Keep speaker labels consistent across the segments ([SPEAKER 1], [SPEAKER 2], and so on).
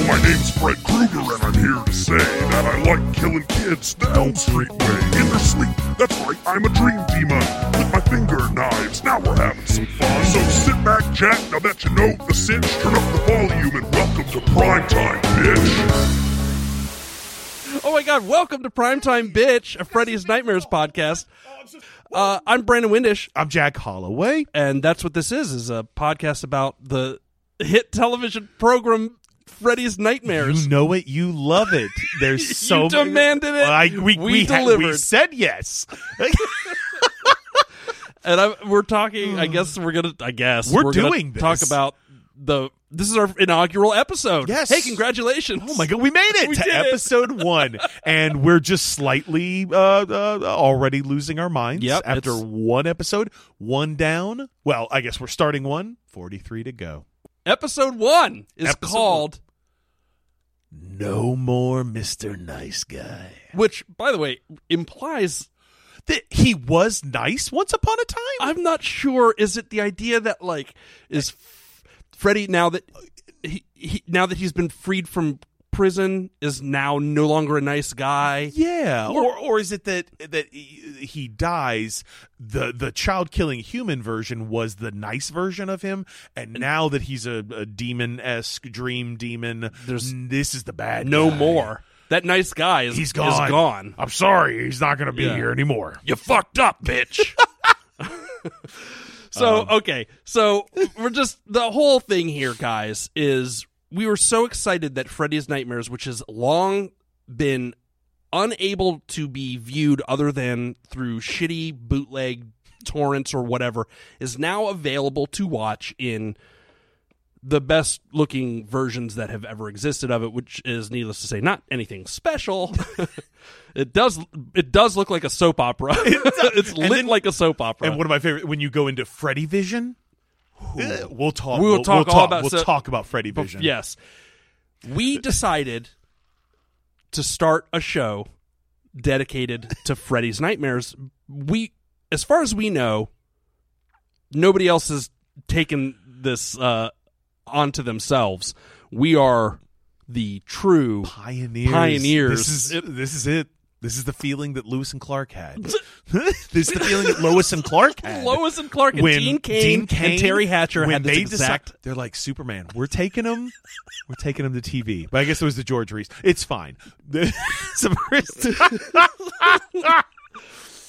[SPEAKER 1] Fred Krueger, and I'm here to say that I like killing kids the Elm Street way. In their sleep, that's right, I'm a dream demon. With my finger knives, now we're having some fun. So sit back, Jack, now that you know the cinch, turn up the volume and welcome to prime time, bitch.
[SPEAKER 2] Oh my God! Welcome to Primetime Bitch, a Freddy's Nightmares podcast. Uh, I'm Brandon Windish,
[SPEAKER 3] I'm Jack Holloway.
[SPEAKER 2] and that's what this is: is a podcast about the hit television program Freddy's Nightmares.
[SPEAKER 3] You know it. You love it. There's so many-
[SPEAKER 2] demanded it.
[SPEAKER 3] I, we,
[SPEAKER 2] We
[SPEAKER 3] we, ha- we
[SPEAKER 2] delivered.
[SPEAKER 3] said yes. Oh
[SPEAKER 2] and I, we're talking. I guess we're gonna. I guess
[SPEAKER 3] We're
[SPEAKER 2] gonna
[SPEAKER 3] doing this.
[SPEAKER 2] Talk about the. This is our inaugural episode.
[SPEAKER 3] Yes.
[SPEAKER 2] Hey, congratulations!
[SPEAKER 3] oh my god, we made it
[SPEAKER 2] We
[SPEAKER 3] to
[SPEAKER 2] did it.
[SPEAKER 3] episode one, and we're just slightly uh, uh, already losing our minds.
[SPEAKER 2] Yep,
[SPEAKER 3] after
[SPEAKER 2] it's-
[SPEAKER 3] one episode, one down. Well, I guess we're starting one. Forty-three to go.
[SPEAKER 2] Episode one is
[SPEAKER 3] Episode
[SPEAKER 2] called.
[SPEAKER 3] No more, Mister Nice Guy.
[SPEAKER 2] Which, by the way, implies
[SPEAKER 3] That he was nice once upon a time.
[SPEAKER 2] I'm not sure. Is it the idea that like is F- Freddy now that he, he now that he's been freed from prison is now no longer a nice guy?
[SPEAKER 3] Yeah, or or is it that that he he dies? The the child killing human version was the nice version of him, and now that he's a, a demon esque dream demon,
[SPEAKER 2] There's-
[SPEAKER 3] this is the bad.
[SPEAKER 2] No
[SPEAKER 3] guy.
[SPEAKER 2] more. That nice guy is
[SPEAKER 3] He's gone.
[SPEAKER 2] Is gone.
[SPEAKER 3] I'm sorry, he's not going to be
[SPEAKER 2] Yeah.
[SPEAKER 3] here anymore.
[SPEAKER 2] You fucked up, bitch. so,
[SPEAKER 3] Um,
[SPEAKER 2] okay. So, we're just the whole thing here, guys, is we were so excited that Freddy's Nightmares, which has long been unable to be viewed other than through shitty bootleg torrents or whatever, is now available to watch in the best looking versions that have ever existed of it, which is needless to say not anything special. it does it does look like a soap opera. it's lit
[SPEAKER 3] then-
[SPEAKER 2] like a soap opera.
[SPEAKER 3] And one of my favorite when you go into Freddy Vision, eh, we'll talk.
[SPEAKER 2] We'll talk all about-
[SPEAKER 3] We'll
[SPEAKER 2] so-
[SPEAKER 3] talk about Freddy Vision.
[SPEAKER 2] yes. We decided to start a show dedicated to Freddy's Nightmares. We as far as we know, nobody else has taken this uh onto themselves. We are the true
[SPEAKER 3] pioneers.
[SPEAKER 2] Pioneers.
[SPEAKER 3] This is this is it. This is the feeling that Lewis and Clark had. this is the feeling that Lois and Clark had.
[SPEAKER 2] Lois and Clark and
[SPEAKER 3] when
[SPEAKER 2] Dean Cain,
[SPEAKER 3] Cain-
[SPEAKER 2] and Terry Hatcher
[SPEAKER 3] when
[SPEAKER 2] had this
[SPEAKER 3] they
[SPEAKER 2] exact.
[SPEAKER 3] decide- they're like Superman. We're taking them. We're taking them to TV. But I guess it was the George Reese. It's fine. The- so first-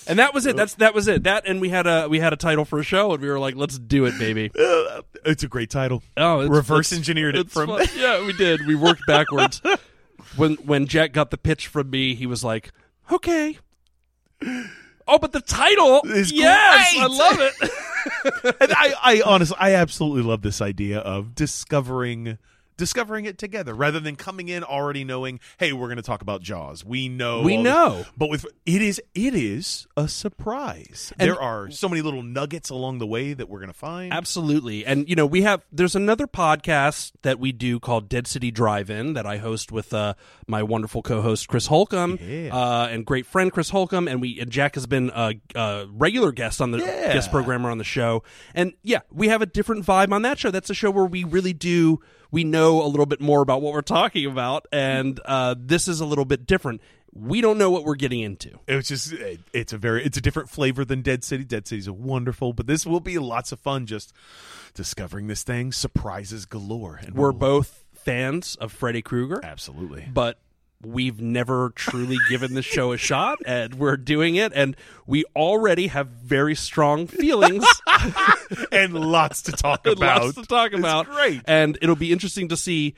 [SPEAKER 2] and that was it. That's that was it. That and we had a we had a title for a show, and we were like, let's do it, baby.
[SPEAKER 3] it's a great title.
[SPEAKER 2] Oh, it's-
[SPEAKER 3] reverse
[SPEAKER 2] it's-
[SPEAKER 3] engineered it
[SPEAKER 2] it's
[SPEAKER 3] from.
[SPEAKER 2] fun. yeah, we did. We worked backwards. when when Jack got the pitch from me, he was like, okay. Oh, but the title
[SPEAKER 3] It's
[SPEAKER 2] yes, I
[SPEAKER 3] great.
[SPEAKER 2] love it.
[SPEAKER 3] And I, I honestly, I absolutely love this idea of discovering discovering it together rather than coming in already knowing hey we're going to talk about jaws we know
[SPEAKER 2] We
[SPEAKER 3] all
[SPEAKER 2] know.
[SPEAKER 3] but with it is it is a surprise
[SPEAKER 2] And-
[SPEAKER 3] there are so many little nuggets along the way that we're going to find
[SPEAKER 2] Absolutely. And you know, we have there's another podcast that we do called Dead City Drive-In that I host with uh, my wonderful co-host Chris Holcomb
[SPEAKER 3] Yeah.
[SPEAKER 2] uh, and great friend Chris Holcomb and we and Jack has been a, a regular guest on the
[SPEAKER 3] Yeah.
[SPEAKER 2] guest programmer on the show. And yeah, we have a different vibe on that show. That's a show where we really do we know a little bit more about what we're talking about and uh, this is a little bit different. We don't know what we're getting into.
[SPEAKER 3] it's just it- it's a very it's a different flavor than dead city dead city's a wonderful but this will be lots of fun just discovering this thing surprises galore and
[SPEAKER 2] We're
[SPEAKER 3] we'll-
[SPEAKER 2] both fans of Freddy Krueger.
[SPEAKER 3] absolutely
[SPEAKER 2] but we've never truly given the show a shot and we're doing it and we already have very strong feelings
[SPEAKER 3] and lots to talk
[SPEAKER 2] and
[SPEAKER 3] about
[SPEAKER 2] lots to talk about
[SPEAKER 3] great.
[SPEAKER 2] and it'll be interesting to see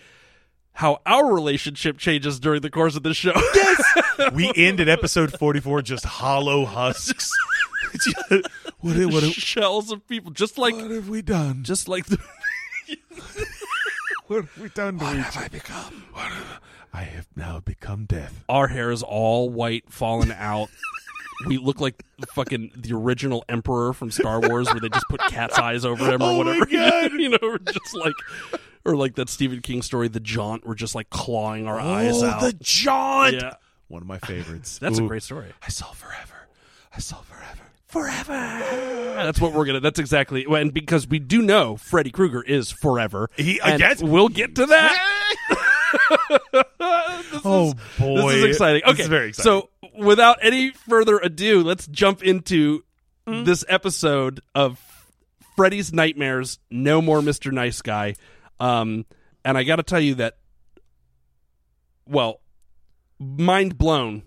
[SPEAKER 2] how our relationship changes during the course of this show
[SPEAKER 3] we end at episode 44 just hollow husks. what, what,
[SPEAKER 2] shells of people just like
[SPEAKER 3] have we done?
[SPEAKER 2] just like the
[SPEAKER 3] What have we done to what have I become? What have- I have now become death.
[SPEAKER 2] our hair is all white, fallen out. we look like fucking the original emperor from Star Wars, where they just put cat's eyes over him or
[SPEAKER 3] Oh my
[SPEAKER 2] whatever.
[SPEAKER 3] God.
[SPEAKER 2] you know, we're just like, or like that Stephen King story, The Jaunt. We're just like clawing our eyes out.
[SPEAKER 3] Oh, the jaunt!
[SPEAKER 2] yeah,
[SPEAKER 3] One of my favorites.
[SPEAKER 2] that's a
[SPEAKER 3] Ooh.
[SPEAKER 2] great story.
[SPEAKER 3] I saw forever. I saw forever.
[SPEAKER 2] Forever. That's what we're gonna. That's exactly. And because we do know Freddy Krueger is forever.
[SPEAKER 3] He- I
[SPEAKER 2] and
[SPEAKER 3] guess-
[SPEAKER 2] we'll get to that. This
[SPEAKER 3] oh
[SPEAKER 2] is-
[SPEAKER 3] boy,
[SPEAKER 2] this is exciting. Okay,
[SPEAKER 3] This is very exciting.
[SPEAKER 2] so without any further ado, let's jump into this episode of Freddy's Nightmares. No more Mister Nice Guy. Um, and I got to tell you that, well, mind blown,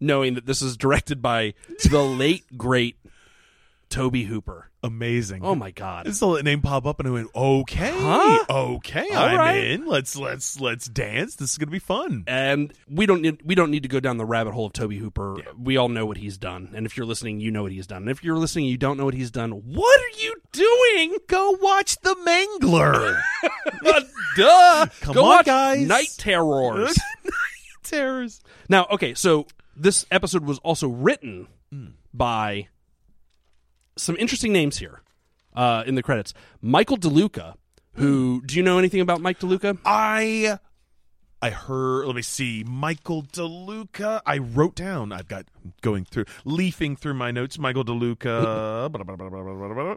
[SPEAKER 2] knowing that this is directed by the late great Toby Hooper.
[SPEAKER 3] amazing.
[SPEAKER 2] Oh my God!
[SPEAKER 3] I just saw that name pop up and I went, okay,
[SPEAKER 2] Huh?
[SPEAKER 3] okay,
[SPEAKER 2] All
[SPEAKER 3] I'm
[SPEAKER 2] right.
[SPEAKER 3] in. Let's let's let's dance. This is gonna be fun.
[SPEAKER 2] and Um, we don't need we don't need to go down the rabbit hole of Toby Hooper. We all know what he's done, and if you're listening, you know what he's done. And if you're listening, you don't know what he's done. What are you doing? Uh,
[SPEAKER 3] Go watch the Mangler.
[SPEAKER 2] Duh!
[SPEAKER 3] Come
[SPEAKER 2] go
[SPEAKER 3] on,
[SPEAKER 2] watch
[SPEAKER 3] guys.
[SPEAKER 2] Night Terrors.
[SPEAKER 3] Terrors.
[SPEAKER 2] now, okay, so this episode was also written
[SPEAKER 3] Hmm.
[SPEAKER 2] by some interesting names here uh, in the credits. Michael DeLuca, who
[SPEAKER 3] Hmm.
[SPEAKER 2] do you know anything about Mike DeLuca?
[SPEAKER 3] I I heard let me see. Michael DeLuca. I wrote down. I've got going through leafing through my notes. Michael DeLuca. blah, blah, blah, blah, blah, blah, blah.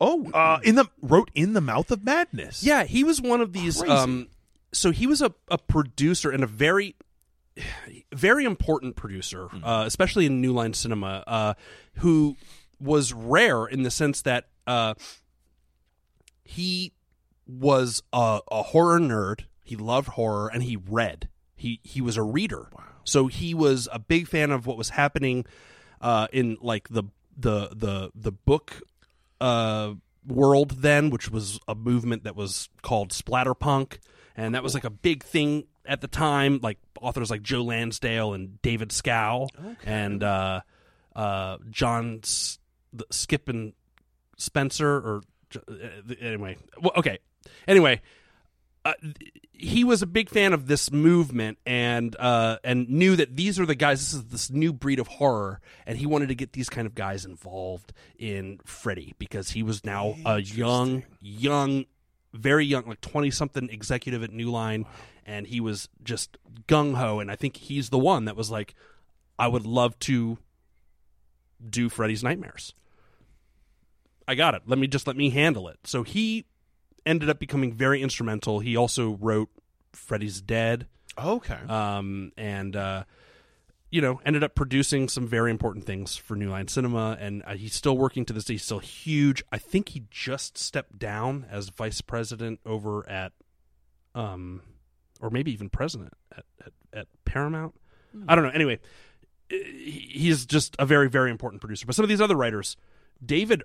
[SPEAKER 3] oh, uh, in the wrote in the mouth of madness.
[SPEAKER 2] Yeah, he was one of these.
[SPEAKER 3] Crazy.
[SPEAKER 2] Um, so he was a, a producer and a very, very important producer, uh, especially in New Line Cinema, uh, who was rare in the sense that uh, he was a, a horror nerd. He loved horror and he read. He he was a reader. So he was a big fan of what was happening uh, in like the the the the book uh, world then, which was a movement that was called splatterpunk, and that was like a big thing at the time. Like authors like Joe Lansdale and David Scow and uh, uh, John S- the Skip and Spencer or J- uh, anyway. Well, okay, anyway. Uh, th- he was a big fan of this movement and uh, and knew that these are the guys. This is this new breed of horror, and he wanted to get these kind of guys involved in Freddy because he was now a young, young, very young, like twenty something executive at New Line, and he was just gung ho. And I think he's the one that was like, I would love to do Freddy's Nightmares. I got it. Let me just let me handle it. So he ended up becoming very instrumental. He also wrote Freddy's Dead,
[SPEAKER 3] Okay.
[SPEAKER 2] um, and uh, you know, ended up producing some very important things for New Line Cinema. And uh, he's still working to this day. He's still huge. I think he just stepped down as vice president over at, um, or maybe even president at at, at Paramount. I don't know. Anyway, uh, he- he's just a very very important producer. But some of these other writers, David.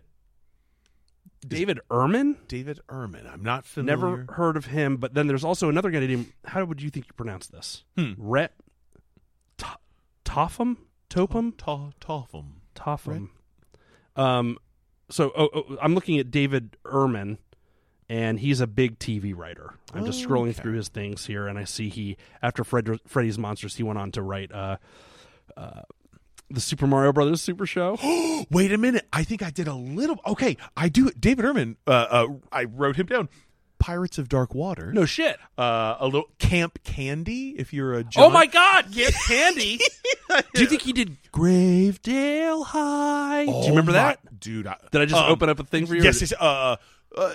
[SPEAKER 2] David Ehrman?
[SPEAKER 3] David Ehrman. I'm not familiar.
[SPEAKER 2] Never heard of him. But then there's also another guy named. How would you think you pronounce this?
[SPEAKER 3] Hmm.
[SPEAKER 2] Rhett To- Topham, Topham,
[SPEAKER 3] Ta- Topham.
[SPEAKER 2] Topham. Um, so oh, oh, I'm looking at David Ehrman, and he's a big TV writer. I'm just scrolling
[SPEAKER 3] Okay.
[SPEAKER 2] through his things here, and I see he after Fred, Freddy's Monsters, he went on to write uh, uh, the Super Mario Brothers Super Show.
[SPEAKER 3] Wait a minute. I think I did a little. Okay, I do. David Ehrman. Uh, uh, I wrote him down. Pirates of Dark Water.
[SPEAKER 2] no shit.
[SPEAKER 3] Uh, a little Camp Candy. If you're a John.
[SPEAKER 2] Oh my God! Yeah, Candy. Do you think he did Gravedale High? Do you remember that?
[SPEAKER 3] Oh dude? I,
[SPEAKER 2] Did I just
[SPEAKER 3] um,
[SPEAKER 2] open up a thing for you?
[SPEAKER 3] Yes. yes uh, uh,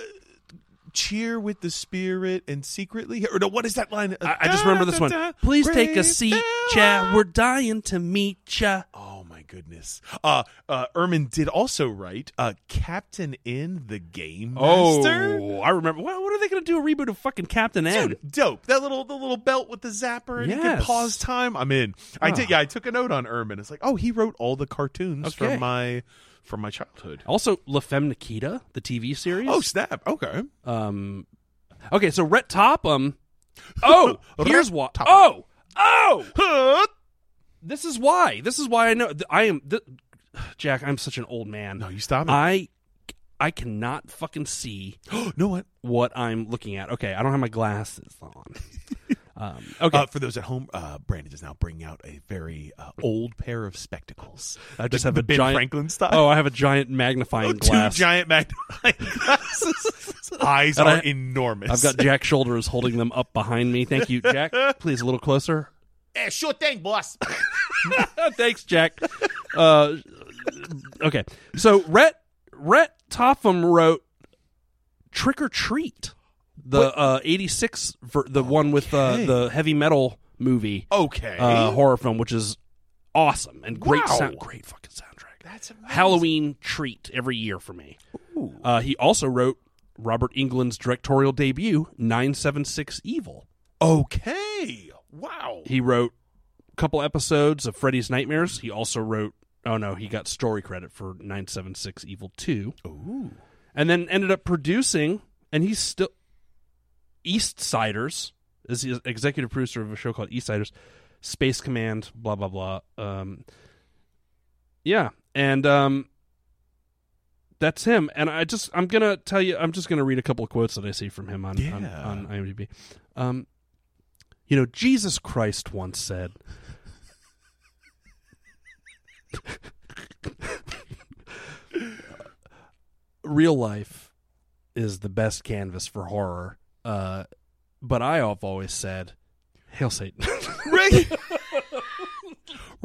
[SPEAKER 3] cheer with the spirit and secretly. Or no, what is that line?
[SPEAKER 2] I, I just remember this one. Please take a seat, cha. We're dying to meet ya.
[SPEAKER 3] Oh my goodness. Uh, uh, Ehrman did also write uh, Captain in the Game
[SPEAKER 2] Oh.
[SPEAKER 3] Master.
[SPEAKER 2] I remember. What, what are they going to do? A reboot of fucking Captain N?
[SPEAKER 3] Dude, dope. That little the little belt with the zapper and you can
[SPEAKER 2] Yes.
[SPEAKER 3] pause time. I'm in. I
[SPEAKER 2] Ah.
[SPEAKER 3] did yeah, I took a note on Ehrman. It's like, oh, he wrote all the cartoons
[SPEAKER 2] Okay. Oh,
[SPEAKER 3] from my from my childhood.
[SPEAKER 2] Also, La Femme Nikita, the TV series.
[SPEAKER 3] Oh snap. Okay.
[SPEAKER 2] Um, okay, so Rhett Topham. Oh, here's
[SPEAKER 3] Rhett
[SPEAKER 2] what.
[SPEAKER 3] Topham.
[SPEAKER 2] Oh, oh.
[SPEAKER 3] Huh?
[SPEAKER 2] This is why. This is why I know. th- I am. Th- Jack, I'm such an old man.
[SPEAKER 3] No, you stop it.
[SPEAKER 2] I, I cannot fucking see
[SPEAKER 3] no what?
[SPEAKER 2] what I'm looking at. Okay, I don't have my glasses on. Um, okay,
[SPEAKER 3] Uh, for those at home, uh, Brandon is now bringing out a very uh, old pair of spectacles. I
[SPEAKER 2] just
[SPEAKER 3] the,
[SPEAKER 2] have
[SPEAKER 3] the
[SPEAKER 2] a
[SPEAKER 3] Ben
[SPEAKER 2] giant-
[SPEAKER 3] Franklin style.
[SPEAKER 2] Oh, I have a giant magnifying
[SPEAKER 3] Two
[SPEAKER 2] glass.
[SPEAKER 3] giant magnifying glasses. Eyes
[SPEAKER 2] And
[SPEAKER 3] are
[SPEAKER 2] I-
[SPEAKER 3] enormous.
[SPEAKER 2] I've got Jack shoulders holding them up behind me. Thank you, Jack. Please a little closer.
[SPEAKER 3] Eh, sure thing, boss.
[SPEAKER 2] Thanks, Jack. Uh, okay, so Rhett Rhett Topham wrote "Trick or Treat," the uh, '86, ver- the one with uh,
[SPEAKER 3] Okay.
[SPEAKER 2] the heavy metal movie
[SPEAKER 3] Okay.
[SPEAKER 2] uh, horror film, which is awesome and great
[SPEAKER 3] Wow.
[SPEAKER 2] sound, great fucking soundtrack.
[SPEAKER 3] That's amazing.
[SPEAKER 2] Halloween treat every year for me.
[SPEAKER 3] Ooh.
[SPEAKER 2] Uh, he also wrote Robert England's directorial debut, 976 Evil.
[SPEAKER 3] Okay. Wow.
[SPEAKER 2] He wrote a couple episodes of Freddy's Nightmares. He also wrote, oh no, he got story credit for 976 Evil 2.
[SPEAKER 3] Ooh.
[SPEAKER 2] And then ended up producing, and he's still. East Siders is the executive producer of a show called East Siders, Space Command, blah, blah, blah. Um, yeah. And um, that's him. And I just, I'm going to tell you, I'm just going to read a couple of quotes that I see from him on, on,
[SPEAKER 3] Yeah.
[SPEAKER 2] on IMDb. Um, you know, Jesus Christ once said, real life is the best canvas for horror. Uh, but I have always said, "Hail Satan!"
[SPEAKER 3] Rick.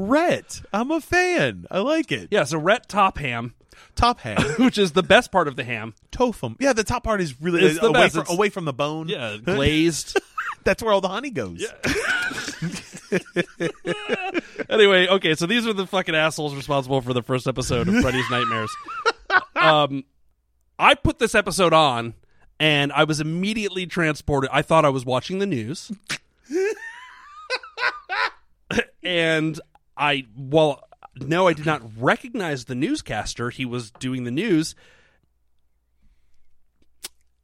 [SPEAKER 3] Rhett. I'm a fan. I like it.
[SPEAKER 2] yeah, so Rhett Top Ham,
[SPEAKER 3] Top hat.
[SPEAKER 2] which is the best part of the ham,
[SPEAKER 3] Tofum. Yeah, the top part is really
[SPEAKER 2] It's the
[SPEAKER 3] away,
[SPEAKER 2] best.
[SPEAKER 3] from,
[SPEAKER 2] It's-
[SPEAKER 3] away from the bone.
[SPEAKER 2] glazed.
[SPEAKER 3] That's where all the honey goes.
[SPEAKER 2] anyway, okay, so these are the fucking assholes responsible for the first episode of Freddy's Nightmares. um, I put this episode on, and I was immediately transported. I thought I was watching the news, and I well, no, I did not recognize the newscaster. He was doing the news.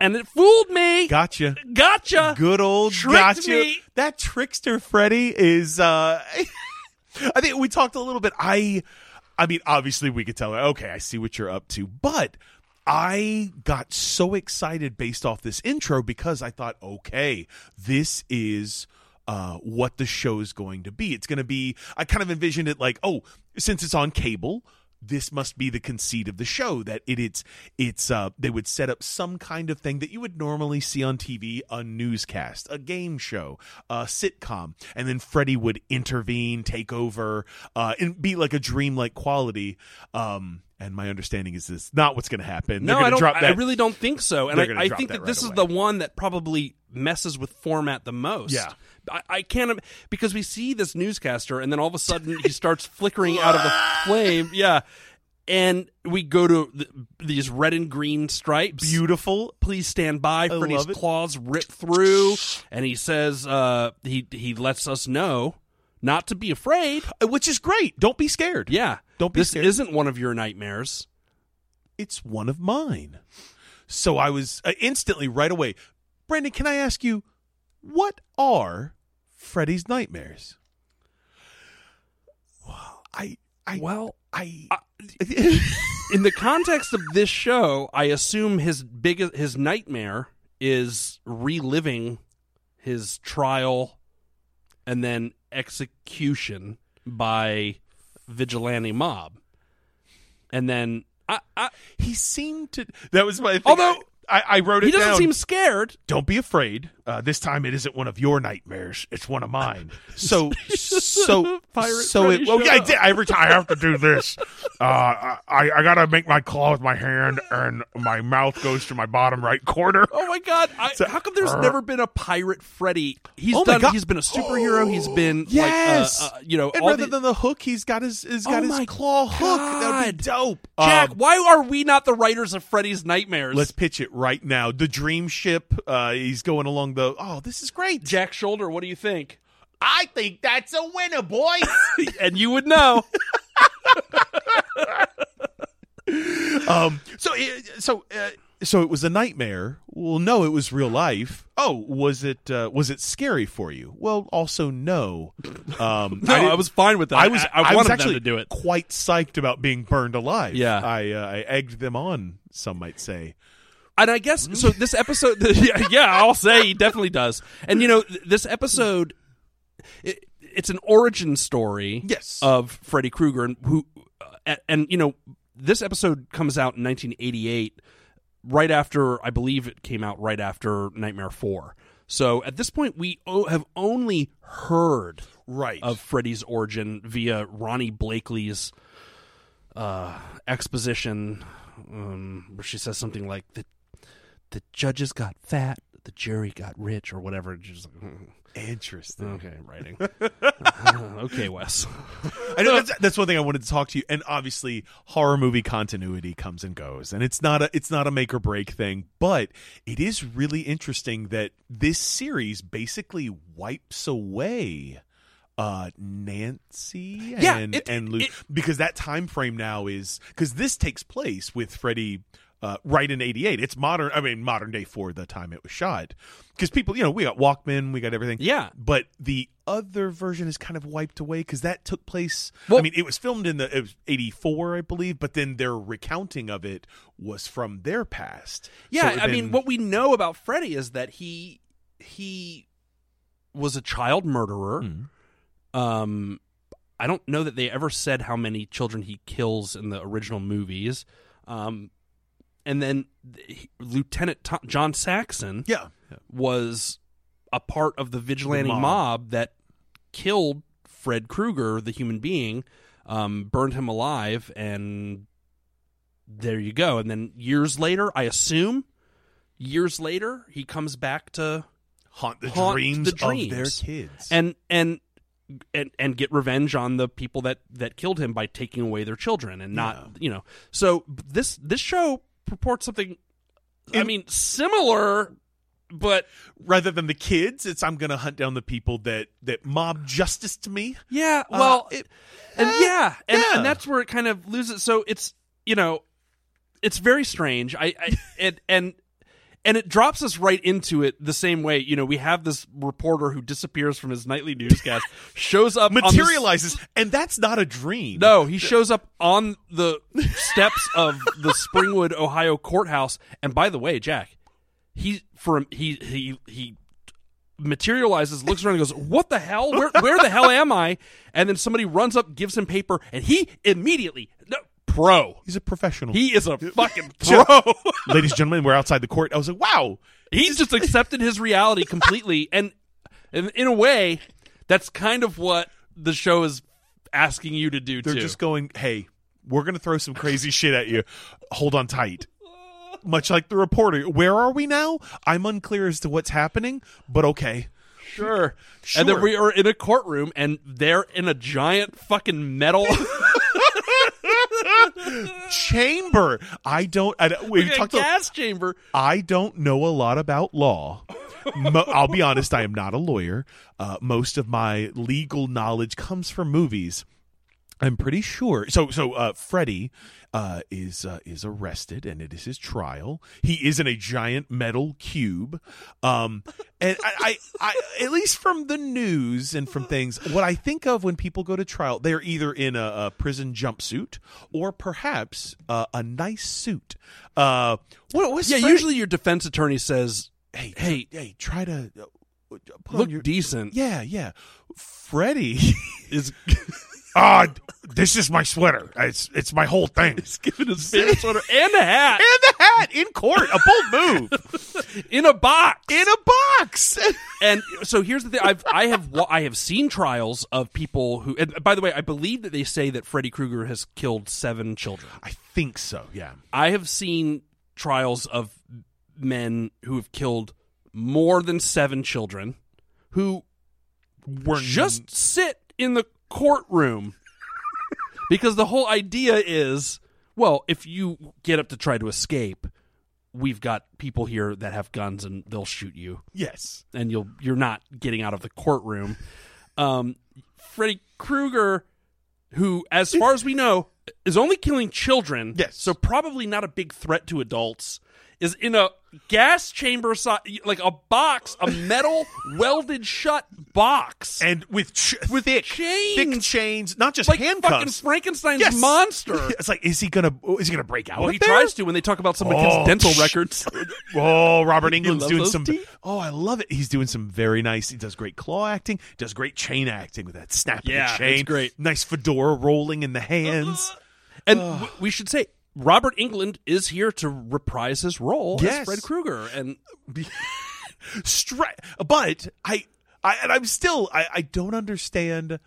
[SPEAKER 2] And it fooled me.
[SPEAKER 3] Gotcha.
[SPEAKER 2] Gotcha.
[SPEAKER 3] Good old
[SPEAKER 2] Tricked
[SPEAKER 3] gotcha.
[SPEAKER 2] me.
[SPEAKER 3] That trickster Freddy is uh I think we talked a little bit. I I mean, obviously we could tell her, okay, I see what you're up to, but I got so excited based off this intro because I thought, okay, this is uh, what the show's going to be. It's going to be, I kind of envisioned it like, oh, since it's on cable, this must be the conceit of the show that it, it's it's uh they would set up some kind of thing that you would normally see on TV a newscast a game show a sitcom and then Freddie would intervene take over uh and be like a dreamlike quality um and my understanding is this not what's going to happen
[SPEAKER 2] No,
[SPEAKER 3] They're
[SPEAKER 2] I
[SPEAKER 3] gonna
[SPEAKER 2] don't.
[SPEAKER 3] drop
[SPEAKER 2] I-
[SPEAKER 3] that
[SPEAKER 2] I really don't think so. And
[SPEAKER 3] They're gonna
[SPEAKER 2] I, I
[SPEAKER 3] drop
[SPEAKER 2] think
[SPEAKER 3] that
[SPEAKER 2] that, this
[SPEAKER 3] right
[SPEAKER 2] is
[SPEAKER 3] away.
[SPEAKER 2] the one that probably messes with format the most.
[SPEAKER 3] Yeah.
[SPEAKER 2] I, I can't im- because we see this newscaster, and then all of a sudden he starts flickering out of the flame. Yeah, and we go to th- these red and green stripes.
[SPEAKER 3] beautiful
[SPEAKER 2] Please stand by. Freddy's
[SPEAKER 3] love it.
[SPEAKER 2] claws rip through, and he says, uh, "He he lets us know not to be afraid."
[SPEAKER 3] uh, which is great don't be scared
[SPEAKER 2] Yeah,
[SPEAKER 3] Don't be
[SPEAKER 2] This
[SPEAKER 3] scared.
[SPEAKER 2] isn't one of your nightmares.
[SPEAKER 3] it's one of mine. So I was uh, instantly right away. Brandon, can I ask you, what are Freddy's nightmares? I, I,
[SPEAKER 2] Well,
[SPEAKER 3] I,
[SPEAKER 2] in the context of this show, I assume his biggest his nightmare is reliving his trial and then execution by vigilante mob, and then I, I,
[SPEAKER 3] he seemed to. That was my. Thing.
[SPEAKER 2] Although-
[SPEAKER 3] I, I wrote it
[SPEAKER 2] he doesn't
[SPEAKER 3] down.
[SPEAKER 2] seem scared.
[SPEAKER 3] Don't be afraid. Uh, this time it isn't one of your nightmares. It's one of mine. So, so,
[SPEAKER 2] Pirate
[SPEAKER 3] so
[SPEAKER 2] Freddy
[SPEAKER 3] it. Well,
[SPEAKER 2] showed
[SPEAKER 3] yeah, I
[SPEAKER 2] up.
[SPEAKER 3] did. Every time I have to do this.
[SPEAKER 4] uh, I, I gotta make my claw with my hand, and my mouth goes to my bottom right corner.
[SPEAKER 2] Oh my god! I, how come there's never been a pirate Freddy? He's
[SPEAKER 3] uh, Oh my
[SPEAKER 2] done.
[SPEAKER 3] God.
[SPEAKER 2] He's been a superhero. He's been
[SPEAKER 3] Yes.
[SPEAKER 2] like uh, uh, you know.
[SPEAKER 3] And
[SPEAKER 2] all
[SPEAKER 3] rather
[SPEAKER 2] the-
[SPEAKER 3] than the hook, he's got his he's got
[SPEAKER 2] Oh my
[SPEAKER 3] his claw hook. That would be dope.
[SPEAKER 2] Jack,
[SPEAKER 3] Um,
[SPEAKER 2] why are we not the writers of Freddy's Nightmares?
[SPEAKER 3] let's pitch it right now. The dream ship. Uh, he's going along the. Oh, this is great.
[SPEAKER 2] Jack Shoulder, what do you think?
[SPEAKER 3] I think that's a winner, boy.
[SPEAKER 2] and you would know.
[SPEAKER 3] um. So it, so uh, so it was a nightmare. Well, no, it was real life. Oh, was it uh, was it scary for you? Well, also no. Um,
[SPEAKER 2] No, I,
[SPEAKER 3] didn't-
[SPEAKER 2] was fine with that.
[SPEAKER 3] I was
[SPEAKER 2] I, I
[SPEAKER 3] was
[SPEAKER 2] wanted
[SPEAKER 3] actually
[SPEAKER 2] them to do it.
[SPEAKER 3] Quite psyched about being burned alive.
[SPEAKER 2] Yeah.
[SPEAKER 3] I uh, I egged them on. Some might say.
[SPEAKER 2] And I guess so. This episode, yeah, yeah, I'll say he definitely does. And you know, th- this episode, it, it's an origin story.
[SPEAKER 3] Yes.
[SPEAKER 2] of Freddy Krueger and who, and, and you know, this episode comes out in 1988, right after I believe it came out right after Nightmare Four. So at this point, we o- have only heard
[SPEAKER 3] right.
[SPEAKER 2] of Freddy's origin via Ronnie Blakely's uh, exposition, um, where she says something like the the judges got fat, the jury got rich or whatever. Just like, mm,
[SPEAKER 3] Interesting.
[SPEAKER 2] okay, writing. okay, Wes.
[SPEAKER 3] I know that's, that's one thing I wanted to talk to you. And obviously, horror movie continuity comes and goes, and it's not a it's not a make or break thing. But it is really interesting that this series basically wipes away uh Nancy
[SPEAKER 2] Yeah,
[SPEAKER 3] and
[SPEAKER 2] it-
[SPEAKER 3] and Luke
[SPEAKER 2] it-
[SPEAKER 3] because that time frame now is because this takes place with Freddy. Uh, right in 88 it's modern i mean modern day for the time it was shot because people you know we got walkman we got everything
[SPEAKER 2] Yeah.
[SPEAKER 3] but the other version is kind of wiped away because that took place. I
[SPEAKER 2] Well-
[SPEAKER 3] mean, it was filmed in the it was '84, I believe, but then their recounting of it was from their past. So
[SPEAKER 2] Yeah,
[SPEAKER 3] it'd
[SPEAKER 2] I mean,
[SPEAKER 3] been-
[SPEAKER 2] what we know about Freddy is that he he was a child murderer.
[SPEAKER 3] Mhm.
[SPEAKER 2] Um, I don't know that they ever said how many children he kills in the original movies. Um, and then th- Lieutenant Tom, John Saxon
[SPEAKER 3] Yeah, yeah.
[SPEAKER 2] was a part of the vigilante
[SPEAKER 3] The mob.
[SPEAKER 2] mob. that killed Fred Krueger, the human being, um, burned him alive, and there you go. And then years later, I assume, years later, he comes back to
[SPEAKER 3] haunt the
[SPEAKER 2] Haunt
[SPEAKER 3] dreams
[SPEAKER 2] the
[SPEAKER 3] of their
[SPEAKER 2] dreams.
[SPEAKER 3] kids.
[SPEAKER 2] and and and and get revenge on the people that that killed him by taking away their children and not
[SPEAKER 3] Yeah.
[SPEAKER 2] you know. So this this show purports something. I
[SPEAKER 3] In-
[SPEAKER 2] mean, similar, but
[SPEAKER 3] rather than the kids, it's I'm going to hunt down the people that that mob justice to me.
[SPEAKER 2] Yeah,
[SPEAKER 3] Uh,
[SPEAKER 2] well,
[SPEAKER 3] it-
[SPEAKER 2] and
[SPEAKER 3] eh,
[SPEAKER 2] yeah, and,
[SPEAKER 3] yeah.
[SPEAKER 2] and that's where it kind of loses. So it's you know, it's very strange. I, I and and and it drops us right into it the same way. You know, we have this reporter who disappears from his nightly newscast, shows up on the s-
[SPEAKER 3] Materializes, and that's not a dream.
[SPEAKER 2] no, he shows up on the steps of the Springwood, Ohio courthouse. And by the way, Jack, he from he he he materializes, looks around, and goes, "What the hell? Where where the hell am I?" And then somebody runs up, gives him paper, and he immediately no, pro.
[SPEAKER 3] he's a professional.
[SPEAKER 2] He is a fucking pro.
[SPEAKER 3] Ladies and gentlemen, we're outside the court. I was like, wow.
[SPEAKER 2] He's just accepted his reality completely, and, and in a way, that's kind of what the show is asking you to do
[SPEAKER 3] They're
[SPEAKER 2] too.
[SPEAKER 3] just going, hey, we're going to throw some crazy shit at you. Hold on tight. Much like the reporter. Where are we now? I'm unclear as to what's happening, but okay. Sure. sure.
[SPEAKER 2] And then we are in a courtroom, and they're in a giant fucking metal.
[SPEAKER 3] chamber. I don't. I, don't- we
[SPEAKER 2] a
[SPEAKER 3] talked. a-
[SPEAKER 2] gas chamber.
[SPEAKER 3] I don't know a lot about law. Mo- I'll be honest. I am not a lawyer. Uh, most of my legal knowledge comes from movies. I'm pretty sure. So, so uh, Freddy uh, is uh, is arrested, and it is his trial. He is in a giant metal cube, um, and I, I, I, at least from the news and from things, what I think of when people go to trial, they are either in a, a prison jumpsuit or perhaps uh, a nice suit. Uh, what was
[SPEAKER 2] Yeah,
[SPEAKER 3] Freddy-
[SPEAKER 2] usually your defense attorney says,
[SPEAKER 3] Hey,
[SPEAKER 2] Hey.
[SPEAKER 3] tr- hey, try to uh, put
[SPEAKER 2] "Look
[SPEAKER 3] on your
[SPEAKER 2] decent."
[SPEAKER 3] yeah, yeah. Freddy
[SPEAKER 2] Is
[SPEAKER 4] Ah, this is my sweater. It's it's my whole thing.
[SPEAKER 2] giving his favorite sweater and a hat
[SPEAKER 3] and the hat in court, a bold move.
[SPEAKER 2] in a box.
[SPEAKER 3] in a box.
[SPEAKER 2] And so here's the thing: I've I have wa- I have seen trials of people who. And by the way, I believe that they say that Freddy Krueger has killed seven children.
[SPEAKER 3] I think so. Yeah.
[SPEAKER 2] I have seen trials of men who have killed more than seven children, who
[SPEAKER 3] We're
[SPEAKER 2] just sit in the courtroom because the whole idea is well if you get up to try to escape we've got people here that have guns and they'll shoot you
[SPEAKER 3] yes.
[SPEAKER 2] and you'll you're not getting out of the courtroom um freddy krueger who as far as we know is only killing children
[SPEAKER 3] Yes.
[SPEAKER 2] so probably not a big threat to adults is in a gas chamber si- like a box a metal welded shut box
[SPEAKER 3] And with ch- with thick
[SPEAKER 2] chains.
[SPEAKER 3] thick chains, not just
[SPEAKER 2] like fucking
[SPEAKER 3] handcuffs.
[SPEAKER 2] Frankenstein's
[SPEAKER 3] Yes.
[SPEAKER 2] monster.
[SPEAKER 3] It's like, is he gonna? Is he gonna break out?
[SPEAKER 2] Well,
[SPEAKER 3] of
[SPEAKER 2] he
[SPEAKER 3] there?
[SPEAKER 2] tries to when they talk about someone
[SPEAKER 3] Oh,
[SPEAKER 2] kid's dental
[SPEAKER 3] psh.
[SPEAKER 2] records.
[SPEAKER 3] Oh, Robert England's
[SPEAKER 2] love
[SPEAKER 3] doing
[SPEAKER 2] those
[SPEAKER 3] some.
[SPEAKER 2] teeth?
[SPEAKER 3] Oh, I love it. He's doing some very nice. He does great claw acting. Does great chain acting with that snap of
[SPEAKER 2] Yeah,
[SPEAKER 3] the
[SPEAKER 2] it's
[SPEAKER 3] chain.
[SPEAKER 2] great.
[SPEAKER 3] Nice fedora rolling in the hands.
[SPEAKER 2] And w- we should say Robert England is here to reprise his role
[SPEAKER 3] Yes.
[SPEAKER 2] as Fred Krueger. And
[SPEAKER 3] Stra- but I, I, and I'm still. I, I don't understand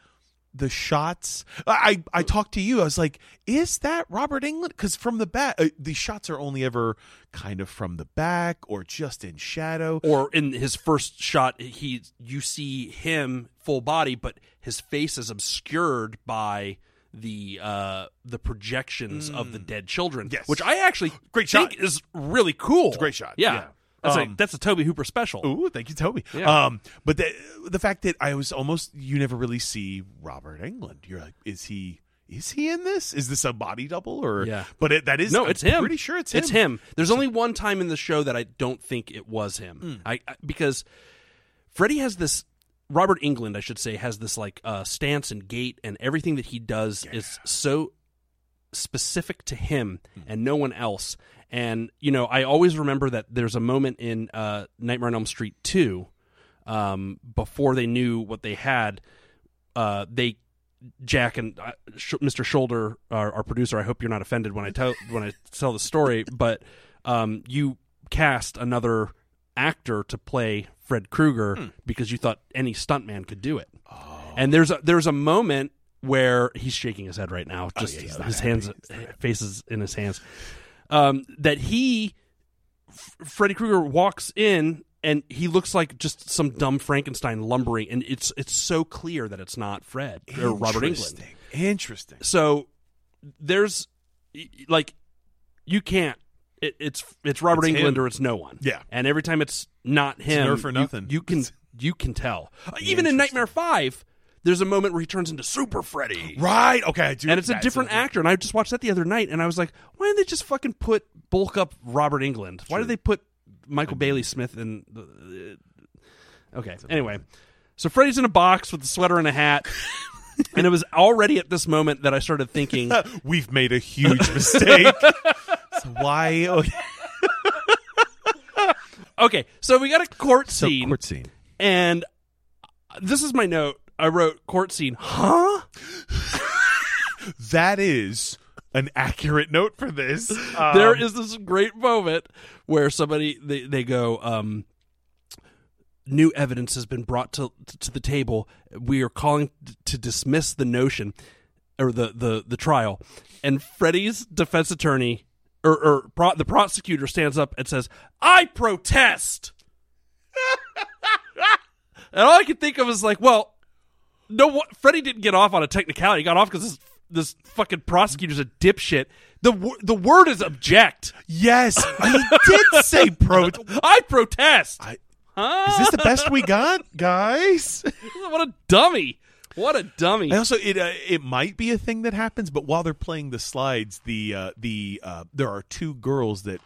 [SPEAKER 3] the shots. I I I talked to you. I was like, is that Robert England? Because from the back, uh, the shots are only ever kind of from the back or just in shadow.
[SPEAKER 2] or in his first shot he you see him full body but his face is obscured by the uh the projections of the dead children
[SPEAKER 3] Hmm. Yes.
[SPEAKER 2] which i actually
[SPEAKER 3] Great
[SPEAKER 2] think
[SPEAKER 3] shot.
[SPEAKER 2] is really cool it's
[SPEAKER 3] a great shot.
[SPEAKER 2] yeah,
[SPEAKER 3] Yeah.
[SPEAKER 2] that's
[SPEAKER 3] Um,
[SPEAKER 2] a that's a toby hooper special
[SPEAKER 3] Ooh, thank you, Toby.
[SPEAKER 2] Yeah.
[SPEAKER 3] Um, but the the fact that I was almost you never really see Robert England. You're like, is he is he in this? Is this a body double or?
[SPEAKER 2] Yeah.
[SPEAKER 3] But it, that is
[SPEAKER 2] no
[SPEAKER 3] I'm
[SPEAKER 2] it's him
[SPEAKER 3] Pretty sure it's him.
[SPEAKER 2] it's him there's only one time in the show that i don't think it was him
[SPEAKER 3] Hmm.
[SPEAKER 2] I, I because freddie has this robert england i should say has this like uh stance and gait and everything that he does is so specific to him
[SPEAKER 3] Hmm.
[SPEAKER 2] and no one else. And you know, I always remember that there's a moment in uh, Nightmare on Elm Street two, um, before they knew what they had. Uh, they Jack and uh, Sh- Mr. Shoulder, our, our producer. I hope you're not offended when I tell when I tell the story, but um, you cast another actor to play Fred Krueger because you thought any stuntman could do it. And there's a there's a moment where he's shaking his head right now, just
[SPEAKER 3] he's
[SPEAKER 2] uh,
[SPEAKER 3] not
[SPEAKER 2] his hands, faces in his hands. Um, that he, F- Freddy Krueger walks in and he looks like just some dumb Frankenstein lumbering, and it's it's so clear that it's not Fred or Robert England.
[SPEAKER 3] Interesting. Interesting.
[SPEAKER 2] So there's y- y- like you can't. It, it's it's Robert
[SPEAKER 3] It's
[SPEAKER 2] England
[SPEAKER 3] him.
[SPEAKER 2] or it's no one.
[SPEAKER 3] Yeah.
[SPEAKER 2] and every time it's not him,
[SPEAKER 3] nerf or
[SPEAKER 2] you-
[SPEAKER 3] nothing.
[SPEAKER 2] You, can you can tell. Uh, Even in Nightmare Five, there's a moment where he turns into Super Freddy,
[SPEAKER 3] Right. Okay. I do.
[SPEAKER 2] and it's a
[SPEAKER 3] that's
[SPEAKER 2] different actor. And I just watched that the other night, and I was like, why didn't they just fucking put bulk up Robert England? Why did they put Michael Bailey Smith in? The, uh, okay. Anyway, so Freddy's in a box with a sweater and a hat. And it was already at this moment that I started thinking,
[SPEAKER 3] We've made a huge mistake. so why? Okay.
[SPEAKER 2] okay, so we got a court
[SPEAKER 3] So
[SPEAKER 2] scene,
[SPEAKER 3] court scene.
[SPEAKER 2] and this is my note. I wrote court scene, huh?
[SPEAKER 3] That is an accurate note for this. Um,
[SPEAKER 2] there is this great moment where somebody they, they go um new evidence has been brought to to the table we are calling t- to dismiss the notion or the the the trial and Freddie's defense attorney or, or pro- the prosecutor stands up and says i protest and all i could think of is like well no, what, Freddie didn't get off on a technicality. He got off because this, this fucking prosecutor's a dipshit. The wo- the word is object.
[SPEAKER 3] Yes, he did say pro.
[SPEAKER 2] I protest.
[SPEAKER 3] I-
[SPEAKER 2] huh?
[SPEAKER 3] Is this the best we got, guys?
[SPEAKER 2] what a dummy! What a dummy!
[SPEAKER 3] I also it uh, it might be a thing that happens, but while they're playing the slides, the uh, the uh, there are two girls that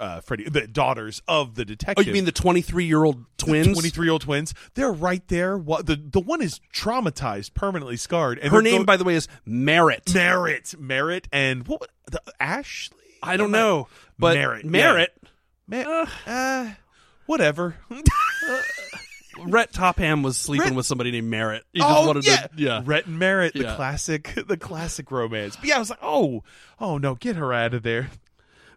[SPEAKER 3] uh, Freddie, the daughters of the
[SPEAKER 2] Oh,
[SPEAKER 3] detective.
[SPEAKER 2] you mean the twenty three year old twins?
[SPEAKER 3] twenty three year old twins? They're right there. Wha- The the one is traumatized, permanently scarred. And
[SPEAKER 2] Her
[SPEAKER 3] they're
[SPEAKER 2] name,
[SPEAKER 3] go-
[SPEAKER 2] by the way, is Merritt.
[SPEAKER 3] Merritt, Merritt, and what was- the, Ashley?
[SPEAKER 2] I don't know, but
[SPEAKER 3] Merritt, yeah.
[SPEAKER 2] Merritt
[SPEAKER 3] Ma- uh, whatever.
[SPEAKER 2] Rhett Topham was sleeping
[SPEAKER 3] Rhett-
[SPEAKER 2] with somebody named Merritt. He just wanted to, yeah.
[SPEAKER 3] Oh, Rhett and Merritt, the
[SPEAKER 2] Yeah.
[SPEAKER 3] classic, the classic romance. But yeah, I was like, oh, oh no, get her out of there.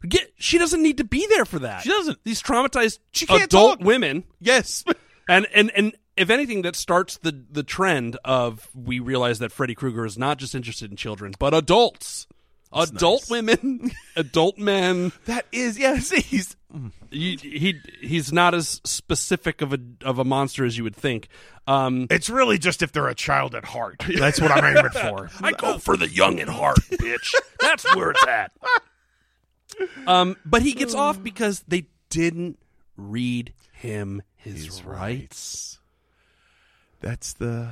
[SPEAKER 2] Get, she doesn't need to be there for that. She doesn't. These traumatized
[SPEAKER 3] can't
[SPEAKER 2] adult
[SPEAKER 3] talk.
[SPEAKER 2] women
[SPEAKER 3] Yes,
[SPEAKER 2] and and and if anything that starts the the trend of we realize that freddy krueger is not just interested in children but adults adult women adult men
[SPEAKER 3] that is yes. He's
[SPEAKER 2] he, he he's not as specific of a of a monster as you would think um
[SPEAKER 4] It's really just if they're a child at heart. That's what I'm aiming for.
[SPEAKER 2] i go for the young at heart bitch that's where it's at um but he gets off because they didn't read him his, rights
[SPEAKER 3] that's the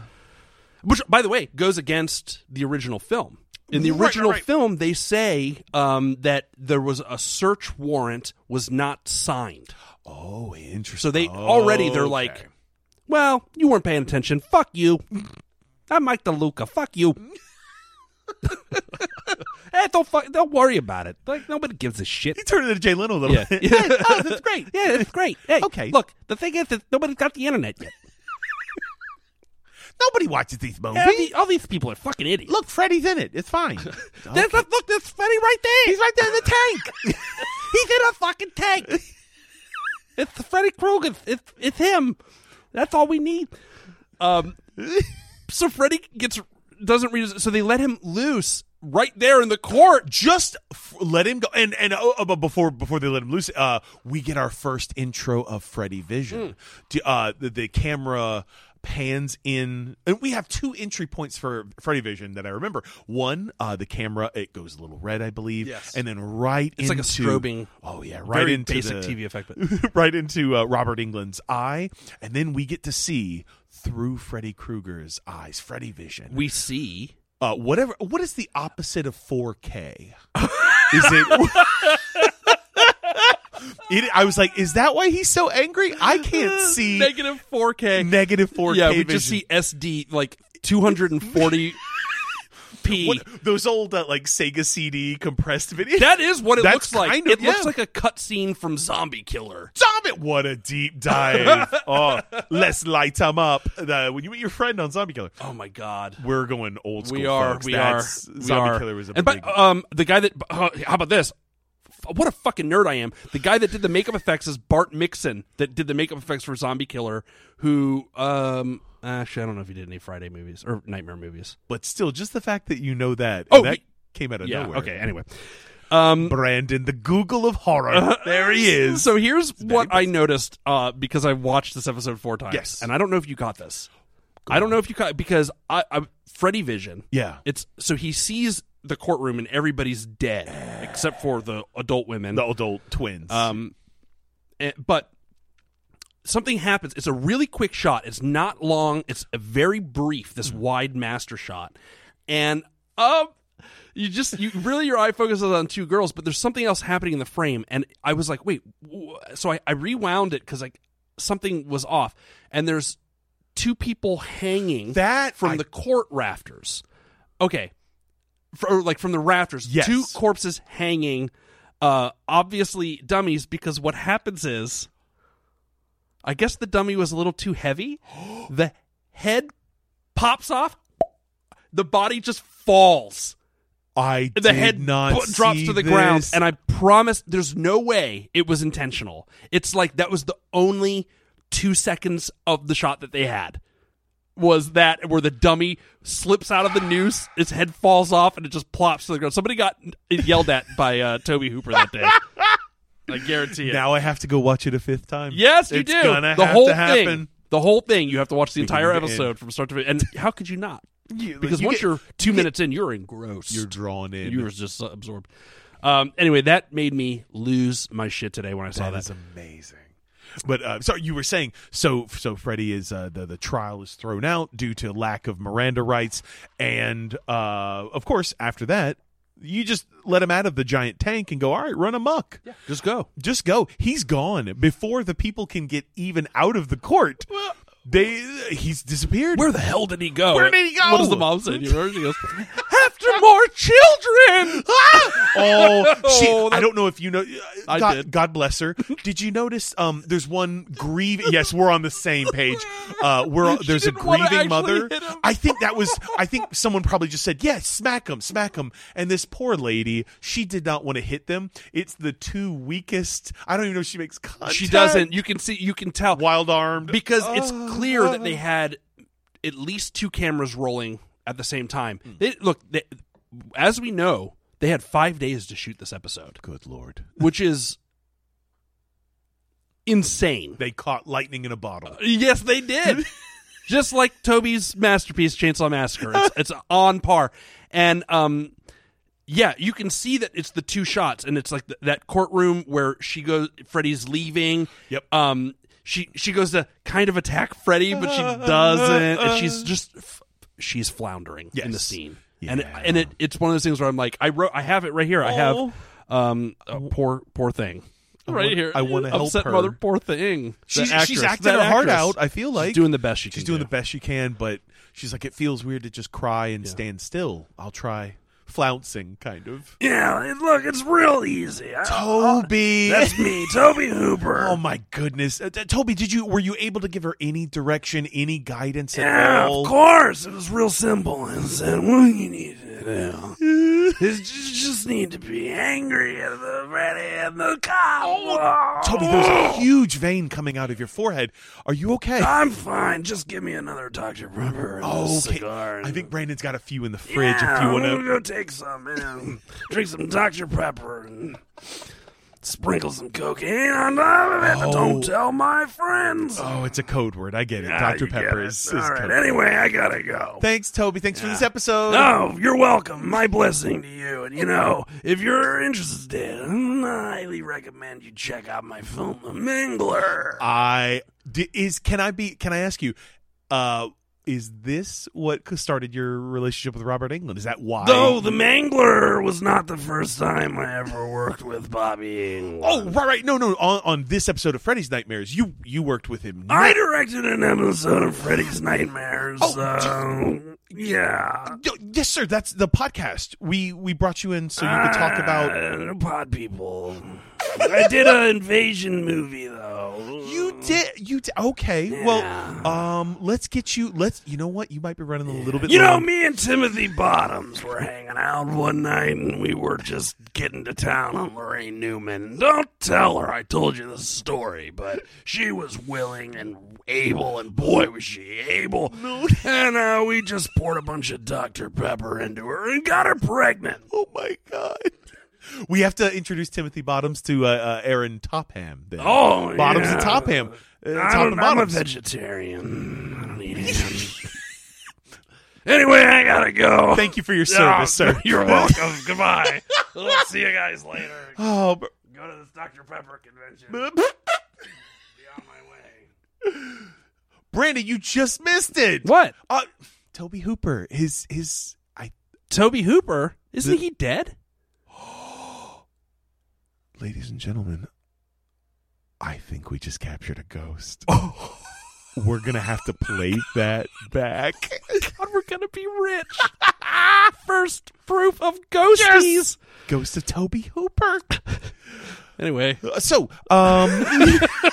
[SPEAKER 2] which by the way goes against the original film in the
[SPEAKER 3] Right, right,
[SPEAKER 2] original
[SPEAKER 3] right.
[SPEAKER 2] film they say um, that there was a search warrant was not signed
[SPEAKER 3] oh interesting.
[SPEAKER 2] so they already they're
[SPEAKER 3] Okay.
[SPEAKER 2] like well you weren't paying attention fuck you i'm mike deluca fuck you hey don't fuck don't worry about it like nobody gives a shit
[SPEAKER 3] he turned into Jay Leno a little
[SPEAKER 2] yeah.
[SPEAKER 3] bit.
[SPEAKER 2] Yeah. oh, that's great. Yeah, that's great. Hey,
[SPEAKER 3] Okay.
[SPEAKER 2] Look, the thing is that nobody's got the internet yet.
[SPEAKER 3] Nobody watches these movies.
[SPEAKER 2] All, the- all these people are fucking idiots.
[SPEAKER 3] Look, Freddy's in it. It's fine.
[SPEAKER 2] There's a- look, there's Freddy right there.
[SPEAKER 3] He's right there in the tank.
[SPEAKER 2] He's in a fucking tank. it's Freddy Krueger. It's, it's him. That's all we need. Um, so Freddy gets doesn't read. So they let him loose right there in the court.
[SPEAKER 3] just f- let him go. And and oh, oh, but before before they let him loose, uh, we get our first intro of Freddy
[SPEAKER 2] Hmm.
[SPEAKER 3] Vision. Do- uh, the, the camera pans in, and we have two entry points for Freddy Vision that I remember. One, uh, the camera it goes a little red, I believe.
[SPEAKER 2] Yes.
[SPEAKER 3] and then right
[SPEAKER 2] It's
[SPEAKER 3] into,
[SPEAKER 2] like a strobing,
[SPEAKER 3] Oh yeah, right
[SPEAKER 2] Very
[SPEAKER 3] into
[SPEAKER 2] basic
[SPEAKER 3] the-
[SPEAKER 2] TV effect, but
[SPEAKER 3] right into uh, Robert England's eye, and then we get to see through Freddy Krueger's eyes, Freddy Vision
[SPEAKER 2] we see.
[SPEAKER 3] uh, whatever. What is the opposite of 4K? is it? It- I was like, is that why he's so angry? I can't see negative,
[SPEAKER 2] negative 4K.
[SPEAKER 3] 4K
[SPEAKER 2] yeah, we
[SPEAKER 3] vision.
[SPEAKER 2] just see SD like 240p.
[SPEAKER 3] What- those old uh, like Sega CD compressed video.
[SPEAKER 2] That is what it
[SPEAKER 3] That's
[SPEAKER 2] looks like.
[SPEAKER 3] kind of-
[SPEAKER 2] it looks
[SPEAKER 3] yeah.
[SPEAKER 2] like a cutscene from Zombie Killer.
[SPEAKER 3] Stop it! What a deep dive. oh, let's light them up. The- when you meet your friend on Zombie Killer,
[SPEAKER 2] Oh my god.
[SPEAKER 3] we're going old school.
[SPEAKER 2] we are.
[SPEAKER 3] folks.
[SPEAKER 2] We
[SPEAKER 3] That's-
[SPEAKER 2] are. we
[SPEAKER 3] Zombie
[SPEAKER 2] are.
[SPEAKER 3] Killer was a
[SPEAKER 2] and
[SPEAKER 3] big.
[SPEAKER 2] but um the guy that uh, how about this? F- What a fucking nerd I am. The guy that did the makeup effects is Bart Mixon that did the makeup effects for Zombie Killer. Who um actually I don't know if he did any Friday movies or Nightmare movies.
[SPEAKER 3] but still, just the fact that you know that.
[SPEAKER 2] Oh,
[SPEAKER 3] that
[SPEAKER 2] he-
[SPEAKER 3] came out of
[SPEAKER 2] yeah.
[SPEAKER 3] nowhere.
[SPEAKER 2] Okay. Anyway. Um. Uh-huh.
[SPEAKER 3] Brandon, the Google of horror. there he is.
[SPEAKER 2] So here's what I noticed uh, because I watched this episode four times.
[SPEAKER 3] Yes.
[SPEAKER 2] and I don't know if you got this. I don't know if you caught because I, I Freddy Vision.
[SPEAKER 3] Yeah.
[SPEAKER 2] it's so he sees the courtroom and everybody's dead except for the adult women.
[SPEAKER 3] the adult twins.
[SPEAKER 2] Um, eh, but something happens. It's a really quick shot. It's not long. It's a very brief. This
[SPEAKER 3] Mm.
[SPEAKER 2] wide master shot, and um, you just you really your eye focuses on two girls, but there's something else happening in the frame. And I was like, wait. wh- So I, I rewound it because like something was off, and there's two people hanging
[SPEAKER 3] that
[SPEAKER 2] from
[SPEAKER 3] I-
[SPEAKER 2] the court rafters. Okay. Fr- or like from the rafters.
[SPEAKER 3] Yes.
[SPEAKER 2] Two corpses hanging, uh, obviously dummies, because what happens is I guess the dummy was a little too heavy. the head pops off, the body just falls.
[SPEAKER 3] I
[SPEAKER 2] The
[SPEAKER 3] did
[SPEAKER 2] head
[SPEAKER 3] not
[SPEAKER 2] bo- drops
[SPEAKER 3] see
[SPEAKER 2] to the ground,
[SPEAKER 3] this.
[SPEAKER 2] and I promise there's no way it was intentional. It's like that was the only two seconds of the shot that they had was that where the dummy slips out of the noose, its head falls off, and it just plops to the ground. Somebody got yelled at by uh, Toby Hooper that day. I guarantee it.
[SPEAKER 3] now I have to go watch it a fifth time.
[SPEAKER 2] yes, you
[SPEAKER 3] it's
[SPEAKER 2] do.
[SPEAKER 3] Gonna
[SPEAKER 2] the
[SPEAKER 3] have
[SPEAKER 2] whole
[SPEAKER 3] to happen.
[SPEAKER 2] thing. The whole thing. You have to watch the entire
[SPEAKER 3] Beginning to end.
[SPEAKER 2] episode from start to finish. And how could you not?
[SPEAKER 3] You-
[SPEAKER 2] Because
[SPEAKER 3] you
[SPEAKER 2] once
[SPEAKER 3] get-
[SPEAKER 2] you're two minutes in, you're engrossed.
[SPEAKER 3] you're drawn in,
[SPEAKER 2] You were just absorbed. Um, anyway, that made me lose my shit today when I saw
[SPEAKER 3] that
[SPEAKER 2] that.
[SPEAKER 3] is amazing. But uh, sorry, you were saying so. So Freddie is uh, the the trial is thrown out due to lack of Miranda rights, and uh, of course after that, you just let him out of the giant tank and go. All right, run amok. Yeah.
[SPEAKER 2] Just go.
[SPEAKER 3] Just go. He's gone before the people can get even out of the court. They he's disappeared.
[SPEAKER 2] Where the hell did he go?
[SPEAKER 3] Where did he go?
[SPEAKER 2] What does the mom say? Do you remember? She goes, "After more children."
[SPEAKER 3] Oh, she,
[SPEAKER 2] Oh,
[SPEAKER 3] I
[SPEAKER 2] that-
[SPEAKER 3] don't know if you know.
[SPEAKER 2] I
[SPEAKER 3] God,
[SPEAKER 2] did.
[SPEAKER 3] God bless her. Did you notice? Um, there's one grieving. Yes, we're on the same page. Uh, we're
[SPEAKER 2] She
[SPEAKER 3] there's a
[SPEAKER 2] didn't wanna
[SPEAKER 3] grieving
[SPEAKER 2] actually
[SPEAKER 3] mother.
[SPEAKER 2] hit him.
[SPEAKER 3] I think that was. I think someone probably just said, "Yes, smack him, smack him." And this poor lady, she did not want to hit them. It's the two weakest. I don't even know if she makes contact.
[SPEAKER 2] she doesn't. You can see. You can tell
[SPEAKER 3] Wild armed.
[SPEAKER 2] because it's
[SPEAKER 3] Ah.
[SPEAKER 2] clear that they had at least two cameras rolling at the same time.
[SPEAKER 3] Hmm.
[SPEAKER 2] They, look, they, as we know, they had five days to shoot this episode,
[SPEAKER 3] Good lord.
[SPEAKER 2] which is insane.
[SPEAKER 3] They caught lightning in a bottle.
[SPEAKER 2] Yes, they did. Just like Toby's masterpiece, Chainsaw Massacre, it's, it's on par. And um, yeah, you can see that it's the two shots, and it's like th- that courtroom where she goes. Freddy's leaving.
[SPEAKER 3] Yep.
[SPEAKER 2] Um, she she goes to kind of attack Freddy, but she doesn't, and she's just f- she's floundering in the
[SPEAKER 3] Yes.
[SPEAKER 2] scene. And it,
[SPEAKER 3] Yeah.
[SPEAKER 2] and it it's one of those things where I'm like, I wrote, I have it right here. I
[SPEAKER 3] Oh.
[SPEAKER 2] have um, uh, poor poor thing. Right
[SPEAKER 3] wanna-
[SPEAKER 2] here,
[SPEAKER 3] I wanna help
[SPEAKER 2] upset
[SPEAKER 3] her.
[SPEAKER 2] mother, poor thing.
[SPEAKER 3] She's-
[SPEAKER 2] That
[SPEAKER 3] she's
[SPEAKER 2] actress,
[SPEAKER 3] acting
[SPEAKER 2] that
[SPEAKER 3] her heart
[SPEAKER 2] actress.
[SPEAKER 3] out, I feel like.
[SPEAKER 2] she's doing the best she
[SPEAKER 3] She's
[SPEAKER 2] can.
[SPEAKER 3] doing
[SPEAKER 2] do.
[SPEAKER 3] the best she can, but she's like, it feels weird to just cry and stand still. I'll try flouncing, kind of.
[SPEAKER 1] Yeah, and look, it's real easy. I-
[SPEAKER 3] Toby,
[SPEAKER 1] That's me, Toby Hooper.
[SPEAKER 3] oh my goodness, Uh, t- Toby, did you were you able to give her any direction, any guidance at
[SPEAKER 1] yeah,
[SPEAKER 3] all?
[SPEAKER 1] of course. It was real simple. I said, what do you need to do? It's ju- just,
[SPEAKER 2] just need to be angry at the Freddy and the cop.
[SPEAKER 3] Toby, there's a huge vein coming out of your forehead. Are you okay? Oh,
[SPEAKER 2] I'm fine. Just give me another Dr. Pepper and a
[SPEAKER 3] Okay.
[SPEAKER 2] cigar. and-
[SPEAKER 3] I think Brandon's got a few in the fridge if
[SPEAKER 2] Yeah,
[SPEAKER 3] you want
[SPEAKER 2] I'm gonna
[SPEAKER 3] to.
[SPEAKER 2] go take some and drink some Dr. Pepper and sprinkle some cocaine on top of it.
[SPEAKER 3] Oh.
[SPEAKER 2] Don't tell my friends.
[SPEAKER 3] Oh, it's a code word. I get it.
[SPEAKER 2] Ah,
[SPEAKER 3] Dr.
[SPEAKER 2] you get
[SPEAKER 3] Pepper
[SPEAKER 2] it.
[SPEAKER 3] is, is
[SPEAKER 2] All right.
[SPEAKER 3] code.
[SPEAKER 2] Anyway, I gotta go.
[SPEAKER 3] Thanks, Toby. Thanks for this episode.
[SPEAKER 2] No, Oh, you're welcome. My blessing to you. And you know, if you're interested, mm, I highly recommend you check out my film, The Mingler.
[SPEAKER 3] I di- is can I be can I ask you uh is this what started your relationship with Robert England? Is that why?
[SPEAKER 2] Though The Mangler was not the first time I ever worked with Bobby England.
[SPEAKER 3] Oh, right, right. No, no. On, on this episode of Freddy's Nightmares, you you worked with him.
[SPEAKER 2] I directed an episode of Freddy's Nightmares.
[SPEAKER 3] Oh,
[SPEAKER 2] um, yeah.
[SPEAKER 3] Yo- yes, sir. That's the podcast. We we brought you in so you could talk about.
[SPEAKER 2] Uh, pod people. I did an invasion movie though.
[SPEAKER 3] You did. You did. Okay. Well, um, let's get you. Let's. You know what? You might be running a little bit.
[SPEAKER 2] You know,
[SPEAKER 3] long.
[SPEAKER 2] me and Timothy Bottoms were hanging out one night and we were just getting to town on Lorraine Newman. Don't tell her I told you this story, but she was willing and able, and boy, was she able. And uh, we just poured a bunch of Dr. Pepper into her and got her pregnant.
[SPEAKER 3] Oh my god. We have to introduce Timothy Bottoms to uh, uh, Aaron Topham. Then.
[SPEAKER 2] Oh,
[SPEAKER 3] Bottoms
[SPEAKER 2] yeah.
[SPEAKER 3] and Topham. Uh,
[SPEAKER 2] I'm,
[SPEAKER 3] Top and
[SPEAKER 2] I'm a
[SPEAKER 3] Bottoms.
[SPEAKER 2] vegetarian. I don't eat anything. anyway, I gotta go.
[SPEAKER 3] Thank you for your service,
[SPEAKER 2] Oh,
[SPEAKER 3] sir.
[SPEAKER 2] You're welcome. Goodbye. I'll see you guys later.
[SPEAKER 3] Oh, br-
[SPEAKER 2] Go to this Dr. Pepper convention. Be on my way.
[SPEAKER 3] Brandon, you just missed it.
[SPEAKER 2] What?
[SPEAKER 3] Uh, Toby Hooper. His his. I
[SPEAKER 2] Toby Hooper? Isn't he dead?
[SPEAKER 3] ladies and gentlemen, I think we just captured a ghost. Oh. We're gonna have to play that back.
[SPEAKER 2] God, we're gonna be rich. First proof of ghosties.
[SPEAKER 3] Ghost of Toby Hooper.
[SPEAKER 2] Anyway,
[SPEAKER 3] Uh, So, um,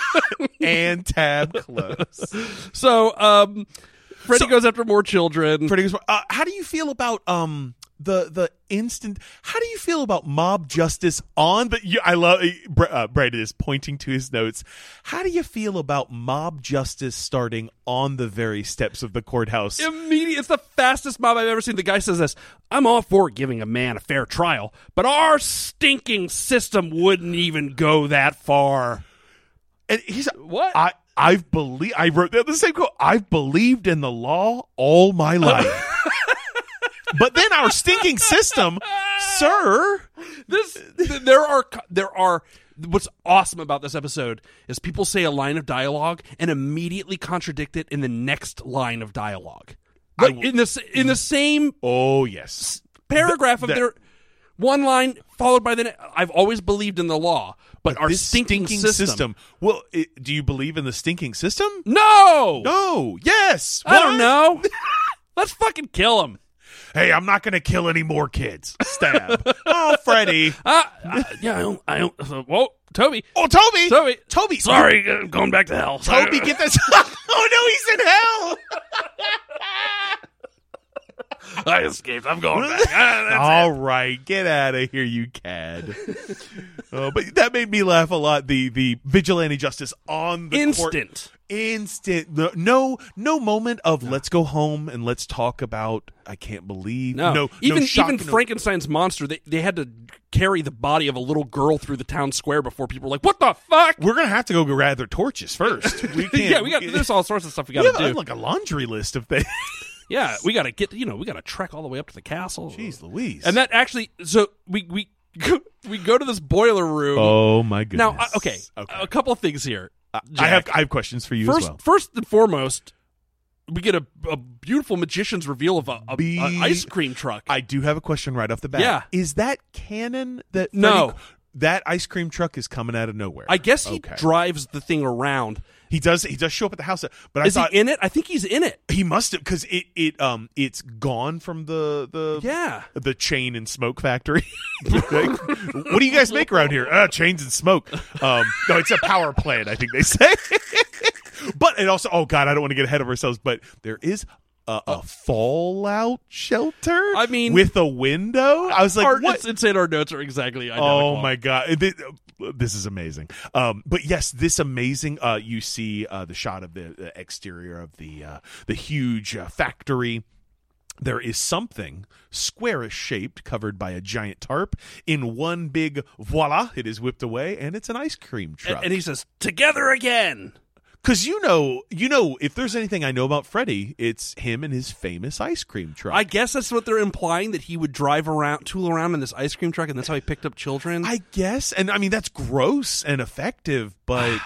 [SPEAKER 3] and tab close.
[SPEAKER 2] so um, Freddy goes after more children.
[SPEAKER 3] Pretty good. Uh, how do you feel about um the the instant? How do you feel about mob justice on the? You, I love Br- uh, Brandon is pointing to his notes. How do you feel about mob justice starting on the very steps of the courthouse?
[SPEAKER 2] immediate. It's the fastest mob I've ever seen. The guy says this I'm all for giving a man a fair trial, but our stinking system wouldn't even go that far.
[SPEAKER 3] And he's
[SPEAKER 2] What?
[SPEAKER 3] I I've believe I wrote that the same quote. I've believed in the law all my life. But then our stinking system, sir.
[SPEAKER 2] this th- there are co- there are what's awesome about this episode is people say a line of dialogue and immediately contradict it in the next line of dialogue. Like in this in the same
[SPEAKER 3] Oh yes.
[SPEAKER 2] paragraph
[SPEAKER 3] the-
[SPEAKER 2] of their one line followed by the ne- I've always believed in the law, but, our
[SPEAKER 3] this
[SPEAKER 2] stinking, system.
[SPEAKER 3] Well, i do you believe in the stinking system?
[SPEAKER 2] No.
[SPEAKER 3] No. Yes.
[SPEAKER 2] I don't know.
[SPEAKER 3] What?
[SPEAKER 2] Let's fucking kill him.
[SPEAKER 3] Hey, I'm not going to kill any more kids. Stab. oh, Freddy.
[SPEAKER 2] Uh, uh, yeah, I don't. I don't. Uh, whoa, Toby.
[SPEAKER 3] Oh, Toby.
[SPEAKER 2] Toby.
[SPEAKER 3] Toby.
[SPEAKER 2] Sorry, uh, going back to hell.
[SPEAKER 3] Toby, get this. oh no, he's in hell.
[SPEAKER 2] I escaped. I'm going back. Ah, that's
[SPEAKER 3] All right, get out of here, you cad. oh, but that made me laugh a lot. The the vigilante justice on the court-
[SPEAKER 2] instant.
[SPEAKER 3] instant. No- No, no moment of let's go home and let's talk about. I can't believe.
[SPEAKER 2] No,
[SPEAKER 3] no
[SPEAKER 2] even
[SPEAKER 3] shock,
[SPEAKER 2] even
[SPEAKER 3] no-
[SPEAKER 2] Frankenstein's monster. They they had to carry the body of a little girl through the town square before people were like, "What the fuck?"
[SPEAKER 3] We're gonna have to go gather torches first. We can't.
[SPEAKER 2] yeah, we got there's all sorts of stuff we
[SPEAKER 3] We
[SPEAKER 2] got
[SPEAKER 3] have
[SPEAKER 2] to do.
[SPEAKER 3] like a laundry list of things.
[SPEAKER 2] yeah, we got to get you know we got to trek all the way up to the castle.
[SPEAKER 3] Jeez, Louise.
[SPEAKER 2] and that actually, so we we we go to this boiler room.
[SPEAKER 3] Oh my goodness.
[SPEAKER 2] now, I- okay, a couple of things here.
[SPEAKER 3] Uh, I
[SPEAKER 2] Jack.
[SPEAKER 3] have I have questions for you
[SPEAKER 2] first,
[SPEAKER 3] as well.
[SPEAKER 2] first and foremost, we get a, a beautiful magician's reveal of a, a-
[SPEAKER 3] Be-
[SPEAKER 2] an ice cream truck.
[SPEAKER 3] I do have a question right off the bat.
[SPEAKER 2] Yeah.
[SPEAKER 3] Is that canon that
[SPEAKER 2] No.
[SPEAKER 3] Freddy- that ice cream truck is coming out of nowhere?
[SPEAKER 2] I guess he
[SPEAKER 3] Okay.
[SPEAKER 2] drives the thing around.
[SPEAKER 3] he does he does show up at the house, but I
[SPEAKER 2] Is
[SPEAKER 3] thought
[SPEAKER 2] he in it? I think he's in it.
[SPEAKER 3] he must have because it it um it's gone from the the
[SPEAKER 2] Yeah.
[SPEAKER 3] the chain and smoke factory. Like, what do you guys make around here? Uh, chains and smoke. Um, no, it's a power plant. I think they say. but it also oh god, I don't want to get ahead of ourselves, but there is a, a fallout shelter.
[SPEAKER 2] I mean-
[SPEAKER 3] with a window. I was like,
[SPEAKER 2] Our-
[SPEAKER 3] what?
[SPEAKER 2] It's, it's in our notes are exactly identical.
[SPEAKER 3] Oh my god, Th- this is amazing. Um, but yes, this amazing. Uh, you see uh, the shot of the, the exterior of the uh, the huge uh, factory. There is something squarish shaped, covered by a giant tarp. In one big voila, it is whipped away, and it's an ice cream
[SPEAKER 2] And,
[SPEAKER 3] truck.
[SPEAKER 2] and he says, "Together again."
[SPEAKER 3] Because you know, you know, if there's anything I know about Freddy, it's him and his famous ice cream truck.
[SPEAKER 2] I guess that's what they're implying that he would drive around, tool around in this ice cream truck, and that's how he picked up children.
[SPEAKER 3] I guess, and I mean that's gross and effective, but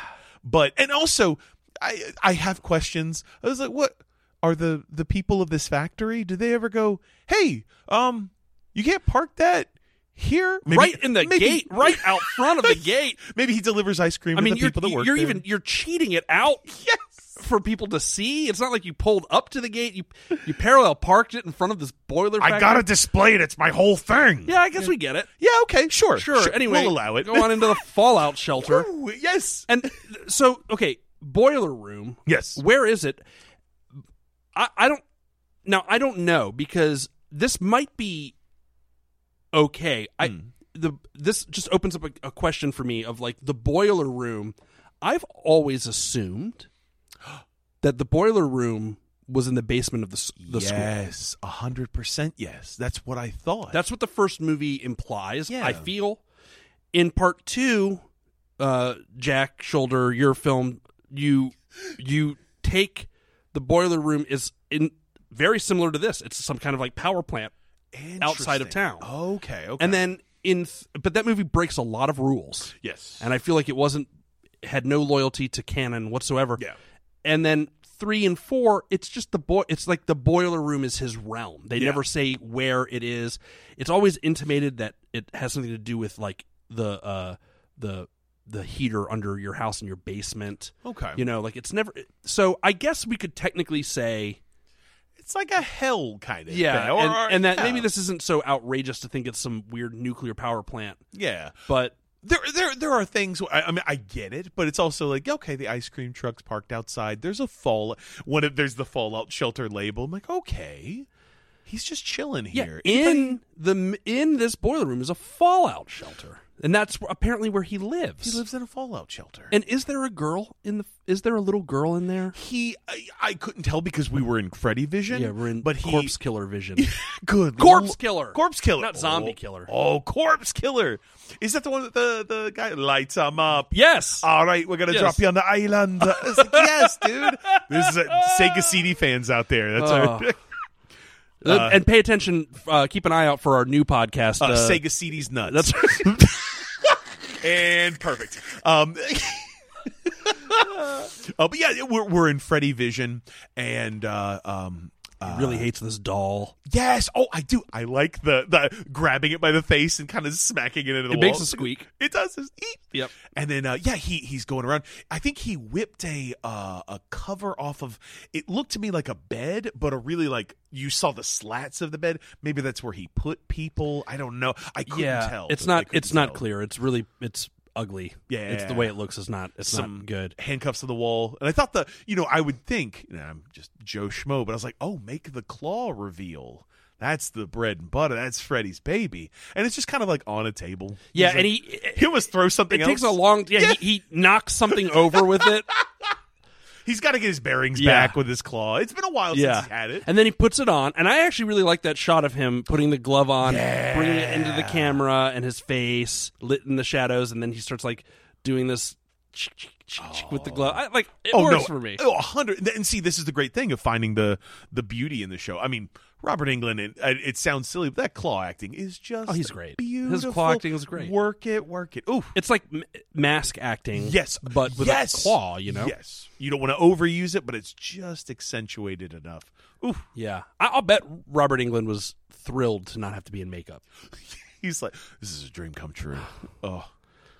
[SPEAKER 3] but and also I I have questions. I was like, what are the the people of this factory? Do they ever go, hey, um, you can't park that here, Maybe-
[SPEAKER 2] right in the
[SPEAKER 3] maybe-
[SPEAKER 2] gate, right out front of the gate.
[SPEAKER 3] Maybe he delivers ice cream.
[SPEAKER 2] I mean,
[SPEAKER 3] to the
[SPEAKER 2] you're,
[SPEAKER 3] people that work
[SPEAKER 2] you're
[SPEAKER 3] there.
[SPEAKER 2] even you're cheating it out
[SPEAKER 3] yes.
[SPEAKER 2] for people to see. It's not like you pulled up to the gate. You you parallel parked it in front of this boiler.
[SPEAKER 4] I
[SPEAKER 2] factory.
[SPEAKER 4] got it displayed. It's my whole thing.
[SPEAKER 2] Yeah, I guess we get it.
[SPEAKER 3] Yeah. Okay. Sure.
[SPEAKER 2] Sure. Anyway,
[SPEAKER 3] we'll allow it.
[SPEAKER 2] Go on into the fallout shelter.
[SPEAKER 3] Ooh, yes.
[SPEAKER 2] And so, okay, boiler room.
[SPEAKER 4] Yes.
[SPEAKER 2] Where is it? I, I don't. Now I don't know because this might be okay. I the this just opens up a, a question for me of like the boiler room. I've always assumed that the boiler room was in the basement of the s- the school.
[SPEAKER 3] yes. A hundred percent. Yes. That's what I thought.
[SPEAKER 2] That's what the first movie implies.
[SPEAKER 3] Yeah.
[SPEAKER 2] I feel in part two, uh, Jack Shoulder, your film, you you take the boiler room is in very similar to this. It's some kind of like power plant, outside of town.
[SPEAKER 3] Interesting. Okay. Okay.
[SPEAKER 2] and then in th- but that movie breaks a lot of rules,
[SPEAKER 3] yes.
[SPEAKER 2] and I feel like it wasn't had no loyalty to canon whatsoever.
[SPEAKER 3] Yeah.
[SPEAKER 2] and then. Three and four, it's just the boy. It's like the boiler room is his realm. They
[SPEAKER 3] Yeah.
[SPEAKER 2] never say where it is. It's always intimated that it has something to do with like the uh the the heater under your house in your basement.
[SPEAKER 3] Oh, okay.
[SPEAKER 2] You know, like it's never. So I guess we could technically say,
[SPEAKER 3] it's like a hell kind of
[SPEAKER 2] yeah,
[SPEAKER 3] thing, or-
[SPEAKER 2] and,
[SPEAKER 3] or-
[SPEAKER 2] and that
[SPEAKER 3] yeah.
[SPEAKER 2] maybe this isn't so outrageous to think it's some weird nuclear power plant,
[SPEAKER 3] yeah
[SPEAKER 2] but
[SPEAKER 3] there there there are things I, I mean I get it but it's also like okay the ice cream truck's parked outside there's a fall one of there's the fallout shelter label I'm like okay he's just chilling here
[SPEAKER 2] Yeah, in the in this boiler room is a fallout shelter, and that's apparently where he lives.
[SPEAKER 3] he lives in a fallout shelter
[SPEAKER 2] And is there a girl in the? Is there a little girl in there?
[SPEAKER 3] he I, I couldn't tell because we were in Freddy Vision
[SPEAKER 2] Yeah, we're in
[SPEAKER 3] but he
[SPEAKER 2] corpse killer vision.
[SPEAKER 3] good
[SPEAKER 2] Corpse
[SPEAKER 3] lord.
[SPEAKER 2] killer.
[SPEAKER 3] corpse killer
[SPEAKER 2] Not zombie
[SPEAKER 3] Oh,
[SPEAKER 2] killer.
[SPEAKER 3] oh corpse killer is that the one that the the guy lights him up
[SPEAKER 2] yes.
[SPEAKER 3] all right, we're gonna
[SPEAKER 2] Yes.
[SPEAKER 3] drop you on the island. It's like, yes, dude. This is uh, Sega CD fans out there. That's our
[SPEAKER 2] Oh. Uh, and pay attention. Uh, keep an eye out for our new podcast.
[SPEAKER 3] uh,
[SPEAKER 2] uh,
[SPEAKER 3] Sega CD's nuts.
[SPEAKER 2] That's
[SPEAKER 3] and perfect. Um, oh, but yeah, we're we're in Freddy Vision, and uh, um, uh,
[SPEAKER 2] really hates this doll.
[SPEAKER 3] yes. Oh, I do. I like the the grabbing it by the face and kind of smacking it into the
[SPEAKER 2] It
[SPEAKER 3] wall.
[SPEAKER 2] makes a squeak.
[SPEAKER 3] It does. It's e eat.
[SPEAKER 2] Yep.
[SPEAKER 3] And then uh, yeah, he he's going around. I think he whipped a uh, a cover off of. It looked to me like a bed, but a really like you saw the slats of the bed. Maybe that's where he put people. I don't know. I couldn't
[SPEAKER 2] yeah,
[SPEAKER 3] tell.
[SPEAKER 2] it's
[SPEAKER 3] I
[SPEAKER 2] not.
[SPEAKER 3] couldn't
[SPEAKER 2] It's not
[SPEAKER 3] tell.
[SPEAKER 2] clear. It's really. It's ugly.
[SPEAKER 3] Yeah.
[SPEAKER 2] It's the way it looks. Is not. It's
[SPEAKER 3] Some-
[SPEAKER 2] not good.
[SPEAKER 3] Handcuffs to the wall, and I thought the you know I would think you know, I'm just Joe Schmo, but I was like, oh, make the claw reveal. That's the bread and butter. That's Freddy's baby, and it's just kind of like on a table.
[SPEAKER 2] Yeah,
[SPEAKER 3] He's
[SPEAKER 2] and
[SPEAKER 3] like-
[SPEAKER 2] he
[SPEAKER 3] he'll just throw
[SPEAKER 2] it
[SPEAKER 3] something else.
[SPEAKER 2] takes a long. Yeah, He, he knocks something over with it.
[SPEAKER 3] He's got to get his bearings
[SPEAKER 2] Yeah.
[SPEAKER 3] back with his claw. It's been a while since he had it.
[SPEAKER 2] And then he puts it on, and I actually really like that shot of him putting the glove on, bringing it into the camera, and his face lit in the shadows, and then he starts like doing this chick, chick, chick, chick with the glove. I, like it
[SPEAKER 3] oh
[SPEAKER 2] works
[SPEAKER 3] no,
[SPEAKER 2] for me.
[SPEAKER 3] Oh, a hundred. And see, this is the great thing of finding the the beauty in the show. I mean, Robert England. It, it sounds silly, but that claw acting is just
[SPEAKER 2] Oh, he's great. His
[SPEAKER 3] Beautiful.
[SPEAKER 2] claw acting is great.
[SPEAKER 3] Work it, work it. Oof.
[SPEAKER 2] It's like m- mask acting,
[SPEAKER 3] Yes,
[SPEAKER 2] but with
[SPEAKER 3] yes.
[SPEAKER 2] a claw, you know.
[SPEAKER 3] Yes, you don't want to overuse it, but it's just accentuated enough. Oof.
[SPEAKER 2] Yeah, I- I'll bet Robert England was thrilled to not have to be in makeup
[SPEAKER 3] He's like, this is a dream come true. Oh,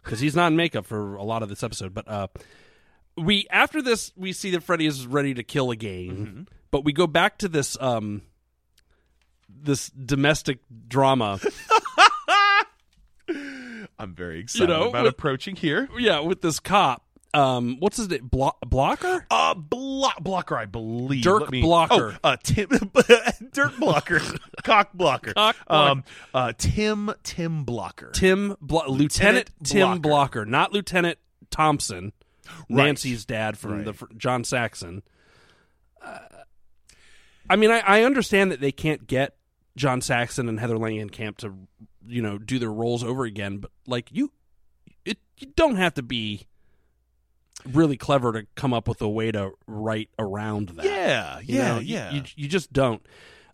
[SPEAKER 2] because he's not in makeup for a lot of this episode. But uh, we after this, we see that Freddy is ready to kill again, but we go back to this um this domestic drama.
[SPEAKER 3] I'm very excited
[SPEAKER 2] know,
[SPEAKER 3] about
[SPEAKER 2] with-
[SPEAKER 3] approaching here.
[SPEAKER 2] yeah, with this cop um, what's his name? Blo- Blocker?
[SPEAKER 3] Uh, Blo- Blocker, I believe.
[SPEAKER 2] Dirk
[SPEAKER 3] Let me-
[SPEAKER 2] Blocker.
[SPEAKER 3] Oh, uh, Tim Dirk Blocker, Cock Blocker.
[SPEAKER 2] Cock
[SPEAKER 3] Um, uh, Tim Tim Blocker.
[SPEAKER 2] Tim Blo- Lieutenant Tim
[SPEAKER 3] Blocker.
[SPEAKER 2] Blocker, not Lieutenant Thompson,
[SPEAKER 3] Right.
[SPEAKER 2] Nancy's dad from
[SPEAKER 3] Right.
[SPEAKER 2] the fr- John Saxon. Uh, I mean, I, I understand that they can't get John Saxon and Heather Langenkamp to, you know, do their roles over again, but like you, it you don't have to be really clever to come up with a way to write around that.
[SPEAKER 3] yeah,
[SPEAKER 2] You
[SPEAKER 3] yeah,
[SPEAKER 2] know? You-
[SPEAKER 3] yeah.
[SPEAKER 2] You, you just don't.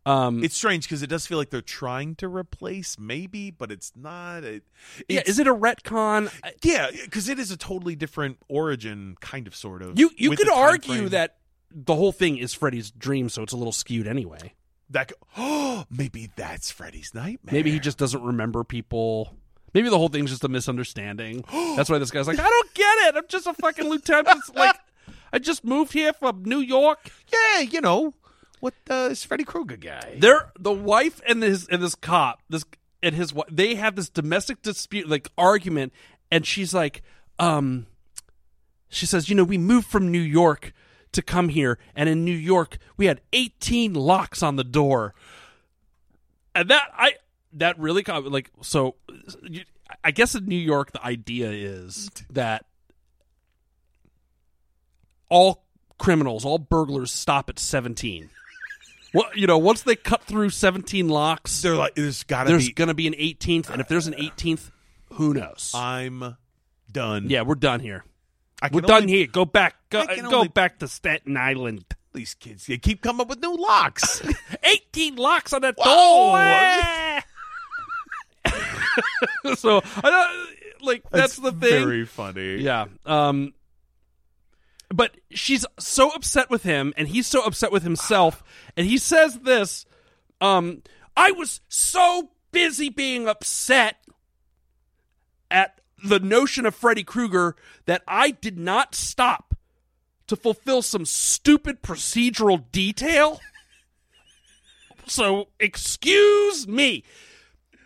[SPEAKER 2] Um,
[SPEAKER 3] it's strange because it does feel like they're trying to replace, maybe, but it's not. It,
[SPEAKER 2] yeah,
[SPEAKER 3] it's-
[SPEAKER 2] is it a retcon? I-
[SPEAKER 3] yeah, because it is a totally different origin, kind of, sort of.
[SPEAKER 2] You you
[SPEAKER 3] with
[SPEAKER 2] could
[SPEAKER 3] the time
[SPEAKER 2] argue
[SPEAKER 3] frame.
[SPEAKER 2] that the whole thing is Freddy's dream, so it's a little skewed anyway.
[SPEAKER 3] that could- oh, maybe that's Freddy's nightmare.
[SPEAKER 2] Maybe he just doesn't remember people. Maybe the whole thing's just a misunderstanding. That's why this guy's like, I don't get it. I'm just a fucking lieutenant. It's like, I just moved here from New York.
[SPEAKER 3] yeah, you know what uh, is Freddy Krueger guy?
[SPEAKER 2] They're the wife and his and this cop, this and his wife. They have this domestic dispute, like argument, and she's like, um, she says, you know, we moved from New York to come here, and in New York we had 18 locks on the door, and that I that really co- like so. You, I guess in New York the idea is that all criminals, all burglars stop at 17. What you know, once they cut through 17 locks,
[SPEAKER 3] They're like, there's gotta
[SPEAKER 2] there's
[SPEAKER 3] be.
[SPEAKER 2] going to be an 18th, and if there's an 18th, who knows?
[SPEAKER 3] I'm done.
[SPEAKER 2] yeah, we're done here.
[SPEAKER 3] Uh, I can
[SPEAKER 2] We're done
[SPEAKER 3] only-
[SPEAKER 2] here. Go back. Go,
[SPEAKER 3] I can
[SPEAKER 2] go
[SPEAKER 3] only-
[SPEAKER 2] back to Staten Island.
[SPEAKER 3] These kids, they keep coming up with new locks.
[SPEAKER 2] 18 locks on that
[SPEAKER 3] Whoa.
[SPEAKER 2] door. so, I don't, like that's, the thing.
[SPEAKER 3] Very funny.
[SPEAKER 2] yeah. Um but she's so upset with him and he's so upset with himself and he says this um I was so busy being upset at the notion of Freddy Krueger that I did not stop to fulfill some stupid procedural detail. so, excuse me.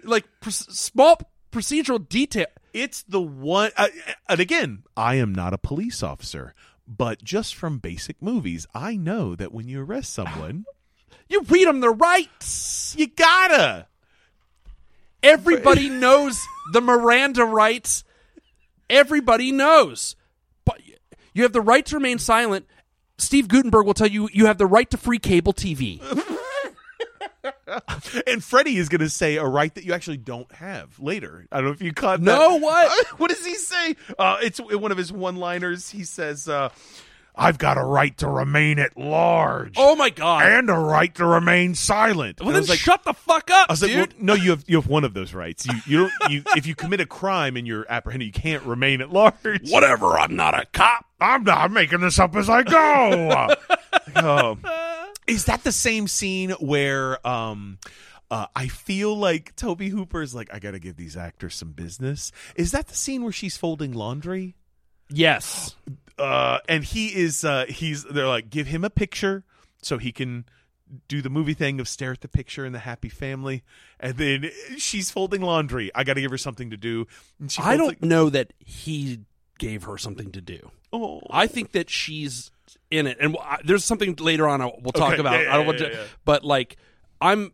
[SPEAKER 2] Like, pr- small procedural detail.
[SPEAKER 3] It's the one, uh, and again, I am not a police officer, but just from basic movies, I know that when you arrest someone,
[SPEAKER 2] You read them their rights.
[SPEAKER 3] you gotta.
[SPEAKER 2] Everybody knows the Miranda rights. Everybody knows. But you have the right to remain silent. Steve Gutenberg will tell you you have the right to free cable TV.
[SPEAKER 3] And Freddie is gonna say a right that you actually don't have later. I don't know if you caught.
[SPEAKER 2] No,
[SPEAKER 3] that.
[SPEAKER 2] what?
[SPEAKER 3] what does he say? Uh, it's one of his one-liners. He says, uh, "I've got a right to remain at large
[SPEAKER 2] Oh my god.
[SPEAKER 3] and a right to remain silent."
[SPEAKER 2] Well
[SPEAKER 3] And I
[SPEAKER 2] then
[SPEAKER 3] was like,
[SPEAKER 2] shut the fuck up,
[SPEAKER 3] I was
[SPEAKER 2] dude.
[SPEAKER 3] like, well, no, you have you have one of those rights. You you don't you if you commit a crime and you're apprehended, you can't remain at large.
[SPEAKER 2] Whatever, I'm not a cop.
[SPEAKER 4] I'm not making this up as I go.
[SPEAKER 3] Um, is that the same scene where um uh, I feel like Toby Hooper is like, I gotta give these actors some business. Is that the scene where she's folding laundry?
[SPEAKER 2] Yes.
[SPEAKER 3] Uh, and he is, uh, he's, they're like, give him a picture so he can do the movie thing of stare at the picture in the happy family. And then she's folding laundry. I gotta give her something to do. And she
[SPEAKER 2] I
[SPEAKER 3] folds
[SPEAKER 2] don't
[SPEAKER 3] like,
[SPEAKER 2] know that he gave her something to do.
[SPEAKER 3] oh.
[SPEAKER 2] I think that she's in it, and I- there's something later on I- we'll talk
[SPEAKER 3] Okay,
[SPEAKER 2] about.
[SPEAKER 3] yeah,
[SPEAKER 2] I don't
[SPEAKER 3] yeah,
[SPEAKER 2] want
[SPEAKER 3] yeah,
[SPEAKER 2] to,
[SPEAKER 3] yeah.
[SPEAKER 2] but like I'm,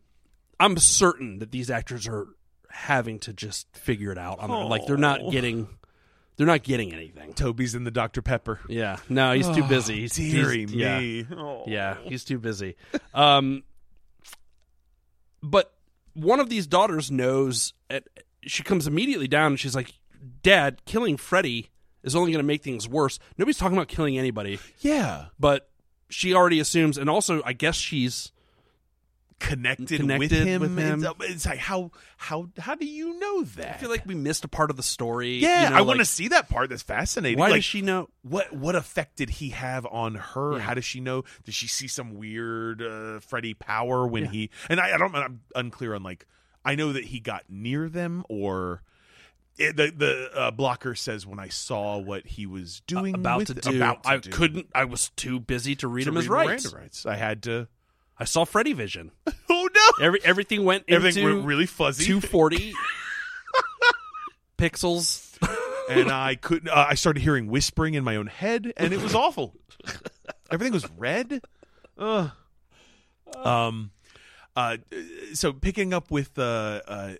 [SPEAKER 2] I'm certain that these actors are having to just figure it out. On their, like they're not
[SPEAKER 3] Oh.
[SPEAKER 2] getting, they're not getting anything.
[SPEAKER 3] Toby's in the Dr. Pepper.
[SPEAKER 2] Yeah, no, he's too busy. He's, he's-
[SPEAKER 3] Deary
[SPEAKER 2] yeah.
[SPEAKER 3] Oh, me. Oh.
[SPEAKER 2] Yeah, he's too busy. Um, but one of these daughters knows. At, she comes immediately down and she's like, "Dad, killing Freddy is only going to make things worse. Nobody's talking about killing anybody,
[SPEAKER 3] Yeah.
[SPEAKER 2] but she already assumes, and also I guess she's
[SPEAKER 3] Connected, with
[SPEAKER 2] Connected
[SPEAKER 3] him.
[SPEAKER 2] with
[SPEAKER 3] It's-
[SPEAKER 2] him.
[SPEAKER 3] It's like how how how do you know that?
[SPEAKER 2] I feel like we missed a part of the story.
[SPEAKER 3] yeah,
[SPEAKER 2] you know,
[SPEAKER 3] I want to
[SPEAKER 2] like,
[SPEAKER 3] see that part. That's fascinating.
[SPEAKER 2] Why
[SPEAKER 3] like,
[SPEAKER 2] does she know?
[SPEAKER 3] what what effect did he have on her?
[SPEAKER 2] Yeah.
[SPEAKER 3] How does she know? Does she see some weird uh, Freddy power when he? And I, I don't. I'm unclear on like. I know that he got near them, or it, the the uh, blocker says when I saw what he was doing
[SPEAKER 2] About
[SPEAKER 3] with-
[SPEAKER 2] to do.
[SPEAKER 3] about to
[SPEAKER 2] I
[SPEAKER 3] do,
[SPEAKER 2] couldn't. I was too busy to read
[SPEAKER 3] to
[SPEAKER 2] him as
[SPEAKER 3] read
[SPEAKER 2] rights.
[SPEAKER 3] Miranda rights. I had to.
[SPEAKER 2] I saw Freddy Vision.
[SPEAKER 3] Oh no!
[SPEAKER 2] Every everything went
[SPEAKER 3] Everything
[SPEAKER 2] into
[SPEAKER 3] went really fuzzy.
[SPEAKER 2] 240 pixels.
[SPEAKER 3] and I couldn't. Uh, I started hearing whispering in my own head, and it was awful. Everything was red. Ugh. Um, uh, so picking up with uh, uh,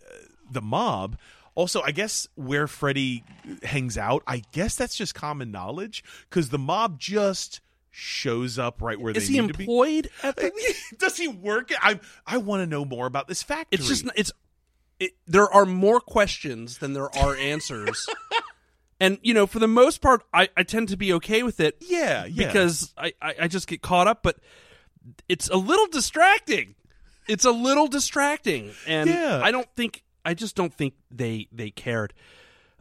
[SPEAKER 3] the mob. Also, I guess where Freddy hangs out, I guess that's just common knowledge because the mob just shows up right where
[SPEAKER 2] Is
[SPEAKER 3] they
[SPEAKER 2] he
[SPEAKER 3] need to be.
[SPEAKER 2] employed at the?
[SPEAKER 3] Does he work? at- I I want to know more about this factory.
[SPEAKER 2] It's just n- it's. It, there are more questions than there are answers, and you know, for the most part, I, I tend to be okay with it
[SPEAKER 3] yeah, yeah.
[SPEAKER 2] because I, I I just get caught up. But it's a little distracting. It's a little distracting, and
[SPEAKER 3] Yeah.
[SPEAKER 2] I don't think I just don't think they they cared.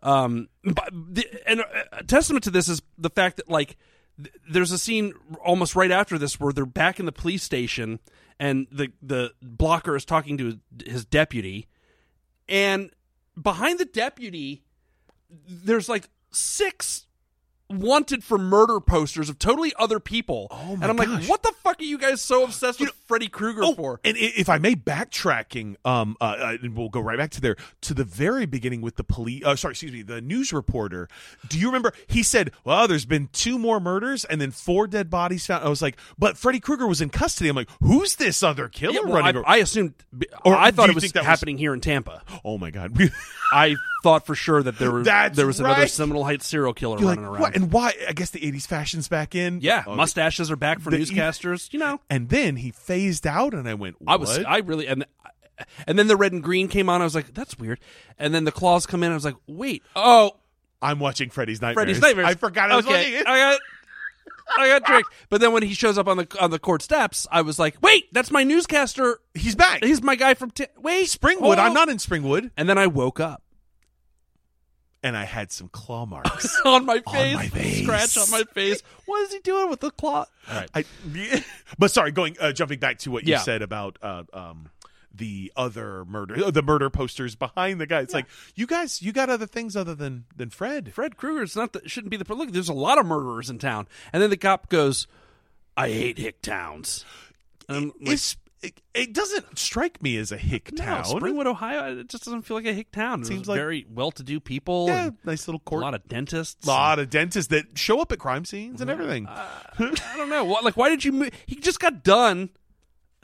[SPEAKER 2] Um, but the, and uh, a testament to this is the fact that like th- there's a scene almost right after this where they're back in the police station and the the blocker is talking to his, his deputy and behind the deputy there's like six wanted for murder posters of totally other people
[SPEAKER 3] Oh
[SPEAKER 2] and
[SPEAKER 3] my
[SPEAKER 2] i'm like
[SPEAKER 3] gosh.
[SPEAKER 2] what the fuck are you guys so obsessed with freddy krueger
[SPEAKER 3] Oh,
[SPEAKER 2] for
[SPEAKER 3] and i- if I may, backtracking, um, uh, uh, and we'll go right back to there to the very beginning with the police. Uh, sorry, excuse me, the news reporter. Do you remember? He said, "Well, there's been two more murders and then four dead bodies found." I was like, "But Freddy Krueger was in custody." I'm like, "Who's this other killer
[SPEAKER 2] Yeah, well,
[SPEAKER 3] running?"
[SPEAKER 2] I,
[SPEAKER 3] around?
[SPEAKER 2] I assumed
[SPEAKER 3] Or
[SPEAKER 2] i
[SPEAKER 3] do
[SPEAKER 2] thought
[SPEAKER 3] you
[SPEAKER 2] it was
[SPEAKER 3] think that was-
[SPEAKER 2] happening here in tampa
[SPEAKER 3] oh my god! You're
[SPEAKER 2] I thought for sure that there was
[SPEAKER 3] That's
[SPEAKER 2] there was another
[SPEAKER 3] right.
[SPEAKER 2] Seminole Heights serial killer
[SPEAKER 3] like,
[SPEAKER 2] running around.
[SPEAKER 3] what? And why? I guess the '80s fashions back in.
[SPEAKER 2] yeah,
[SPEAKER 3] Okay.
[SPEAKER 2] mustaches are back for
[SPEAKER 3] The- e-
[SPEAKER 2] newscasters. You know,
[SPEAKER 3] And then he phased out, and I went, what?
[SPEAKER 2] I was I really and and then the red and green came on. I was like, that's weird. And then the claws come in. I was like, wait, oh,
[SPEAKER 3] I'm watching Freddy's Nightmares.
[SPEAKER 2] Freddy's nightmares.
[SPEAKER 3] I forgot I was
[SPEAKER 2] okay,
[SPEAKER 3] watching it.
[SPEAKER 2] I got. I got tricked, but then when he shows up on the on the court steps, I was like, "Wait, that's my newscaster.
[SPEAKER 3] He's back.
[SPEAKER 2] He's Oh. my guy from t- wait
[SPEAKER 3] Springwood.
[SPEAKER 2] hold
[SPEAKER 3] I'm
[SPEAKER 2] on."
[SPEAKER 3] not in Springwood.
[SPEAKER 2] And then I woke up
[SPEAKER 3] and I had some claw marks.
[SPEAKER 2] on my face,
[SPEAKER 3] my face.
[SPEAKER 2] scratch on my face. What is he doing with the claw? All right,
[SPEAKER 3] I, but sorry, going uh, jumping back to what you
[SPEAKER 2] Yeah.
[SPEAKER 3] said about uh, um, the other murder, uh, the murder posters behind the guy. It's like you guys, you got other things other than than Fred.
[SPEAKER 2] Fred Krueger it's not that shouldn't be the look. There's a lot of murderers in town, and then the cop goes, "I hate hick towns." And I'm like,
[SPEAKER 3] It's, it, it doesn't strike me as a hick
[SPEAKER 2] no,
[SPEAKER 3] town.
[SPEAKER 2] Springwood, Ohio. It just doesn't feel like a hick town. It
[SPEAKER 3] Seems
[SPEAKER 2] was
[SPEAKER 3] like-
[SPEAKER 2] very well-to-do people.
[SPEAKER 3] yeah,
[SPEAKER 2] and
[SPEAKER 3] nice little
[SPEAKER 2] a
[SPEAKER 3] court.
[SPEAKER 2] lot of dentists.
[SPEAKER 3] lot of dentists that show up at crime scenes and everything.
[SPEAKER 2] Uh, I don't know. What, like, why did you move? He just got done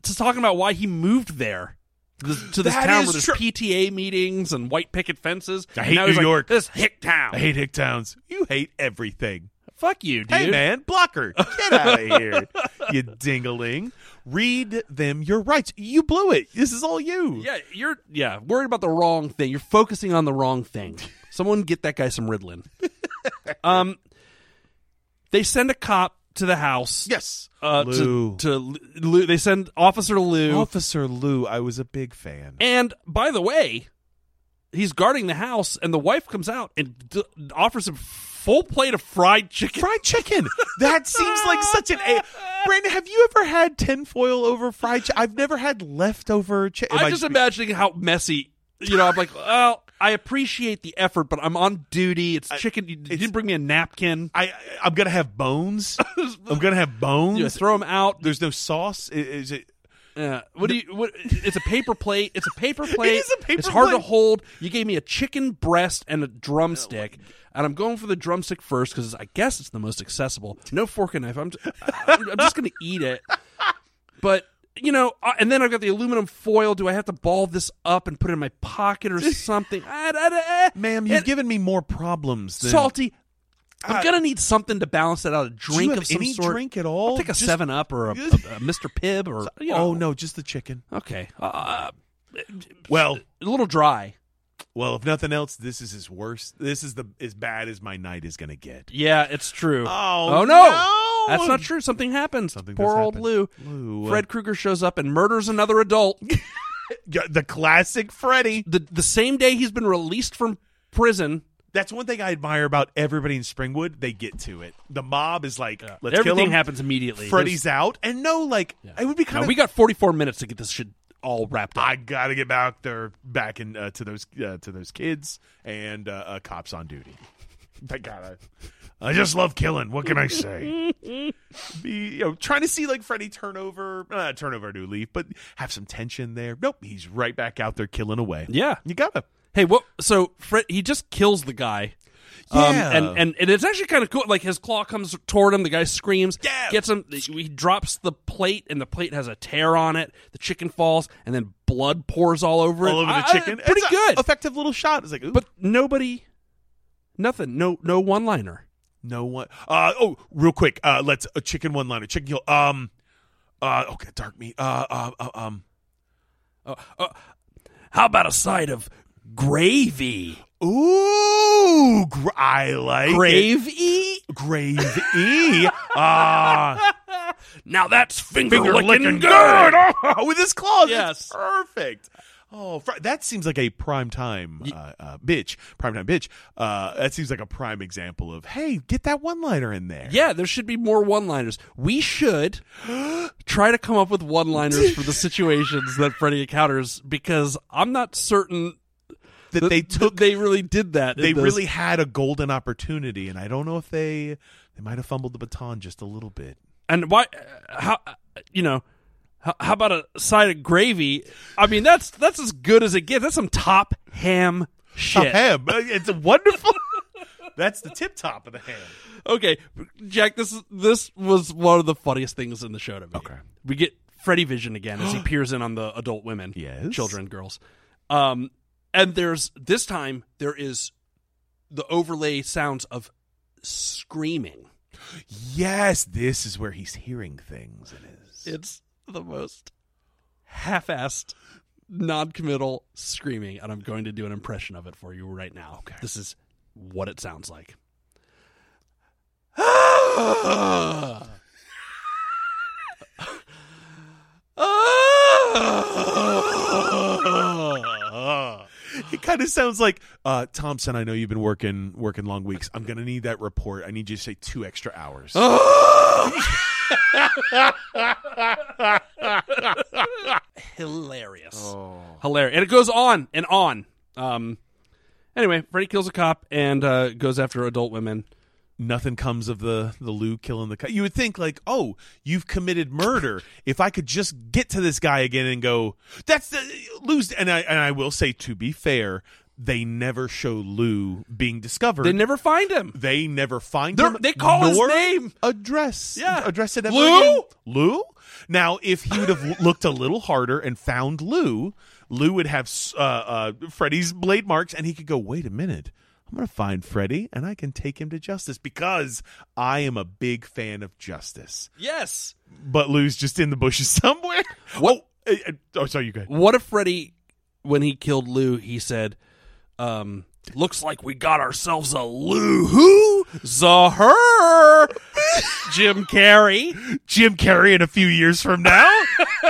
[SPEAKER 2] just talking about why he moved there. To this, to this
[SPEAKER 3] That
[SPEAKER 2] town
[SPEAKER 3] is
[SPEAKER 2] where there's
[SPEAKER 3] true.
[SPEAKER 2] PTA meetings and white picket fences.
[SPEAKER 3] I
[SPEAKER 2] And
[SPEAKER 3] hate
[SPEAKER 2] now he's
[SPEAKER 3] New
[SPEAKER 2] like,
[SPEAKER 3] York.
[SPEAKER 2] This hick town.
[SPEAKER 3] I hate hick towns. You hate everything.
[SPEAKER 2] Fuck you, dude.
[SPEAKER 3] Hey man, blocker, get out of here, you dingaling. Read them your rights. You blew it. This is all you.
[SPEAKER 2] Yeah, you're yeah worried about the wrong thing. You're focusing on the wrong thing. Someone get that guy some Ritalin. um, they send a cop to the house.
[SPEAKER 3] Yes.
[SPEAKER 2] uh, to
[SPEAKER 3] Lou.
[SPEAKER 2] to Lou. They send Officer Lou.
[SPEAKER 3] Officer Lou, I was a big fan.
[SPEAKER 2] And by the way, he's guarding the house, and the wife comes out and d- offers him full plate of fried chicken.
[SPEAKER 3] Fried chicken. That seems like such an a. Brandon, have you ever had tinfoil over fried chicken? I've never had leftover chicken.
[SPEAKER 2] I'm just imagining how messy. You know, I'm like, well, I appreciate the effort, but I'm on duty. It's chicken. You didn't bring me a napkin.
[SPEAKER 3] I, I'm gonna have bones. I'm gonna have bones.
[SPEAKER 2] You know, throw him out.
[SPEAKER 3] There's no sauce. I- Is it?
[SPEAKER 2] Yeah. What do you? What? It's a paper plate. It's a paper plate.
[SPEAKER 3] is a paper
[SPEAKER 2] It's hard to
[SPEAKER 3] plate.
[SPEAKER 2] hold. You gave me a chicken breast and a drumstick,
[SPEAKER 3] Oh,
[SPEAKER 2] and I'm going for the drumstick first because I guess it's the most accessible. No fork and knife. I'm. Just, I'm just going to eat it. But you know, I- and then I've got the aluminum foil. Do I have to ball this up and put it in my pocket or something? I, I- I-
[SPEAKER 3] Ma'am, you've
[SPEAKER 2] it-
[SPEAKER 3] given me more problems than.
[SPEAKER 2] salty. I'm gonna need something to balance that out. A
[SPEAKER 3] Uh, Do you
[SPEAKER 2] drink
[SPEAKER 3] have
[SPEAKER 2] of some
[SPEAKER 3] any
[SPEAKER 2] sort.
[SPEAKER 3] drink at all?
[SPEAKER 2] Take a
[SPEAKER 3] Just-
[SPEAKER 2] Seven Up or a, a, a Mr. Pibb or you know.
[SPEAKER 3] Oh no, just the chicken.
[SPEAKER 2] Okay. Uh,
[SPEAKER 3] Well,
[SPEAKER 2] a little dry.
[SPEAKER 3] well, if nothing else, this is his worst. This is the as bad as my night is gonna get.
[SPEAKER 2] Yeah, it's true. no.
[SPEAKER 3] Oh, no.
[SPEAKER 2] That's not true. Something happens.
[SPEAKER 3] Something
[SPEAKER 2] Poor
[SPEAKER 3] does
[SPEAKER 2] old
[SPEAKER 3] happen.
[SPEAKER 2] Lou.
[SPEAKER 3] Lou, uh,
[SPEAKER 2] Fred Krueger shows up and murders another adult
[SPEAKER 3] Yeah, the classic Freddy.
[SPEAKER 2] the the same day he's been released from prison.
[SPEAKER 3] That's one thing I admire about everybody in Springwood. They get to it. The mob is like, let's
[SPEAKER 2] Everything
[SPEAKER 3] kill him.
[SPEAKER 2] happens immediately.
[SPEAKER 3] Freddy's out, and no, like it would be
[SPEAKER 2] There's-
[SPEAKER 3] kind
[SPEAKER 2] Now,
[SPEAKER 3] of.
[SPEAKER 2] we got 44 minutes to get this shit all wrapped up.
[SPEAKER 3] I gotta get back there, back in uh, to those uh, to those kids and uh, uh, cops on duty. I gotta.
[SPEAKER 4] I just love killing. What can I say?
[SPEAKER 3] be, you know, trying to see like Freddy turn over, uh, turn over a new leaf, but have some tension there. Nope, he's right back out there killing away.
[SPEAKER 2] yeah.
[SPEAKER 3] You gotta.
[SPEAKER 2] Hey, what? So Fred, he just kills the guy.
[SPEAKER 3] Yeah.
[SPEAKER 2] Um, and, and and it's actually kind of cool. Like his claw comes toward him, the guy screams,
[SPEAKER 3] Yeah.
[SPEAKER 2] gets him. He drops the plate, and the plate has a tear on it. The chicken falls, and then blood pours all over it.
[SPEAKER 3] all over the
[SPEAKER 2] I- I-
[SPEAKER 3] chicken.
[SPEAKER 2] pretty
[SPEAKER 3] It's a
[SPEAKER 2] good,
[SPEAKER 3] effective little shot. It's like, ooh,
[SPEAKER 2] but nobody, nothing, no no one liner.
[SPEAKER 3] no one. Uh, oh, real quick, uh, let's a chicken one liner, chicken kill. Um, uh, okay, dark meat. Uh, uh, uh, um,
[SPEAKER 2] How about a side of gravy?
[SPEAKER 3] ooh, gr- I like it.
[SPEAKER 2] Gravy?
[SPEAKER 3] Grave E. Ah,
[SPEAKER 2] Now that's finger,
[SPEAKER 3] Finger-licking
[SPEAKER 2] licking
[SPEAKER 3] good.
[SPEAKER 2] good.
[SPEAKER 3] Oh, with his claws.
[SPEAKER 2] Yes.
[SPEAKER 3] Yes, perfect. Oh, fr- that seems like a prime time uh, uh, bitch. Prime time bitch. Uh, that seems like a prime example of hey, get that one liner in there.
[SPEAKER 2] Yeah, there should be more one-liners. We should try to come up with one-liners for the situations that Freddy encounters because I'm not certain
[SPEAKER 3] that they took.
[SPEAKER 2] they really did that. in
[SPEAKER 3] they
[SPEAKER 2] this.
[SPEAKER 3] really had a golden opportunity, and I don't know if they they might have fumbled the baton just a little bit.
[SPEAKER 2] and why? How you know? How, how about a side of gravy? I mean, that's that's as good as it gets. That's some top ham shit.
[SPEAKER 3] Ham, it's a wonderful. That's the tip top of the ham.
[SPEAKER 2] Okay, Jack. This is this was one of the funniest things in the show to me.
[SPEAKER 3] Okay.
[SPEAKER 2] we get Freddy Vision again as he peers in on the adult women,
[SPEAKER 3] Yes.
[SPEAKER 2] children, girls. Um, and there's this time there is the overlay sounds of screaming.
[SPEAKER 3] Yes, this is where he's hearing things. It is.
[SPEAKER 2] It's the most half-assed, non-committal screaming, and I'm going to do an impression of it for you right now. Okay, this is what it sounds like.
[SPEAKER 3] It kind of sounds like uh, Thompson. I know you've been working working long weeks. I'm gonna need that report. I need you to say two extra hours.
[SPEAKER 2] hilarious. Hilarious. And it goes on and on. Um anyway, Freddy kills a cop and uh goes after adult women.
[SPEAKER 3] nothing comes of the the Lou killing the. Co- you would think like, oh, you've committed murder. If I could just get to this guy again and go, that's the Lou's. And I and I will say to be fair, they never show Lou being discovered.
[SPEAKER 2] They never find him.
[SPEAKER 3] They never find
[SPEAKER 2] They're-
[SPEAKER 3] him.
[SPEAKER 2] they call his
[SPEAKER 3] nor
[SPEAKER 2] name.
[SPEAKER 3] Address.
[SPEAKER 2] Yeah.
[SPEAKER 3] Address it ever
[SPEAKER 2] Lou?
[SPEAKER 3] again. Lou? Now, if he would have looked a little harder and found Lou, Lou would have uh, uh, Freddy's blade marks, and he could go, wait a minute. I'm going to find Freddy, and I can take him to justice because I am a big fan of justice.
[SPEAKER 2] Yes.
[SPEAKER 3] But Lou's just in the bushes somewhere. What? Oh, uh, uh, oh sorry, you go ahead.
[SPEAKER 2] What if Freddy when he killed Lou, he said, um, looks like we got ourselves a Lou who? Zaher Jim Carrey.
[SPEAKER 3] Jim Carrey in a few years from now?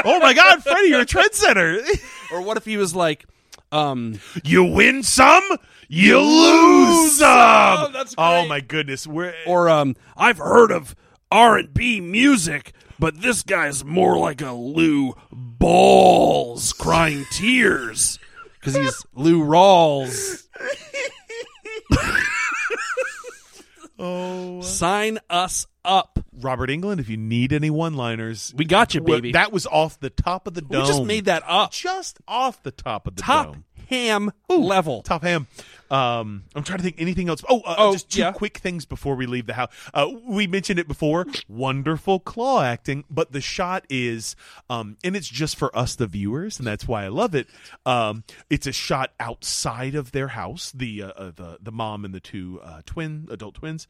[SPEAKER 3] oh my God, Freddy, you're a trendsetter.
[SPEAKER 2] Or what if he was like, um,
[SPEAKER 3] You win some, you lose some.
[SPEAKER 2] some. That's
[SPEAKER 3] Oh
[SPEAKER 2] great.
[SPEAKER 3] my goodness, we're
[SPEAKER 2] or um, I've heard of R and B music, but this guy's more like a Lou Balls crying tears because he's Lou Rawls.
[SPEAKER 3] oh
[SPEAKER 2] Sign us up.
[SPEAKER 3] Robert England. If you need any one-liners,
[SPEAKER 2] We got you,
[SPEAKER 3] well,
[SPEAKER 2] baby.
[SPEAKER 3] that was off the top of the
[SPEAKER 2] we
[SPEAKER 3] dome.
[SPEAKER 2] just made that up.
[SPEAKER 3] just off the top of the
[SPEAKER 2] Top
[SPEAKER 3] dome.
[SPEAKER 2] ham level.
[SPEAKER 3] Top ham. Um, I'm trying to think anything else. Oh, uh,
[SPEAKER 2] Oh,
[SPEAKER 3] just two
[SPEAKER 2] yeah.
[SPEAKER 3] quick things before we leave the house. Uh, we mentioned it before. Wonderful claw acting, but the shot is, um, and it's just for us, the viewers, and that's why I love it. Um, it's a shot outside of their house. The uh, uh, the the mom and the two uh, twin adult twins.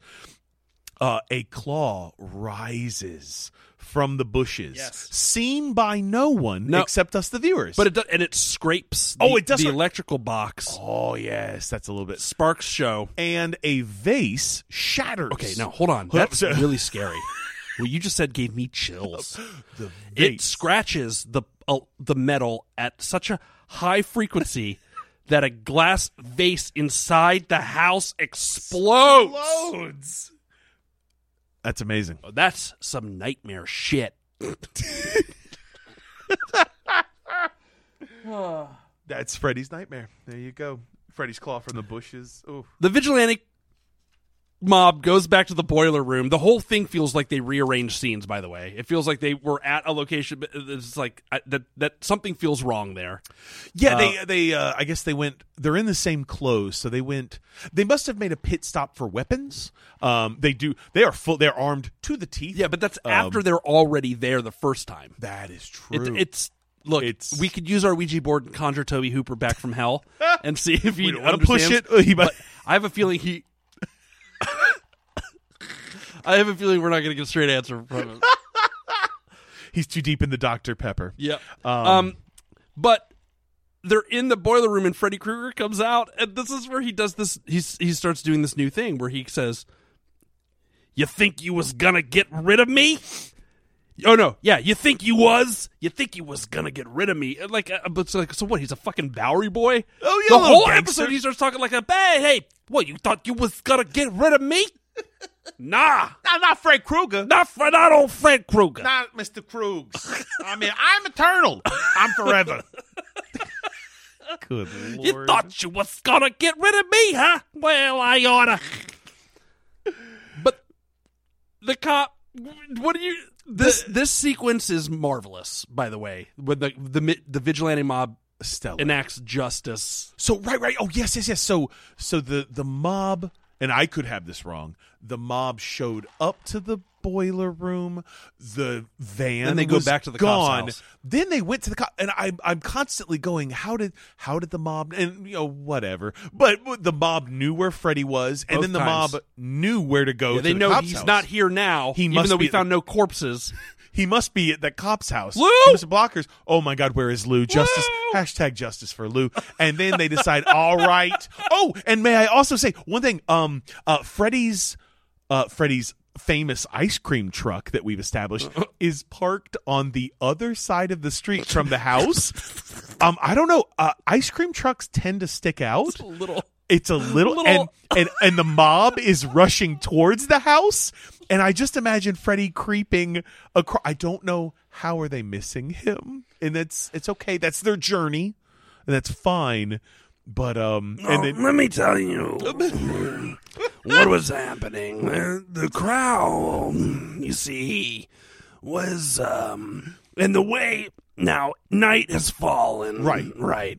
[SPEAKER 3] Uh, a claw rises from the bushes,
[SPEAKER 2] Yes.
[SPEAKER 3] seen by no one
[SPEAKER 2] No.
[SPEAKER 3] except us, the viewers.
[SPEAKER 2] But it does, and it scrapes. The,
[SPEAKER 3] Oh, it does
[SPEAKER 2] the
[SPEAKER 3] scra-
[SPEAKER 2] electrical box.
[SPEAKER 3] oh yes, that's a little bit
[SPEAKER 2] Sparks show.
[SPEAKER 3] and a vase shatters.
[SPEAKER 2] Okay, now hold on.
[SPEAKER 3] Hold up,
[SPEAKER 2] That's
[SPEAKER 3] sir.
[SPEAKER 2] really scary. What you just said gave me chills.
[SPEAKER 3] The
[SPEAKER 2] It
[SPEAKER 3] vase.
[SPEAKER 2] scratches the uh, the metal at such a high frequency that a glass vase inside the house explodes. Uh,
[SPEAKER 3] explodes. That's amazing.
[SPEAKER 2] That's some nightmare shit.
[SPEAKER 3] That's Freddy's nightmare. There you go. Freddy's claw from the bushes. Ooh.
[SPEAKER 2] The vigilante mob goes back to the boiler room. The whole thing feels like they rearranged scenes. By the way, it feels like they were at a location. But it's like I, that that something feels wrong there.
[SPEAKER 3] Yeah, they they uh, I guess they went. They're in the same clothes, so they went. They must have made a pit stop for weapons. Um, they do. They are full. They're armed to the teeth.
[SPEAKER 2] Yeah, but that's um after they're already there the first time.
[SPEAKER 3] that is true.
[SPEAKER 2] It, it's look,
[SPEAKER 3] It's-
[SPEAKER 2] we could use our Ouija board and conjure Toby Hooper back from hell and see if he
[SPEAKER 3] we don't want to push
[SPEAKER 2] understands.
[SPEAKER 3] it. He might-
[SPEAKER 2] I have a feeling he. I have a feeling we're not going to get a straight answer from him.
[SPEAKER 3] he's too deep in the Dr Pepper.
[SPEAKER 2] Yeah. Um, but they're in the boiler room, and Freddy Krueger comes out, and this is where he does this. He's he starts doing this new thing where he says, "You think you was gonna get rid of me?" Oh no, yeah, you think you was? You think you was gonna get rid of me? And Like, uh, but it's like, so what? He's a fucking Bowery boy.
[SPEAKER 3] Oh, yeah,
[SPEAKER 2] the
[SPEAKER 3] little
[SPEAKER 2] whole
[SPEAKER 3] gangster.
[SPEAKER 2] episode he starts talking like a bad. Hey, what you thought you was gonna get rid of me? nah,
[SPEAKER 3] I'm not Frank Krueger.
[SPEAKER 2] not for not old Fred Krueger.
[SPEAKER 3] Not Mr. Krugs. I mean, I'm eternal. I'm forever. Good lord.
[SPEAKER 2] You thought you was gonna get rid of me, huh? Well, I oughta. but the cop, what do you? This this sequence is marvelous, by the way. When the the mi- the vigilante mob
[SPEAKER 3] Stella.
[SPEAKER 2] enacts justice,
[SPEAKER 3] So right, right. Oh yes, yes, yes. So so the the mob and I could have this wrong. The mob showed up to the boiler room. The van.
[SPEAKER 2] Then they go
[SPEAKER 3] was
[SPEAKER 2] back to the cop's
[SPEAKER 3] gone.
[SPEAKER 2] house.
[SPEAKER 3] Then they went to the cop, and I, I'm constantly going, how did how did the mob and you know whatever. But the mob knew where Freddy was, and
[SPEAKER 2] Both
[SPEAKER 3] then the
[SPEAKER 2] times.
[SPEAKER 3] mob knew where to go.
[SPEAKER 2] Yeah, they
[SPEAKER 3] to the
[SPEAKER 2] know
[SPEAKER 3] cop's
[SPEAKER 2] he's
[SPEAKER 3] house.
[SPEAKER 2] not here now.
[SPEAKER 3] He
[SPEAKER 2] even
[SPEAKER 3] must
[SPEAKER 2] though we
[SPEAKER 3] be at the-
[SPEAKER 2] found no corpses.
[SPEAKER 3] He must be at that cop's house.
[SPEAKER 2] Lou!
[SPEAKER 3] He must have blockers. Oh my God, where is Lou? Justice. Hashtag justice for Lou. And then they decide, all right. Oh, and may I also say one thing? Um, uh, Freddy's, uh, Freddy's famous ice cream truck that we've established is parked on the other side of the street from the house. um, I don't know. Uh, ice cream trucks tend to stick out.
[SPEAKER 2] A little.
[SPEAKER 3] It's a little,
[SPEAKER 2] Little-
[SPEAKER 3] And, and and the mob is rushing towards the house, and I just imagine Freddy creeping across. I don't know how are they missing him, and that's it's okay. That's their journey, and that's fine. But um, and then
[SPEAKER 1] Let me tell you what was happening. Uh, The crowd, you see, was um and the way now night has fallen.
[SPEAKER 3] Right.
[SPEAKER 1] Right.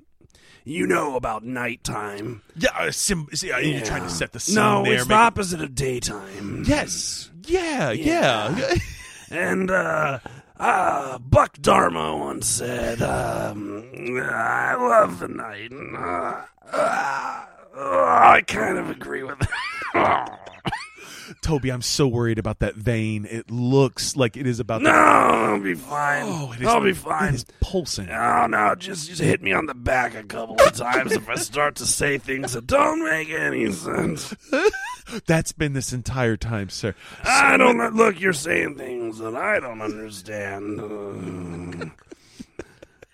[SPEAKER 1] You know about nighttime.
[SPEAKER 3] yeah, uh, sim- see, uh, you're trying to set the scene
[SPEAKER 1] No,
[SPEAKER 3] there.
[SPEAKER 1] it's the
[SPEAKER 3] make-
[SPEAKER 1] opposite of daytime.
[SPEAKER 3] yes, yeah, yeah.
[SPEAKER 1] And uh uh Buck Dharma once said, um, I love the night. and, uh, uh, I kind of agree with that.
[SPEAKER 3] Toby, I'm so worried about that vein. It looks like it is about.
[SPEAKER 1] No,
[SPEAKER 3] to-
[SPEAKER 1] I'll be fine.
[SPEAKER 3] Oh, it is,
[SPEAKER 1] I'll be
[SPEAKER 3] It
[SPEAKER 1] fine.
[SPEAKER 3] is pulsing.
[SPEAKER 1] Oh no, just just hit me on the back a couple of times if I start to say things that don't make any sense.
[SPEAKER 3] That's been this entire time, sir.
[SPEAKER 1] I don't look. You're saying things that I don't understand.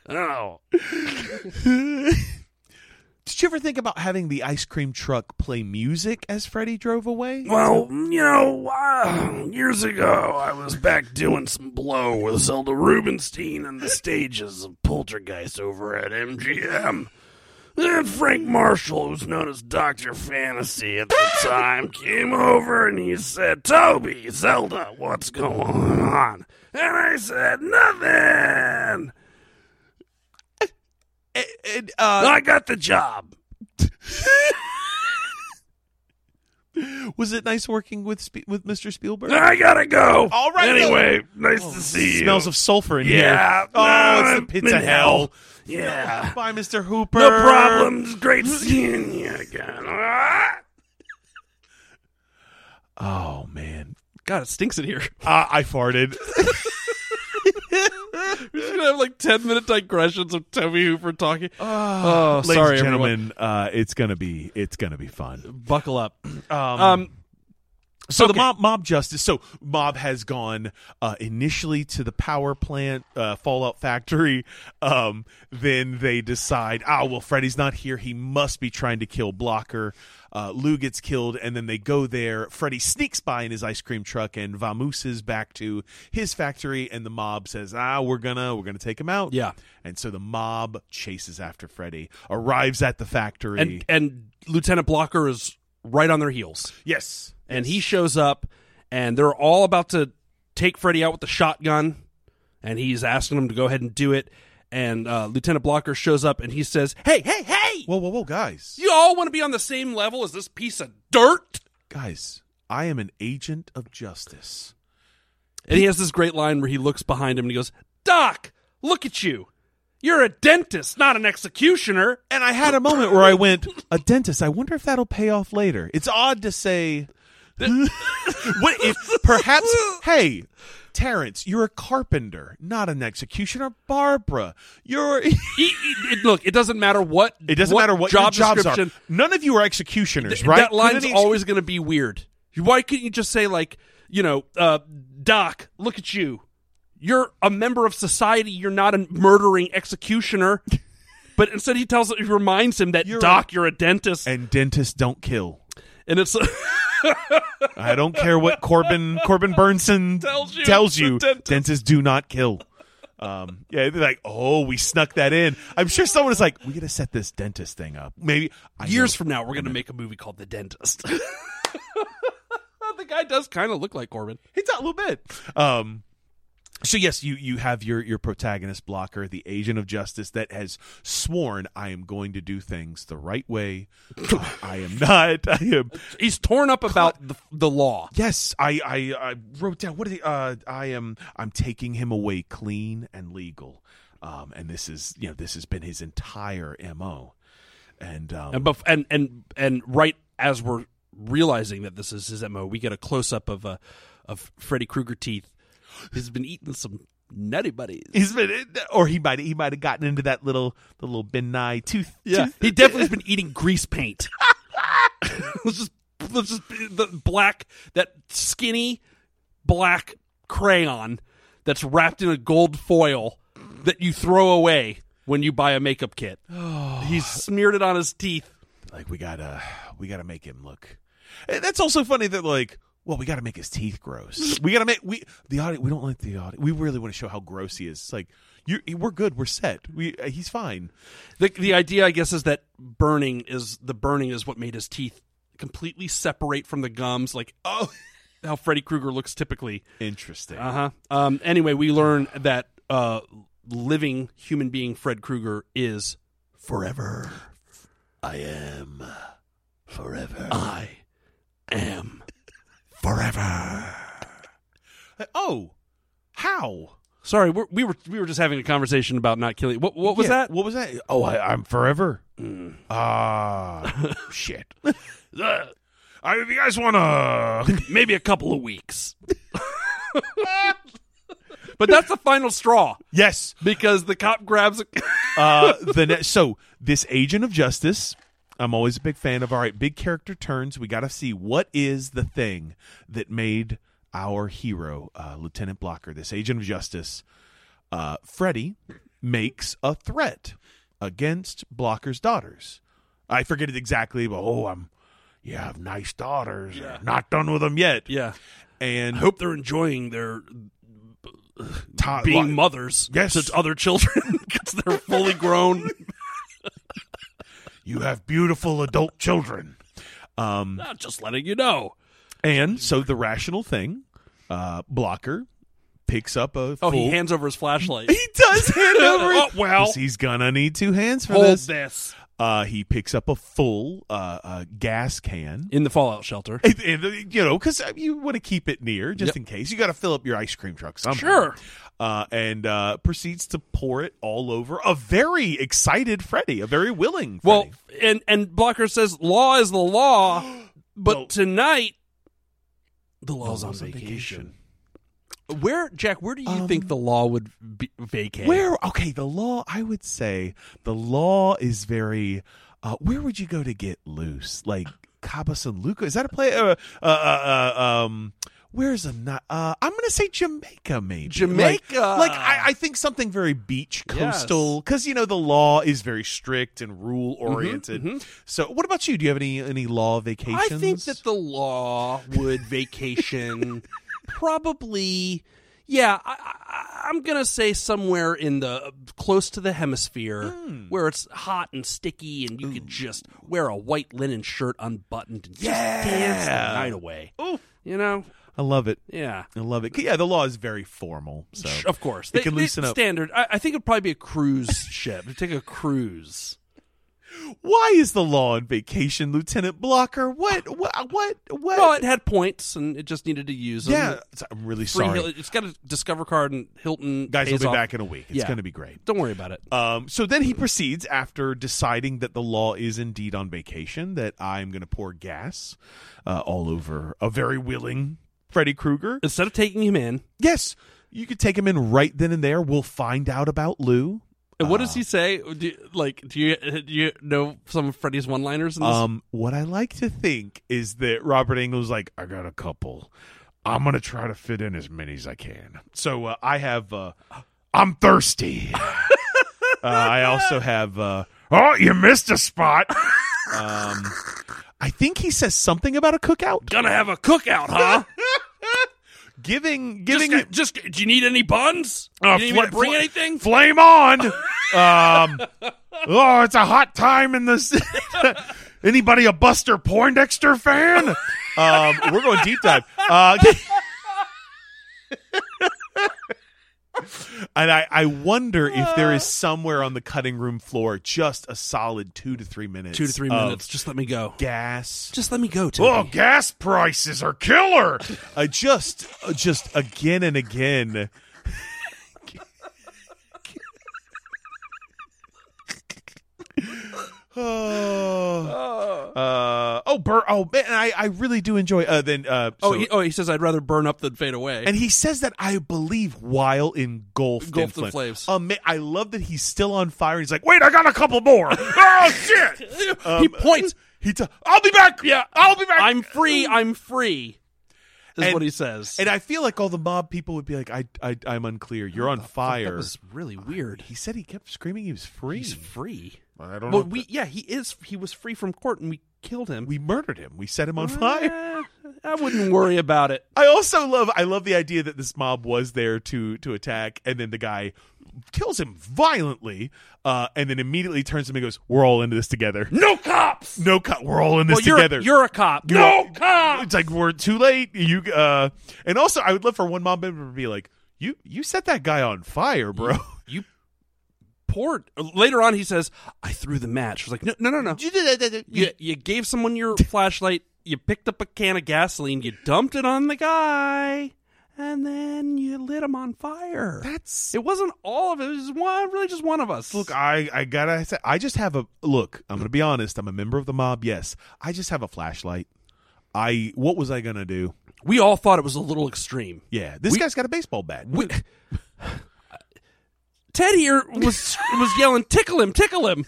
[SPEAKER 1] Uh, oh,
[SPEAKER 3] Did you ever think about having the ice cream truck play music as Freddy drove away?
[SPEAKER 1] well, you know, uh, years ago I was back doing some blow with Zelda Rubinstein and the stages of Poltergeist over at MGM. And Frank Marshall, who's known as Dr. Fantasy at the time, came over and he said, Toby, Zelda, what's going on? And I said, Nothing.
[SPEAKER 3] And, uh,
[SPEAKER 1] I got the job.
[SPEAKER 3] was it nice working with Sp- with Mr. Spielberg?
[SPEAKER 1] I gotta go.
[SPEAKER 3] All right,
[SPEAKER 1] Anyway, nice to see you.
[SPEAKER 3] Smells of sulfur in
[SPEAKER 1] Yeah.
[SPEAKER 3] here. Oh, it's the
[SPEAKER 1] I'm
[SPEAKER 3] pits of
[SPEAKER 1] in
[SPEAKER 3] hell.
[SPEAKER 1] hell. Yeah.
[SPEAKER 3] Bye, Mr. Hooper.
[SPEAKER 1] No problem. It's great seeing you again. Ah!
[SPEAKER 3] Oh man,
[SPEAKER 2] God, it stinks in here.
[SPEAKER 3] uh, I farted.
[SPEAKER 2] We're just gonna have like ten minute digressions of Toby Hooper talking.
[SPEAKER 3] Ah,
[SPEAKER 2] Oh,
[SPEAKER 3] ladies
[SPEAKER 2] sorry,
[SPEAKER 3] and
[SPEAKER 2] everyone.
[SPEAKER 3] gentlemen. Uh, it's gonna be it's gonna be fun.
[SPEAKER 2] Buckle up.
[SPEAKER 3] Um,
[SPEAKER 2] Um,
[SPEAKER 3] so the
[SPEAKER 2] okay.
[SPEAKER 3] mob mob justice. So mob has gone uh, initially to the power plant, uh, Fallout factory. Um, then they decide, oh well, Freddy's not here. He must be trying to kill Blocker. Uh, Lou gets killed, and then they go there. Freddy sneaks by in his ice cream truck, and Vamooses back to his factory. And the mob says, ah, we're gonna we're gonna take him out.
[SPEAKER 2] Yeah.
[SPEAKER 3] And so the mob chases after Freddy, arrives at the factory.
[SPEAKER 2] and and Lieutenant Blocker is right on their heels.
[SPEAKER 3] yes.
[SPEAKER 2] and he shows up, and they're all about to take Freddy out with the shotgun, and he's asking them to go ahead and do it. And uh, Lieutenant Blocker shows up, and he says, "Hey, hey, hey!
[SPEAKER 3] Whoa, whoa, whoa, guys.
[SPEAKER 2] You all want to be on the same level as this piece of dirt?"
[SPEAKER 3] guys, I am an agent of justice.
[SPEAKER 2] And he has this great line where he looks behind him and he goes, "Doc, look at you! You're a dentist, not an executioner."
[SPEAKER 3] And I had a moment where I went, a dentist, I wonder if that'll pay off later. It's odd to say what if perhaps hey, Terrence, you're a carpenter, not an executioner. Barbara, you're
[SPEAKER 2] He, he- it- look, it doesn't matter what
[SPEAKER 3] it doesn't matter what
[SPEAKER 2] job
[SPEAKER 3] your jobs
[SPEAKER 2] description.
[SPEAKER 3] are. None of you are executioners,
[SPEAKER 2] Th-
[SPEAKER 3] right?
[SPEAKER 2] That line's
[SPEAKER 3] None of the-
[SPEAKER 2] always going to be weird. Why couldn't you just say like, you know, uh, Doc, look at you. You're a member of society. You're not a murdering executioner. but instead, he tells, he reminds him that
[SPEAKER 3] You're
[SPEAKER 2] Doc, you're a dentist, and,
[SPEAKER 3] and dentists don't kill.
[SPEAKER 2] it's
[SPEAKER 3] I don't care what Corbin Corbin Burnson
[SPEAKER 2] Tells you,
[SPEAKER 3] you,
[SPEAKER 2] the dentist.
[SPEAKER 3] dentists do not kill. Um, yeah, they're like, oh, we snuck that in. I'm sure someone is like, we gotta set this dentist thing up. Maybe I
[SPEAKER 2] years from now, we're going to make a movie called The Dentist. the guy does kind of look like Corbin.
[SPEAKER 3] It's a little bit. Um, so yes, you you have your your protagonist blocker, the agent of justice that has sworn I am going to do things the right way. I, I am not. I am.
[SPEAKER 2] He's torn up about the, the law.
[SPEAKER 3] Yes, I I, I wrote down what did he, uh I am I'm taking him away clean and legal. Um, and this is you know this has been his entire mo. And um,
[SPEAKER 2] and bef- and and and right as we're realizing that this is his mo, we get a close up of uh, of Freddy Krueger teeth. He's been eating some nutty buddies.
[SPEAKER 3] he's been or he might he might have gotten into that little the little Ben Nye tooth. tooth-
[SPEAKER 2] he definitely has been eating grease paint. let's just let's just the black that skinny black crayon that's wrapped in a gold foil that you throw away when you buy a makeup kit. He's smeared it on his teeth.
[SPEAKER 3] like we gotta we gotta make him look and that's also funny that like well we gotta make his teeth gross we gotta make we the audience we don't like the audience we really want to show how gross he is it's like you we're good we're set we uh, he's fine
[SPEAKER 2] The, the idea, I guess, is that burning is the burning is what made his teeth completely separate from the gums, like
[SPEAKER 3] oh
[SPEAKER 2] how Freddy Krueger looks typically.
[SPEAKER 3] interesting
[SPEAKER 2] Uh huh. Um, anyway, we learn that uh, living human being Fred Krueger is
[SPEAKER 3] forever i am forever
[SPEAKER 2] I am
[SPEAKER 3] forever oh how
[SPEAKER 2] sorry. We're, we were we were just having a conversation about not killing. What what was
[SPEAKER 3] Yeah,
[SPEAKER 2] that?
[SPEAKER 3] what was that oh I, i'm forever ah shit
[SPEAKER 2] Ugh,
[SPEAKER 4] I, if you guys want to.
[SPEAKER 2] maybe a couple of weeks. but that's the final straw
[SPEAKER 3] yes
[SPEAKER 2] because the cop grabs. A-
[SPEAKER 3] uh, the ne- so this agent of justice i'm always a big fan of all right big character turns we gotta see what is the thing that made our hero uh, lieutenant blocker this agent of justice uh, freddy makes a threat against blocker's daughters i forget it exactly but oh i'm you have nice daughters not done with them yet
[SPEAKER 2] yeah.
[SPEAKER 3] and
[SPEAKER 2] I hope they're enjoying their
[SPEAKER 3] Todd-
[SPEAKER 2] being mothers
[SPEAKER 4] Yes.
[SPEAKER 2] to other children because they're fully grown.
[SPEAKER 4] You have beautiful adult children.
[SPEAKER 3] um
[SPEAKER 2] Mm. Not just letting you know.
[SPEAKER 3] and so the rational thing uh blocker picks up a
[SPEAKER 2] Oh,
[SPEAKER 3] full-
[SPEAKER 2] he hands over his flashlight.
[SPEAKER 3] He does hand over
[SPEAKER 2] oh,
[SPEAKER 3] it.
[SPEAKER 2] well,
[SPEAKER 3] 'Cause He's gonna need two hands for
[SPEAKER 2] hold
[SPEAKER 3] this.
[SPEAKER 2] this
[SPEAKER 3] Uh, he picks up a full uh, uh, gas can.
[SPEAKER 2] in the fallout shelter.
[SPEAKER 3] And- and, you know, because you want to keep it near just
[SPEAKER 2] Yep.
[SPEAKER 3] in case. You got to fill up your ice cream truck somehow.
[SPEAKER 2] Sure.
[SPEAKER 3] Uh, and uh, proceeds to pour it all over a very excited Freddy, a very willing
[SPEAKER 2] Well,
[SPEAKER 3] Freddy.
[SPEAKER 2] and and Blocker says law is the law, but
[SPEAKER 3] No.
[SPEAKER 2] tonight the
[SPEAKER 3] Law's
[SPEAKER 2] law's on
[SPEAKER 3] on
[SPEAKER 2] vacation. Where, Jack? Where do you think the law would be vacate?
[SPEAKER 3] Where? Okay, the law, I would say the law is very. Uh, where would you go to get loose? Like Cabo San Luca? Is that a play? Uh, uh, uh, uh, um, where's a not? Uh, I'm going to say Jamaica, maybe.
[SPEAKER 2] Jamaica.
[SPEAKER 3] Like, like I, I think something very beach
[SPEAKER 2] Yes.
[SPEAKER 3] coastal. Because, you know, the law is very strict and rule oriented. So, what about you? Do you have any, any law vacations?
[SPEAKER 2] Mm-hmm, I think that the law would vacation probably. Yeah, I, I, I'm gonna say somewhere in the close to the hemisphere
[SPEAKER 3] Hmm.
[SPEAKER 2] where it's hot and sticky, and you could just wear a white linen shirt unbuttoned and just dance the
[SPEAKER 3] Yeah.
[SPEAKER 2] night away.
[SPEAKER 3] Ooh.
[SPEAKER 2] You know,
[SPEAKER 3] I love it.
[SPEAKER 2] yeah.
[SPEAKER 3] I love it. Yeah, the law is very formal. So
[SPEAKER 2] Sh- Of course,
[SPEAKER 3] It can loosen up.
[SPEAKER 2] Standard. I, I think it'd probably be a cruise ship. It'd take a cruise.
[SPEAKER 3] why is the law on vacation, Lieutenant Blocker? What? What? What? what?
[SPEAKER 2] Well, it had points, and it just needed to use them.
[SPEAKER 3] yeah, it's- I'm really
[SPEAKER 2] Free
[SPEAKER 3] sorry.
[SPEAKER 2] Hil- it's got a Discover card, and Hilton
[SPEAKER 3] Guys, we'll
[SPEAKER 2] pays
[SPEAKER 3] be
[SPEAKER 2] off.
[SPEAKER 3] back in a week. It's
[SPEAKER 2] Yeah.
[SPEAKER 3] going to be great.
[SPEAKER 2] Don't worry about it.
[SPEAKER 3] Um, so then he proceeds after deciding that the law is indeed on vacation, that I'm going to pour gas uh, all over a very willing Freddy Krueger.
[SPEAKER 2] Instead of taking him in,
[SPEAKER 3] Yes, you could take him in right then and there. We'll find out about Lou.
[SPEAKER 2] And what does he say? Do you- like, do you do you know some of Freddy's one-liners in this?
[SPEAKER 3] Um, what I like to think is that Robert Englund's like, I got a couple.
[SPEAKER 4] I'm gonna try to fit in as many as I can.
[SPEAKER 3] So uh, I have, uh,
[SPEAKER 4] I'm thirsty.
[SPEAKER 3] uh, I also have, uh,
[SPEAKER 4] oh, you missed a spot.
[SPEAKER 3] um, I think he says something about a cookout.
[SPEAKER 2] Gonna have a cookout, huh? just,
[SPEAKER 3] Giving, giving,
[SPEAKER 2] got- just do you need any buns?
[SPEAKER 4] Uh,
[SPEAKER 2] you need
[SPEAKER 4] fla-
[SPEAKER 2] me to bring
[SPEAKER 4] fla-
[SPEAKER 2] anything?
[SPEAKER 4] Flame on. Um, oh, it's a hot time in this. Anybody a Buster Poindexter fan?
[SPEAKER 3] Um, we're going deep dive. Uh, and I, I wonder if there is somewhere on the cutting room floor just a solid two to three minutes.
[SPEAKER 2] Two to three
[SPEAKER 3] of
[SPEAKER 2] minutes. Just let me go.
[SPEAKER 3] Gas.
[SPEAKER 2] Just let me go. Timmy.
[SPEAKER 4] Oh, gas prices are killer.
[SPEAKER 3] Uh, just, uh, just again and again. oh,
[SPEAKER 2] Oh.
[SPEAKER 3] uh, oh, Bert. Oh, man, I, I really do enjoy. Uh, then, uh,
[SPEAKER 2] Oh,
[SPEAKER 3] so-
[SPEAKER 2] he, oh, he says I'd rather burn up than fade away.
[SPEAKER 3] And he says that I believe while engulfed,
[SPEAKER 2] Engulfed
[SPEAKER 3] in
[SPEAKER 2] in flames.
[SPEAKER 3] flames. Ama- I love that he's still on fire. He's like, wait,
[SPEAKER 4] Wait, I got a couple more. Oh shit!
[SPEAKER 3] um,
[SPEAKER 2] he points.
[SPEAKER 3] he. T-.
[SPEAKER 4] I'll be back.
[SPEAKER 2] Yeah.
[SPEAKER 4] I'll be back.
[SPEAKER 2] I'm free. I'm free. Is
[SPEAKER 3] And-
[SPEAKER 2] what he says.
[SPEAKER 3] And I feel like all the mob people would be like, I, I, I'm unclear. You're on
[SPEAKER 2] that
[SPEAKER 3] fire.
[SPEAKER 2] was really weird.
[SPEAKER 3] He said he kept screaming he was free.
[SPEAKER 2] He's free.
[SPEAKER 4] I don't know.
[SPEAKER 2] But we, yeah, he is. He was free from court, and we killed him.
[SPEAKER 3] we murdered him. We set him on fire.
[SPEAKER 2] Eh, I wouldn't worry about it.
[SPEAKER 3] I also love I love the idea that this mob was there to to attack, and then the guy kills him violently, uh, and then immediately turns to him and goes, "We're all into this together.
[SPEAKER 4] No cops.
[SPEAKER 3] No cut. We're all in this
[SPEAKER 2] well, you're,
[SPEAKER 3] together.
[SPEAKER 2] You're a cop.
[SPEAKER 4] No cops.
[SPEAKER 3] It's like we're too late. You uh and also I would love for one mom member to be like, You you set that guy on fire, bro.
[SPEAKER 2] you poured. Later on, he says, "I threw the match." I was like, "No, no, no, no. You, you gave someone your flashlight. You picked up a can of gasoline. You dumped it on the guy, and then you lit him on fire."
[SPEAKER 3] That's
[SPEAKER 2] it wasn't all of it. It was one, really just one of us.
[SPEAKER 3] look, I, I gotta say I just have a look, I'm gonna be honest, I'm a member of the mob, yes. I just have a flashlight. I what was I gonna do?
[SPEAKER 2] we all thought it was a little extreme.
[SPEAKER 3] Yeah, this guy's got a baseball bat.
[SPEAKER 2] We, Ted here was was yelling, "Tickle him! Tickle him!"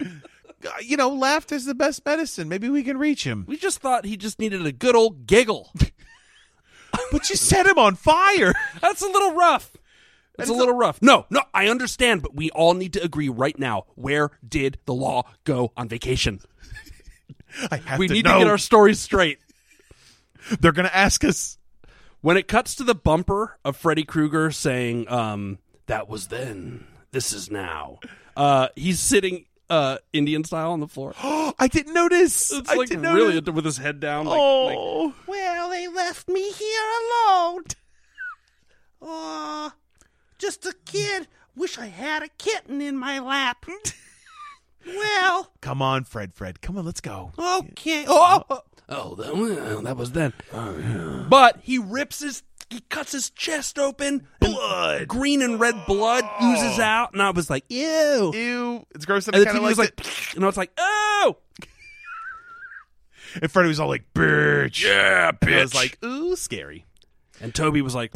[SPEAKER 3] Uh, you know, laughter is the best medicine. Maybe we can reach him.
[SPEAKER 2] We just thought he just needed a good old giggle.
[SPEAKER 3] But you set him on fire.
[SPEAKER 2] That's a little rough. It's
[SPEAKER 3] That's
[SPEAKER 2] a
[SPEAKER 3] a-
[SPEAKER 2] little rough. No, no, I understand, but we all need to agree right now. Where did the law go on vacation?
[SPEAKER 3] I have
[SPEAKER 2] We
[SPEAKER 3] to
[SPEAKER 2] need
[SPEAKER 3] know.
[SPEAKER 2] to get our stories straight.
[SPEAKER 3] They're gonna ask us.
[SPEAKER 2] When it cuts to the bumper of Freddy Krueger saying, um, that was then, this is now, uh, he's sitting uh, Indian style on the floor.
[SPEAKER 3] I didn't notice.
[SPEAKER 2] It's
[SPEAKER 3] I
[SPEAKER 2] like
[SPEAKER 3] didn't
[SPEAKER 2] really
[SPEAKER 3] notice.
[SPEAKER 2] with his head down. Like, like-
[SPEAKER 3] oh. well, they left me here alone.
[SPEAKER 5] Aw, just a kid. Wish I had a kitten in my lap. well,
[SPEAKER 3] Come on, Fred. Fred, come on. Let's go.
[SPEAKER 5] okay. Oh,
[SPEAKER 2] Oh, that, well, that was then. But he rips his, he cuts his chest open. Blood. Green and red blood oozes out. And I was like, ew.
[SPEAKER 3] Ew, it's gross. And,
[SPEAKER 2] And
[SPEAKER 3] I
[SPEAKER 2] the TV
[SPEAKER 3] kind of
[SPEAKER 2] was
[SPEAKER 3] like.
[SPEAKER 2] like, and I was like, oh.
[SPEAKER 3] it. And Freddy was all like, "Bitch."
[SPEAKER 4] yeah,
[SPEAKER 3] And I
[SPEAKER 4] bitch.
[SPEAKER 3] was like, "Ooh, scary."
[SPEAKER 2] And Toby was like,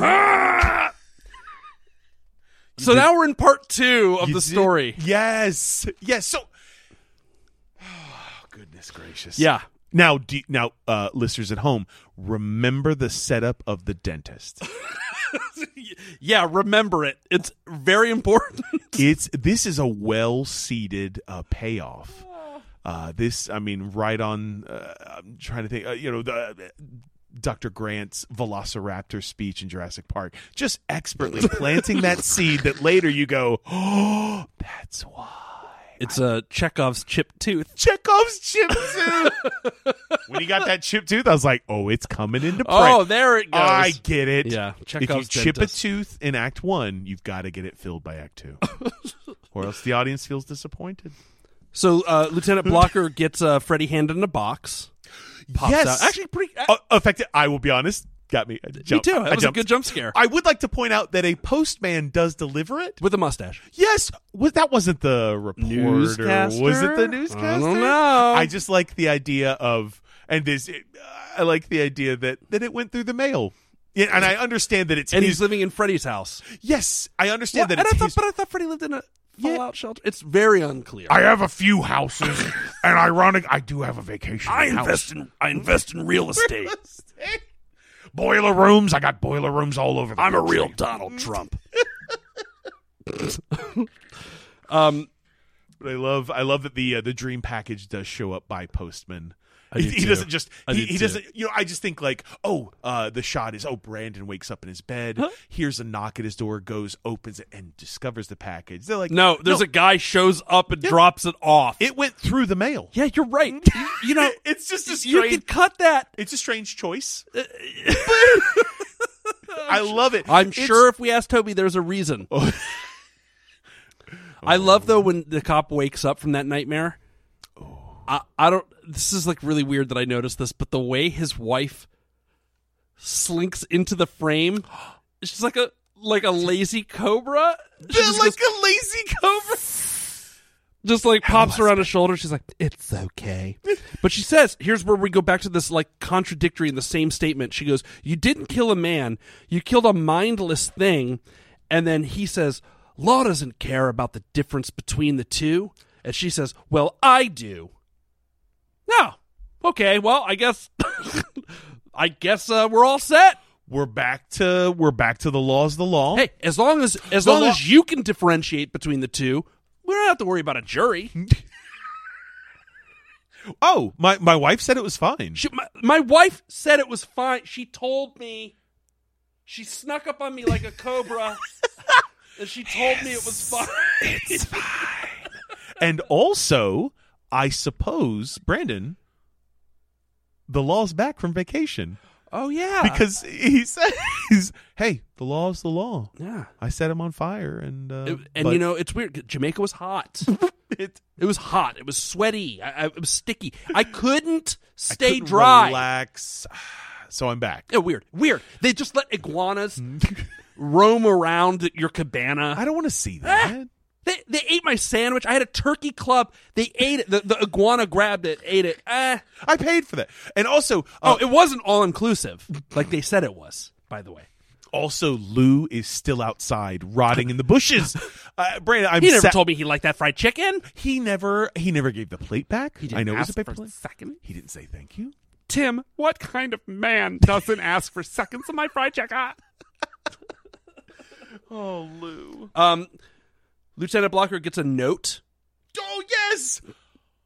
[SPEAKER 4] ah!
[SPEAKER 2] so now we're in part two of
[SPEAKER 3] You
[SPEAKER 2] the
[SPEAKER 3] did-
[SPEAKER 2] story.
[SPEAKER 3] Yes, yes. So, oh, goodness gracious.
[SPEAKER 2] Yeah.
[SPEAKER 3] Now, do, now, uh, listeners at home, remember the setup of the dentist.
[SPEAKER 2] Yeah, remember it. It's very important.
[SPEAKER 3] it's this is a well seeded uh, payoff. Uh, this, I mean, right on. Uh, I'm trying to think. Uh, you know, the Dr. Grant's Velociraptor speech in Jurassic Park, just expertly planting that seed that later you go, oh, that's why.
[SPEAKER 2] It's a Chekhov's chipped tooth.
[SPEAKER 3] Chekhov's chip tooth. when he got that chip tooth, I was like, oh, it's coming into play.
[SPEAKER 2] Oh, there it goes.
[SPEAKER 3] I get it.
[SPEAKER 2] Yeah,
[SPEAKER 3] if you
[SPEAKER 2] Chekhov's
[SPEAKER 3] chip
[SPEAKER 2] dentist.
[SPEAKER 3] a tooth in Act One, you've got to get it filled by Act Two, or else the audience feels disappointed.
[SPEAKER 2] So uh, Lieutenant
[SPEAKER 3] Hmm?
[SPEAKER 2] Blocker gets uh, Freddy handed in a box. Pops
[SPEAKER 3] Yes.
[SPEAKER 2] out. actually, pretty. uh,
[SPEAKER 3] Uh, effective. I will be honest. Got me. I
[SPEAKER 2] me
[SPEAKER 3] jumped.
[SPEAKER 2] too. That
[SPEAKER 3] I
[SPEAKER 2] was a
[SPEAKER 3] jumped.
[SPEAKER 2] good jump scare
[SPEAKER 3] I would like to point out that a postman does deliver it.
[SPEAKER 2] with a mustache.
[SPEAKER 3] Yes, was that wasn't the reporter? Was it
[SPEAKER 2] Newscaster?
[SPEAKER 3] the newscaster?
[SPEAKER 2] I don't know.
[SPEAKER 3] I just like the idea of, and this, I like the idea that that it went through the mail. Yeah, and I understand that it's
[SPEAKER 2] and he's
[SPEAKER 3] his.
[SPEAKER 2] living in Freddy's house.
[SPEAKER 3] yes, I
[SPEAKER 2] Well,
[SPEAKER 3] understand
[SPEAKER 2] and
[SPEAKER 3] that
[SPEAKER 2] I
[SPEAKER 3] it's
[SPEAKER 2] thought,
[SPEAKER 3] his.
[SPEAKER 2] but I thought Freddy lived in a fallout shelter. It's very unclear.
[SPEAKER 4] I have a few houses, and ironic, I do have a vacation.
[SPEAKER 1] I
[SPEAKER 4] house.
[SPEAKER 1] invest in I invest in real estate.
[SPEAKER 4] boiler rooms. I got boiler rooms all over. The
[SPEAKER 1] I'm a
[SPEAKER 4] country.
[SPEAKER 1] real Donald Trump.
[SPEAKER 2] Um,
[SPEAKER 3] But I love, I love that the uh, the dream package does show up by postman.
[SPEAKER 2] I
[SPEAKER 3] he,
[SPEAKER 2] do
[SPEAKER 3] he
[SPEAKER 2] too.
[SPEAKER 3] doesn't just
[SPEAKER 2] I
[SPEAKER 3] he,
[SPEAKER 2] do
[SPEAKER 3] he
[SPEAKER 2] too.
[SPEAKER 3] doesn't you know i just think like oh uh the shot is oh brandon wakes up in his bed hears a knock at his door goes opens it and discovers the package they're like
[SPEAKER 2] no, there's a guy shows up and drops it off.
[SPEAKER 3] it went through the mail
[SPEAKER 2] yeah, you're right. You, you know,
[SPEAKER 3] it's just a
[SPEAKER 2] you
[SPEAKER 3] strange
[SPEAKER 2] can cut that.
[SPEAKER 3] it's a strange choice i love it
[SPEAKER 2] I'm
[SPEAKER 3] It's- Oh.
[SPEAKER 2] sure if we ask Toby, there's a reason. I love though when the cop wakes up from that nightmare.
[SPEAKER 3] Oh.
[SPEAKER 2] I, I don't. This is like really weird that I noticed this, but the way his wife slinks into the frame, she's like a like a lazy cobra. She
[SPEAKER 3] They're
[SPEAKER 2] just
[SPEAKER 3] like
[SPEAKER 2] goes-
[SPEAKER 3] a lazy cobra
[SPEAKER 2] just like pops around his shoulder. She's like, "It's okay," but she says, "Here's where we go back to this like contradictory in the same statement." She goes, "You didn't kill a man. You killed a mindless thing," and then he says, "Law doesn't care about the difference between the two. and she says, "Well, I do." No, okay. Well, I guess, I guess uh, we're all set.
[SPEAKER 3] we're back to we're back to the laws of the law
[SPEAKER 2] Hey, as long as as
[SPEAKER 3] The
[SPEAKER 2] long
[SPEAKER 3] law-
[SPEAKER 2] as you can differentiate between the two, we don't have to worry about a jury.
[SPEAKER 3] oh my my wife said it was fine
[SPEAKER 2] She, my, my wife said it was fine. She told me. She snuck up on me like a cobra. and she told me it was fine.
[SPEAKER 3] and also i suppose brandon the law's back from vacation
[SPEAKER 2] Oh, yeah.
[SPEAKER 3] because he says, "Hey, the law's the law.
[SPEAKER 2] Yeah.
[SPEAKER 3] I set him on fire, and uh,
[SPEAKER 2] It- and
[SPEAKER 3] but
[SPEAKER 2] you know it's weird. 'cause Jamaica was hot.
[SPEAKER 3] it,
[SPEAKER 2] It was hot. It was sweaty. I, I, it was sticky. I couldn't
[SPEAKER 3] I
[SPEAKER 2] stay
[SPEAKER 3] couldn't
[SPEAKER 2] dry.
[SPEAKER 3] Relax. So I'm back.
[SPEAKER 2] Yeah, weird. Weird. They just let iguanas roam around your
[SPEAKER 3] I
[SPEAKER 2] cabana.
[SPEAKER 3] don't want to see
[SPEAKER 2] Ah.
[SPEAKER 3] that.
[SPEAKER 2] They, they ate my sandwich. I had a turkey club. They ate it. The, the iguana grabbed it, ate it. Ah.
[SPEAKER 3] I paid for that, and also,
[SPEAKER 2] Oh,
[SPEAKER 3] uh,
[SPEAKER 2] it wasn't all inclusive, like they said it was. By the way,
[SPEAKER 3] also Lou is still outside, rotting in the bushes. Uh, Brandon, I'm
[SPEAKER 2] he never
[SPEAKER 3] sa-
[SPEAKER 2] told me he liked that fried chicken.
[SPEAKER 3] he never he never gave the plate back. I know it was a paper plate.
[SPEAKER 2] second.
[SPEAKER 3] He didn't say thank you.
[SPEAKER 6] Tim, what kind of man doesn't ask for seconds of my fried chicken?
[SPEAKER 2] Um, Lieutenant Blocker gets a note
[SPEAKER 3] Oh yes,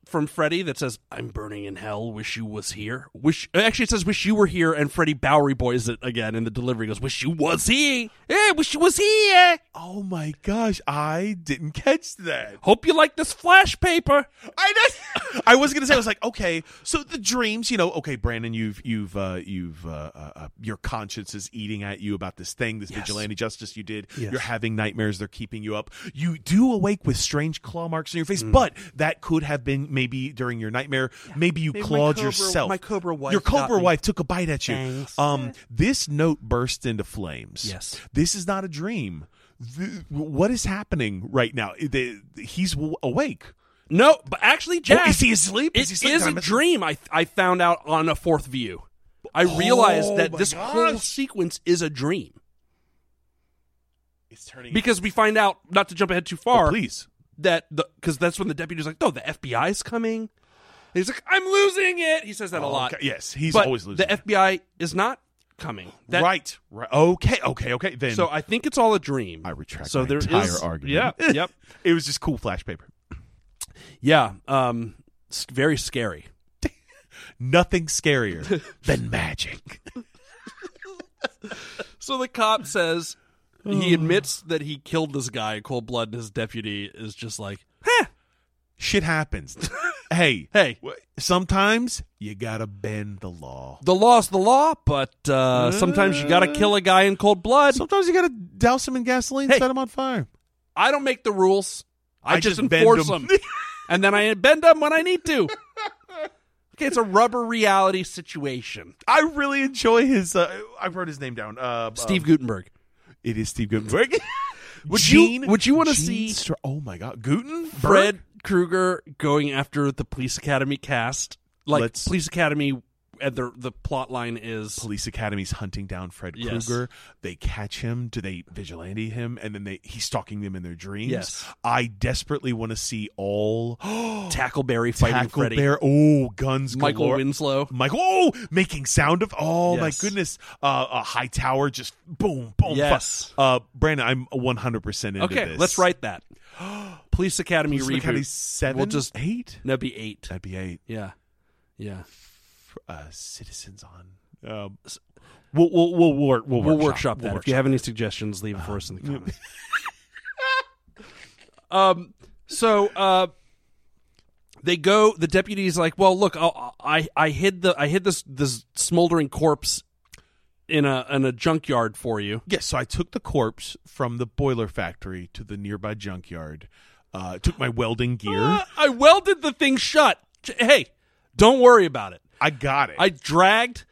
[SPEAKER 2] from Freddy that says, "I'm burning in hell. Wish you was here. Wish uh, actually it says, wish you were here." And Freddy Bowery boys it again in the delivery. Goes, "Wish you was here. Hey, wish you was here.
[SPEAKER 3] oh my gosh, I didn't catch that.
[SPEAKER 2] Hope you like this flash paper."
[SPEAKER 3] I know. I was gonna say I was like, okay, so the dreams, you know, okay, Brandon, you've you've uh, you've uh, uh, uh, your conscience is eating at you about this thing, this vigilante justice you did. You're having nightmares; they're keeping you up. You do awake with strange claw marks on your
[SPEAKER 2] Mm.
[SPEAKER 3] face, but that could have been maybe during your nightmare. Maybe you
[SPEAKER 2] Maybe my
[SPEAKER 3] clawed
[SPEAKER 2] cobra-
[SPEAKER 3] yourself.
[SPEAKER 2] my cobra wife
[SPEAKER 3] your cobra
[SPEAKER 2] got me.
[SPEAKER 3] wife, took a bite at you.
[SPEAKER 2] Thanks.
[SPEAKER 3] Um, this note burst into flames.
[SPEAKER 2] Yes.
[SPEAKER 3] this is not a dream. Th- what is happening right now? The- he's w- awake.
[SPEAKER 2] No, but actually, Jack,
[SPEAKER 3] Oh, is he asleep?
[SPEAKER 2] It
[SPEAKER 3] Is he
[SPEAKER 2] is
[SPEAKER 3] asleep? Did I
[SPEAKER 2] a
[SPEAKER 3] miss-
[SPEAKER 2] dream. I I found out on a fourth view. I realized that
[SPEAKER 3] Oh my
[SPEAKER 2] this whole
[SPEAKER 3] gosh.
[SPEAKER 2] sequence is a dream
[SPEAKER 3] It's turning.
[SPEAKER 2] because we find out not to jump ahead too
[SPEAKER 3] Oh,
[SPEAKER 2] far
[SPEAKER 3] please.
[SPEAKER 2] that the because that's when the deputy's like, "No, the FBI's coming." And he's like, "I'm losing it." He says that a lot.
[SPEAKER 3] Oh, Okay, Yes, he's
[SPEAKER 2] but
[SPEAKER 3] always losing.
[SPEAKER 2] The FBI is not coming. That-
[SPEAKER 3] right. Right. Okay. Okay. Okay. Then
[SPEAKER 2] So I think it's all a dream.
[SPEAKER 3] I retract
[SPEAKER 2] So
[SPEAKER 3] my
[SPEAKER 2] there is
[SPEAKER 3] entire argument.
[SPEAKER 2] Yeah. Yep.
[SPEAKER 3] it was just cool flash paper.
[SPEAKER 2] Yeah. Um. s- Very scary.
[SPEAKER 3] Nothing scarier than magic.
[SPEAKER 2] So the cop says he admits that he killed this guy in cold blood, and his deputy is just like,
[SPEAKER 3] Shit happens. Hey,
[SPEAKER 2] "Hey,
[SPEAKER 3] wh- sometimes you gotta bend the law.
[SPEAKER 2] the law's the law, but uh, sometimes you gotta kill a guy in cold blood.
[SPEAKER 3] Sometimes you gotta douse them in gasoline,
[SPEAKER 2] Hey.
[SPEAKER 3] set them on fire.
[SPEAKER 2] I don't make the rules. I,
[SPEAKER 3] I
[SPEAKER 2] just,
[SPEAKER 3] just bend
[SPEAKER 2] enforce them,
[SPEAKER 3] 'em.
[SPEAKER 2] and then I bend them when I need to." Okay, it's a rubber reality situation.
[SPEAKER 3] I really enjoy his. Uh, I wrote his name down. Uh, um,
[SPEAKER 2] Steve Gutenberg.
[SPEAKER 3] It is Steve Gutenberg.
[SPEAKER 2] Would you- would you wanna
[SPEAKER 3] Gene
[SPEAKER 2] see-
[SPEAKER 3] Stra- oh my God, Guten
[SPEAKER 2] Fred Krueger going after the Police Academy cast. Like
[SPEAKER 3] Let's-
[SPEAKER 2] Police Academy, and the the plot line is
[SPEAKER 3] Police Academy's hunting down Fred
[SPEAKER 2] Yes.
[SPEAKER 3] Krueger. They catch him. Do they vigilante him? And then they he's stalking them in their dreams.
[SPEAKER 2] Yes.
[SPEAKER 3] I desperately want to see all
[SPEAKER 2] Tackleberry fighting
[SPEAKER 3] Tackle
[SPEAKER 2] Freddy.
[SPEAKER 3] Bear. Oh, guns
[SPEAKER 2] Michael
[SPEAKER 3] galore.
[SPEAKER 2] Winslow.
[SPEAKER 3] Michael, oh, making sound of, oh my
[SPEAKER 2] Yes.
[SPEAKER 3] goodness, uh, a high tower just boom, boom. fu-
[SPEAKER 2] Yes.
[SPEAKER 3] uh, Brandon, I'm 100 percent into
[SPEAKER 2] Okay,
[SPEAKER 3] this.
[SPEAKER 2] let's write that. Police Academy
[SPEAKER 3] Police
[SPEAKER 2] reboot.
[SPEAKER 3] Academy seven,
[SPEAKER 2] We'll just
[SPEAKER 3] eight.
[SPEAKER 2] that'd be eight.
[SPEAKER 3] That'd be eight.
[SPEAKER 2] Yeah, yeah.
[SPEAKER 3] Uh, citizens on. Um, we'll we'll we'll, wor- we'll,
[SPEAKER 2] We'll workshop
[SPEAKER 3] workshop
[SPEAKER 2] Uh, that. if you have any suggestions, leave it for us in the comments. um. So, uh, they go. The deputy's like, "Well, look, I'll- I I hid the I hid this this smoldering corpse in a in a junkyard for you."
[SPEAKER 3] Yes, so I took the corpse from the boiler factory to the nearby junkyard. Uh, took my welding gear.
[SPEAKER 2] Uh, I welded the thing shut. J- Hey, don't worry about it.
[SPEAKER 3] I got it.
[SPEAKER 2] I dragged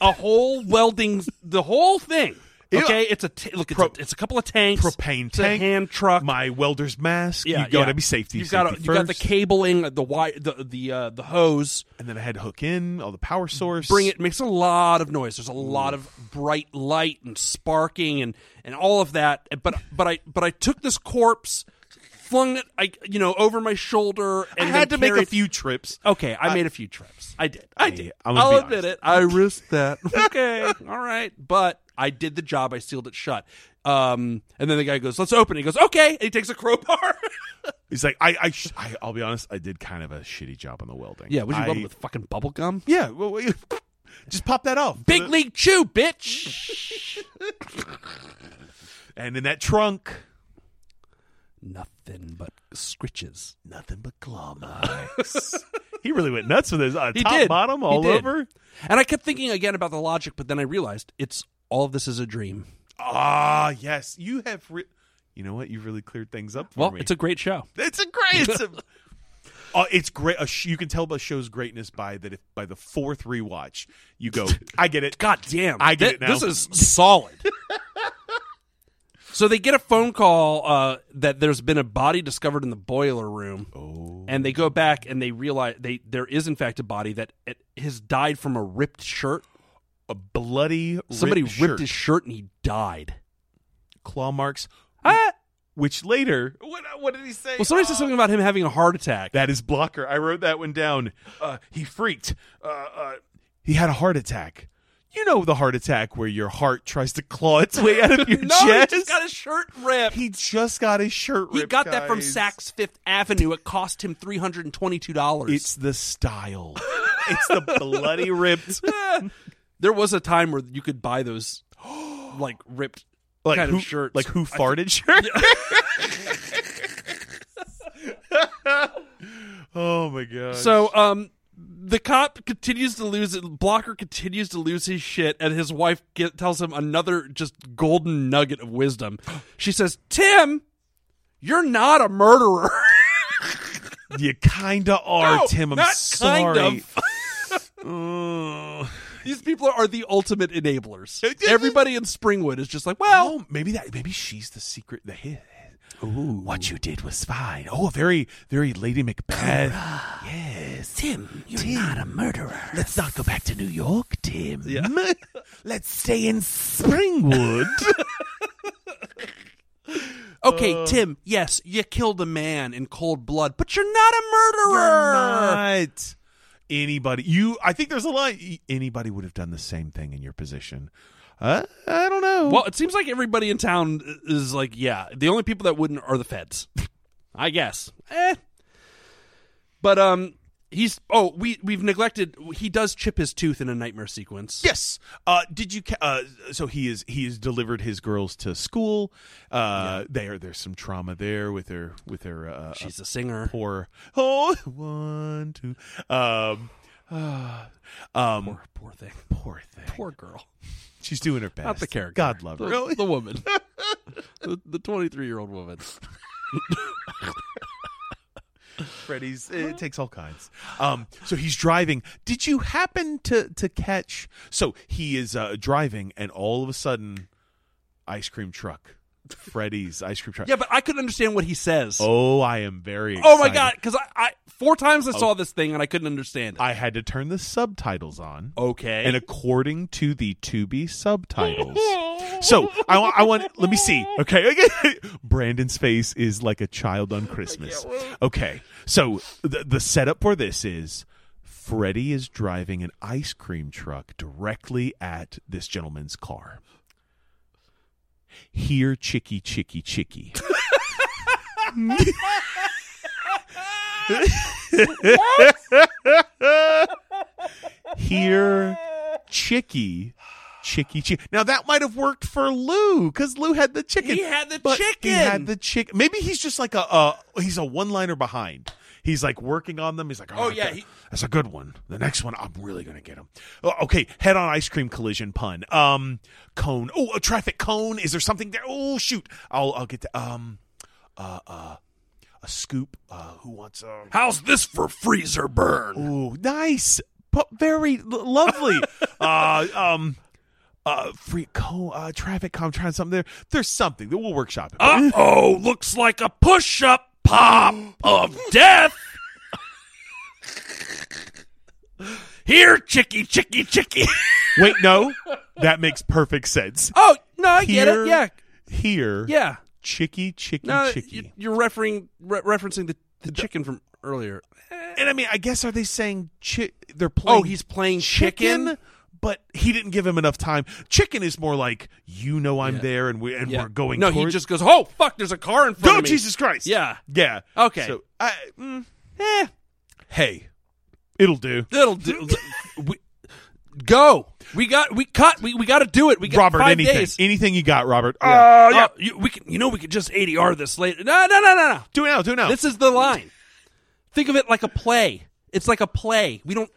[SPEAKER 2] a whole welding the whole thing.
[SPEAKER 3] Ew.
[SPEAKER 2] Okay, it's a t- look. It's,
[SPEAKER 3] Pro-
[SPEAKER 2] a, it's a couple of tanks,
[SPEAKER 3] propane
[SPEAKER 2] it's
[SPEAKER 3] tank,
[SPEAKER 2] a hand truck.
[SPEAKER 3] my welder's mask.
[SPEAKER 2] yeah,
[SPEAKER 3] you got to
[SPEAKER 2] yeah.
[SPEAKER 3] be safety.
[SPEAKER 2] You've got
[SPEAKER 3] safety
[SPEAKER 2] you got the
[SPEAKER 3] first.
[SPEAKER 2] cabling, the wire, the the uh, the hose.
[SPEAKER 3] and then I had to hook in all the power source.
[SPEAKER 2] Bring it makes a lot of noise. There's a lot of bright light and sparking and and all of that. But but I but I took this corpse, flung it, I you know over my shoulder.
[SPEAKER 3] I
[SPEAKER 2] And
[SPEAKER 3] had to
[SPEAKER 2] then Oh.
[SPEAKER 3] make a
[SPEAKER 2] carried-
[SPEAKER 3] few trips.
[SPEAKER 2] Okay, I, made a few trips. I did. I did.
[SPEAKER 3] I'm gonna
[SPEAKER 2] I'll
[SPEAKER 3] be
[SPEAKER 2] admit it. I risked that. okay. All right. But I did the job. I sealed it shut. Um, and then the guy goes, "Let's open." it." He goes, "Okay." And he takes a crowbar.
[SPEAKER 3] It's like I, I, sh- I I'll be honest. I did kind of a shitty job on the welding.
[SPEAKER 2] yeah, was you
[SPEAKER 3] I-
[SPEAKER 2] welded with fucking bubble gum?
[SPEAKER 3] Yeah, well, well, just pop that off.
[SPEAKER 2] Big league chew, bitch.
[SPEAKER 3] and in that trunk,
[SPEAKER 2] Nothing but scritches.
[SPEAKER 3] nothing but climax. he really went nuts with his uh,
[SPEAKER 2] He
[SPEAKER 3] top
[SPEAKER 2] did.
[SPEAKER 3] bottom
[SPEAKER 2] He
[SPEAKER 3] all
[SPEAKER 2] did.
[SPEAKER 3] over.
[SPEAKER 2] And I kept thinking again about the logic, but then I realized it's all of this is a dream.
[SPEAKER 3] Ah, yes, you have. Re- you know what? You really cleared things up for
[SPEAKER 2] well,
[SPEAKER 3] me.
[SPEAKER 2] it's a great show.
[SPEAKER 3] It's a great. It's, a, Uh, it's great. A sh- you can tell a show's greatness by that. If by the fourth rewatch, you go, I get it.
[SPEAKER 2] God damn.
[SPEAKER 3] I get
[SPEAKER 2] Thi-
[SPEAKER 3] it now.
[SPEAKER 2] This is solid. so they get a phone call uh, that there's been a body discovered in the boiler room.
[SPEAKER 3] Oh.
[SPEAKER 2] And they go back and they realize they there is in fact a body that it, has died from a ripped shirt.
[SPEAKER 3] A bloody
[SPEAKER 2] Somebody ripped,
[SPEAKER 3] ripped, shirt,
[SPEAKER 2] his shirt and he died.
[SPEAKER 3] claw marks.
[SPEAKER 2] Ah!
[SPEAKER 3] Which later, what, what did he say?
[SPEAKER 2] Well, somebody said
[SPEAKER 3] Uh,
[SPEAKER 2] something about him having a heart attack.
[SPEAKER 3] That is blocker. I wrote that one down. Uh, he freaked. Uh, uh, he had a heart attack. You know the heart attack where your heart tries to claw its way out of your
[SPEAKER 2] no,
[SPEAKER 3] chest.
[SPEAKER 2] he just got his shirt ripped. He,
[SPEAKER 3] He just got his shirt ripped.
[SPEAKER 2] got that from
[SPEAKER 3] guys.
[SPEAKER 2] Saks Fifth Avenue. It cost him three hundred and twenty-two dollars.
[SPEAKER 3] It's the style. it's the bloody ripped.
[SPEAKER 2] there was a time where you could buy those like ripped
[SPEAKER 3] Like
[SPEAKER 2] kind
[SPEAKER 3] who,
[SPEAKER 2] of shirts.
[SPEAKER 3] Like who farted shirt? oh my god.
[SPEAKER 2] so um the cop continues to lose blocker continues to lose his shit and his wife get, tells him another just golden nugget of wisdom she says tim you're not a murderer
[SPEAKER 3] you kinda are,
[SPEAKER 2] No,
[SPEAKER 3] Tim. I'm
[SPEAKER 2] not
[SPEAKER 3] sorry.
[SPEAKER 2] kind of.
[SPEAKER 3] Mm.
[SPEAKER 2] these people are the ultimate enablers
[SPEAKER 3] It- it-
[SPEAKER 2] everybody in springwood is just like well
[SPEAKER 3] Oh, maybe that. Maybe she's the secret. The hit. What you did was fine. Oh, a very, very Lady Macbeth. Yes, Tim. You're not a murderer. Let's not go back to New York, Tim.
[SPEAKER 2] Yeah.
[SPEAKER 3] Let's stay in Springwood.
[SPEAKER 2] okay
[SPEAKER 3] uh,
[SPEAKER 2] tim yes you killed a man in cold blood but you're not a murderer
[SPEAKER 3] not anybody. You. I think there's a lot. Anybody would have done the same thing in your position. Uh, I don't know.
[SPEAKER 2] Well, it seems like everybody in town is like, yeah. The only people that wouldn't are the feds, I guess. Eh. But um, He's oh we we've neglected. He does chip his tooth in a nightmare sequence.
[SPEAKER 3] Yes. Uh, did you? Ca- uh, so he is he has delivered his girls to school. Uh, There, there's some trauma there with their with their uh,
[SPEAKER 2] she's a singer.
[SPEAKER 3] poor. Oh, one, two. Um, ah, um,
[SPEAKER 2] Poor, poor thing.
[SPEAKER 3] poor thing.
[SPEAKER 2] Poor girl.
[SPEAKER 3] She's doing her best.
[SPEAKER 2] Not the character.
[SPEAKER 3] God love her. Oh,
[SPEAKER 2] The, the woman. the, the 23 year old woman.
[SPEAKER 3] Freddy's. It takes all kinds. Um, so he's driving. Did you happen to to catch? So he is uh, driving, and all of a sudden, ice cream truck. Freddy's ice cream truck.
[SPEAKER 2] Yeah, but I couldn't understand what he says.
[SPEAKER 3] Oh, I am very.
[SPEAKER 2] Oh my
[SPEAKER 3] excited. Oh.
[SPEAKER 2] god! Because I, I four times I saw this thing and I couldn't understand it.
[SPEAKER 3] I had to turn the subtitles on.
[SPEAKER 2] okay.
[SPEAKER 3] And according to the to be subtitles. so I, wa- I want, let me see. Okay. okay. Brandon's face is like a child on Christmas. Okay. So the, the setup for this is Freddy is driving an ice cream truck directly at this gentleman's car. Here, chicky, chicky, chicky. Here, chicky, chicky, chicky. Now that might have worked for Lou because Lou had the chicken.
[SPEAKER 2] He had the
[SPEAKER 3] but He
[SPEAKER 2] chicken!
[SPEAKER 3] had the chick. Maybe he's just like a uh, he's a one liner behind. He's like working on them. He's like, oh,
[SPEAKER 2] Oh, yeah,
[SPEAKER 3] okay,
[SPEAKER 2] he-
[SPEAKER 3] that's a good one. The next one, I'm really gonna get him. Oh, okay, head on ice cream collision pun. Um, cone. Oh, a traffic cone. Is there something there? Oh shoot, I'll I'll get to um, uh, uh, a scoop. Uh, who wants a?
[SPEAKER 2] How's this for freezer burn?
[SPEAKER 3] Ooh, nice. But very l- lovely. uh, um, uh, free co- uh, traffic com, trying something there. There's something that we'll workshop. It.
[SPEAKER 2] Uh oh! Looks like a push-up pop of death. Here, chicky, chicky, chicky.
[SPEAKER 3] Wait, no, that makes perfect sense.
[SPEAKER 2] Oh no, I get
[SPEAKER 3] Here-
[SPEAKER 2] it. Yeah,
[SPEAKER 3] Here,
[SPEAKER 2] yeah.
[SPEAKER 3] chicky, chicky,
[SPEAKER 2] No,
[SPEAKER 3] chicky.
[SPEAKER 2] you- you're referring re- referencing the, the chicken from earlier.
[SPEAKER 3] and I mean, I guess are they saying chi- they're playing?
[SPEAKER 2] eh. Oh, he's playing
[SPEAKER 3] chicken.
[SPEAKER 2] chicken.
[SPEAKER 3] But he didn't give him enough time. Chicken is more like you know I'm there and we and
[SPEAKER 2] Yeah.
[SPEAKER 3] we're going.
[SPEAKER 2] No, he
[SPEAKER 3] toward-
[SPEAKER 2] just goes, "Oh fuck! There's a car in front
[SPEAKER 3] Oh
[SPEAKER 2] of me."
[SPEAKER 3] Jesus Christ!
[SPEAKER 2] Yeah.
[SPEAKER 3] yeah.
[SPEAKER 2] Okay.
[SPEAKER 3] So I, mm,
[SPEAKER 2] Eh,
[SPEAKER 3] hey, it'll do.
[SPEAKER 2] it'll do. we, go. We got. We cut. We, we got to do it. We got
[SPEAKER 3] Robert,
[SPEAKER 2] five
[SPEAKER 3] anything,
[SPEAKER 2] days.
[SPEAKER 3] anything you got, Robert?
[SPEAKER 2] Oh,
[SPEAKER 3] Uh, yeah.
[SPEAKER 2] you, we can, you know, we could just ADR this later. No, no, no, no, no.
[SPEAKER 3] do it now, do it now.
[SPEAKER 2] This is the line. Think of it like a play. It's like a play. We don't.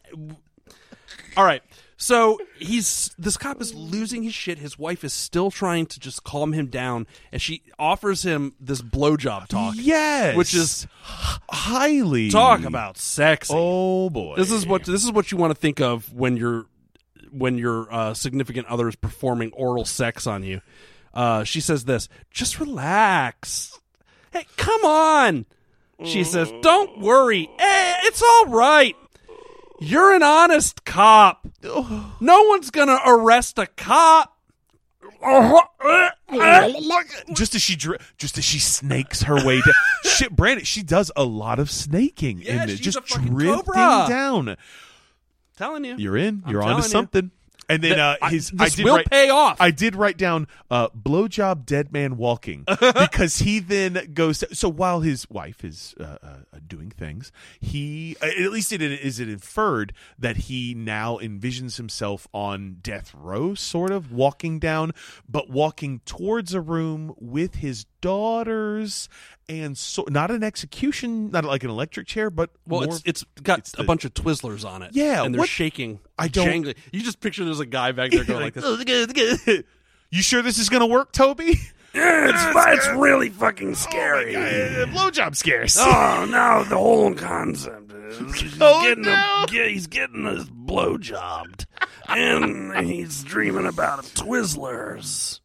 [SPEAKER 2] All right. So he's this cop is losing his shit. His wife is still trying to just calm him down, and she offers him this blowjob talk.
[SPEAKER 3] yes,
[SPEAKER 2] which is
[SPEAKER 3] highly
[SPEAKER 2] talk about sexy.
[SPEAKER 3] Oh boy,
[SPEAKER 2] This is what this is what you want to think of when your when your uh, significant other is performing oral sex on you. Uh, she says this: "Just relax. Hey, come on." She says, "Don't worry. Eh, it's all right. You're an honest cop. No one's gonna arrest a cop."
[SPEAKER 4] Oh,
[SPEAKER 3] just as she dri- just as she snakes her way down. Shit, Brandon, she does a lot of snaking
[SPEAKER 2] Yeah,
[SPEAKER 3] in this,
[SPEAKER 2] she's
[SPEAKER 3] just
[SPEAKER 2] a fucking
[SPEAKER 3] drifting
[SPEAKER 2] cobra.
[SPEAKER 3] down.
[SPEAKER 2] Telling you,
[SPEAKER 3] You're in.
[SPEAKER 2] I'm
[SPEAKER 3] You're onto
[SPEAKER 2] telling you.
[SPEAKER 3] something. And then uh,
[SPEAKER 2] I-
[SPEAKER 3] his I
[SPEAKER 2] this
[SPEAKER 3] did
[SPEAKER 2] will
[SPEAKER 3] write,
[SPEAKER 2] pay off.
[SPEAKER 3] I did write down uh, blowjob dead man walking because he then goes. so while his wife is uh, uh, doing things, he uh, at least it is it inferred that he now envisions himself on death row, sort of walking down, but walking towards a room with his daughters and so not an execution, not like an electric chair, but
[SPEAKER 2] Well,
[SPEAKER 3] more
[SPEAKER 2] it's it's got
[SPEAKER 3] it's
[SPEAKER 2] a
[SPEAKER 3] the-
[SPEAKER 2] bunch of Twizzlers on it.
[SPEAKER 3] Yeah,
[SPEAKER 2] and they're
[SPEAKER 3] what-
[SPEAKER 2] shaking.
[SPEAKER 3] I don't- Oh,
[SPEAKER 2] jangly. You just picture there's a guy back there going like this.
[SPEAKER 3] you sure this is gonna work, Toby?
[SPEAKER 1] It's, it's really
[SPEAKER 4] Oh,
[SPEAKER 1] fucking scary.
[SPEAKER 3] Uh, blowjob scares.
[SPEAKER 1] Oh no, the whole concept is he's
[SPEAKER 3] Oh,
[SPEAKER 1] getting
[SPEAKER 3] no.
[SPEAKER 1] a, ge- he's getting his blowjobbed, and he's dreaming about Twizzlers.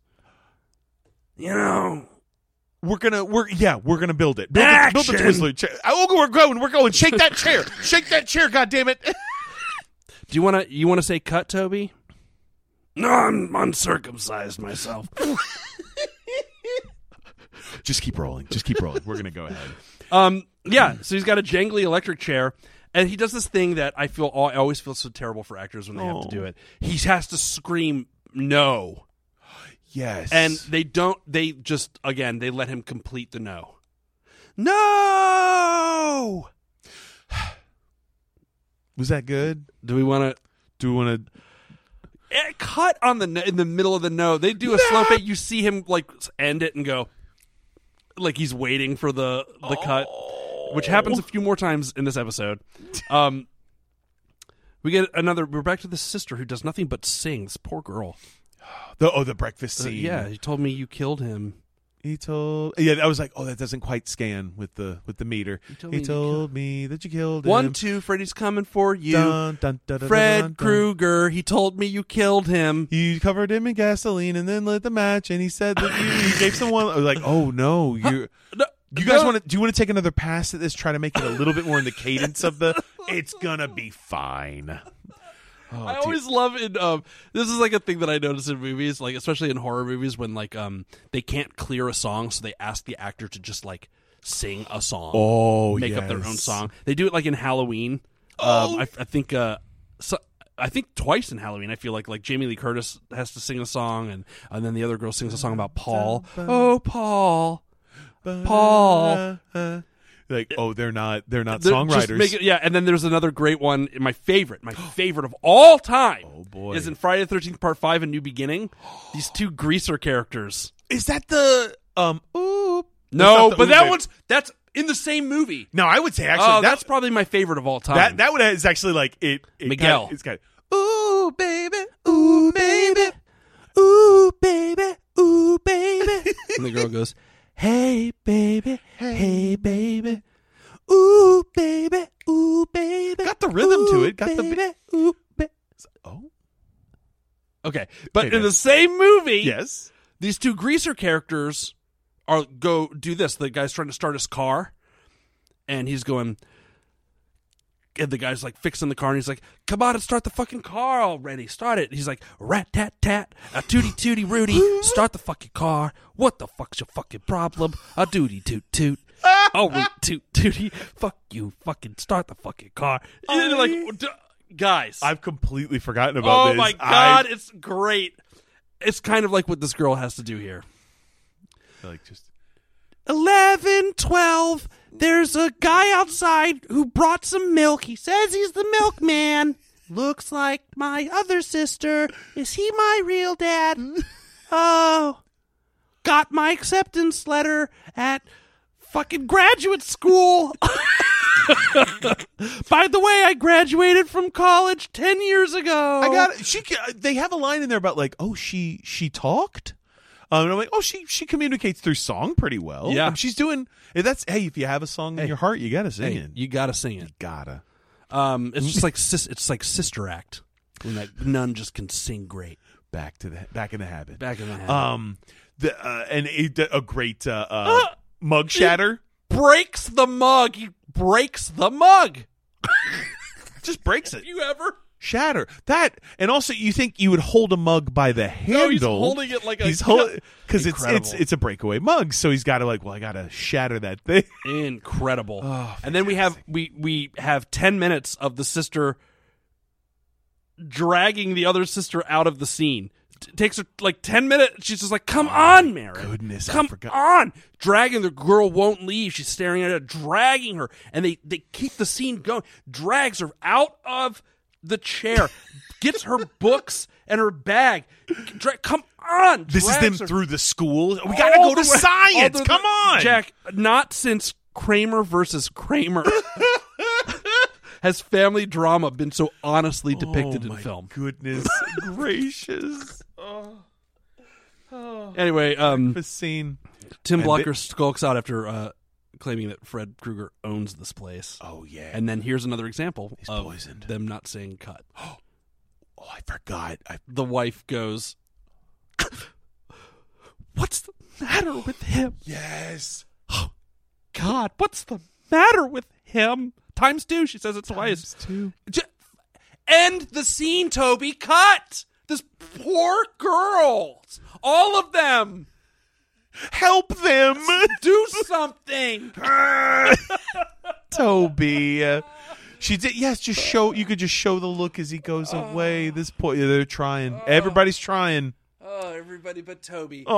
[SPEAKER 1] You know,
[SPEAKER 3] We're gonna, we're yeah, we're gonna build it. Build, the, build the
[SPEAKER 1] Action.
[SPEAKER 3] Twizzler chair. Oh, we're going, we're going. Shake that chair, shake that chair. God damn it!
[SPEAKER 2] Do you want to you want to say cut, Toby?
[SPEAKER 1] no, I'm uncircumcised myself.
[SPEAKER 3] Just keep rolling. Just keep rolling. We're gonna go ahead.
[SPEAKER 2] Um, yeah. So he's got a jangly electric chair, and he does this thing that I feel I always feel so terrible for actors when they have to
[SPEAKER 3] Oh.
[SPEAKER 2] do it. He has to scream no,
[SPEAKER 3] Yes,
[SPEAKER 2] and they don't. They just again they let him complete the no. No.
[SPEAKER 3] Was that good?
[SPEAKER 2] Do we want to?
[SPEAKER 3] Do we want to?
[SPEAKER 2] Eh, cut on the no- in the middle of the note. They do a slow fade. You see him like s- end it and go, like he's waiting for the the cut, which happens a few more times in this episode. Um, we get another. We're back to the sister who does nothing but sing. This poor girl.
[SPEAKER 3] The, oh, the breakfast
[SPEAKER 2] Uh,
[SPEAKER 3] scene.
[SPEAKER 2] yeah, you told me you killed him.
[SPEAKER 3] He told. Yeah, I was like, oh, that doesn't quite scan with the with the meter.
[SPEAKER 2] told me
[SPEAKER 3] he
[SPEAKER 2] you
[SPEAKER 3] told me that you killed
[SPEAKER 2] One,
[SPEAKER 3] him.
[SPEAKER 2] two. Freddy's coming for you.
[SPEAKER 3] Dun, dun, dun, dun, dun, dun.
[SPEAKER 2] Fred Krueger. He told me you killed him.
[SPEAKER 3] You covered him in gasoline and then lit the match, and he said that you, you gave someone. I was like, oh no, you.
[SPEAKER 2] No,
[SPEAKER 3] You guys
[SPEAKER 2] no.
[SPEAKER 3] want to? Do you want to take another pass at this? Try to make it a little bit more in the cadence of the. It's gonna be fine. Oh,
[SPEAKER 2] I
[SPEAKER 3] dear.
[SPEAKER 2] always love in um this is like a thing that I notice in movies, like especially in horror movies when like um they can't clear a song so they ask the actor to just like sing a song.
[SPEAKER 3] Oh,
[SPEAKER 2] make up their own
[SPEAKER 3] yes. Oh!
[SPEAKER 2] song. They do it like in Halloween. Um I, I think uh so, I think twice in Halloween I feel like like Jamie Lee Curtis has to sing a song and and then the other girl sings a song about Paul. Oh, Paul. Paul.
[SPEAKER 3] Like, oh, they're not. They're not
[SPEAKER 2] They're just
[SPEAKER 3] songwriters.
[SPEAKER 2] making- yeah, and then there's another great one. My favorite, my favorite of all time.
[SPEAKER 3] Oh, boy.
[SPEAKER 2] is in Friday the Thirteenth Part Five: A New Beginning. These two greaser characters.
[SPEAKER 3] Is that the um? Ooh. That's
[SPEAKER 2] No,
[SPEAKER 3] not the
[SPEAKER 2] but that
[SPEAKER 3] Uber.
[SPEAKER 2] one's that's in the same movie.
[SPEAKER 3] No, I would say actually
[SPEAKER 2] oh,
[SPEAKER 3] that-
[SPEAKER 2] that's probably my favorite of all time.
[SPEAKER 3] that that one is actually like it. it
[SPEAKER 2] Miguel.
[SPEAKER 3] Kinda, it's kind of ooh baby, ooh baby, ooh baby, ooh baby.
[SPEAKER 2] and the girl goes, "Hey, baby, hey, baby."
[SPEAKER 3] Ooh, baby, ooh, baby. Got the rhythm to it. Got the
[SPEAKER 2] baby,
[SPEAKER 3] ba- ooh, ba- oh
[SPEAKER 2] Okay, but
[SPEAKER 3] Okay,
[SPEAKER 2] in
[SPEAKER 3] no.
[SPEAKER 2] the same movie,
[SPEAKER 3] yes.
[SPEAKER 2] these two greaser characters are go do this. The guy's trying to start his car, and he's going. And the guy's like fixing the car, and he's like, "Come on and start the fucking car already! Start it!" He's like, "Rat tat tat, a tooty tooty Rudy, start the fucking car! What the fuck's your fucking problem? A dooty toot toot." Oh, root toot tooty! Fuck you! Fucking start the fucking car! And, like, d- guys,
[SPEAKER 3] I've completely forgotten about
[SPEAKER 2] Oh
[SPEAKER 3] this.
[SPEAKER 2] my
[SPEAKER 3] I-
[SPEAKER 2] god, it's great. It's kind of like what this girl has to do here.
[SPEAKER 3] like just
[SPEAKER 2] 11, 12, there's a guy outside who brought some milk. He says he's the milkman.
[SPEAKER 5] Looks like my other sister. Is he my real dad? Oh, got my acceptance letter at
[SPEAKER 2] Fucking graduate school. By the way, I graduated from college 10 years ago.
[SPEAKER 3] I got it. she. ca- They have a line in there about like, oh, she she talked. Um, and I'm like, oh, she she communicates through song pretty well.
[SPEAKER 2] Yeah.
[SPEAKER 3] Um, she's doing. If that's hey, if you have a song in your heart, you gotta sing it.
[SPEAKER 2] You gotta sing it.
[SPEAKER 3] gotta.
[SPEAKER 2] Um, it's just like sis- it's like sister act when that nun just can sing great.
[SPEAKER 3] Back to the back in the habit.
[SPEAKER 2] Back in the head.
[SPEAKER 3] Um, the uh, and a, a great uh, uh,
[SPEAKER 2] Ah!
[SPEAKER 3] mug shatter
[SPEAKER 2] breaks the mug. He breaks the mug.
[SPEAKER 3] just breaks it.
[SPEAKER 2] You ever?
[SPEAKER 3] Shatter that, and also you think you would hold a mug by the handle.
[SPEAKER 2] he's holding it like a-
[SPEAKER 3] he's holding because it's it's
[SPEAKER 2] Incredible.
[SPEAKER 3] it's a breakaway mug, so he's got to like, well, I gotta shatter that thing.
[SPEAKER 2] Incredible.
[SPEAKER 3] Oh,
[SPEAKER 2] and then we have we we have ten minutes of the sister dragging the other sister out of the scene. T- takes her like ten minutes. She's just like, "Come on, Mary,
[SPEAKER 3] Oh goodness, I
[SPEAKER 2] come
[SPEAKER 3] forgot."
[SPEAKER 2] on!" Dragging the girl won't leave. She's staring at her, dragging her, and they they keep the scene going. Drags her out of the chair, gets her books and her bag. Dra- come on!
[SPEAKER 3] This is
[SPEAKER 2] drags
[SPEAKER 3] them
[SPEAKER 2] her.
[SPEAKER 3] through the school. We gotta
[SPEAKER 2] All
[SPEAKER 3] go to
[SPEAKER 2] the way-
[SPEAKER 3] science.
[SPEAKER 2] all the-
[SPEAKER 3] Come on,
[SPEAKER 2] Jack. Not since Kramer versus Kramer has family drama been so honestly depicted in film.
[SPEAKER 3] Goodness gracious,
[SPEAKER 2] Anyway, um,
[SPEAKER 3] the scene.
[SPEAKER 2] Tim Blocker skulks out after uh, claiming that Fred Krueger owns this place,
[SPEAKER 3] Oh yeah.
[SPEAKER 2] and uh, then here's another example of
[SPEAKER 3] poisoned.
[SPEAKER 2] them not saying cut.
[SPEAKER 3] oh, I forgot. I
[SPEAKER 2] The wife goes, "What's the matter with him?
[SPEAKER 3] yes.
[SPEAKER 2] God, what's the matter with him?" Times two, she says it twice.
[SPEAKER 3] Two.
[SPEAKER 2] J- end the scene, Toby. Cut this poor girls, all of them.
[SPEAKER 3] Help them,
[SPEAKER 2] Do something.
[SPEAKER 3] Toby. She did. Yes, just show. You could just show the look as he goes
[SPEAKER 2] Uh.
[SPEAKER 3] away. This point, they're trying. Everybody's trying.
[SPEAKER 2] Oh, everybody but Toby.
[SPEAKER 3] Oh,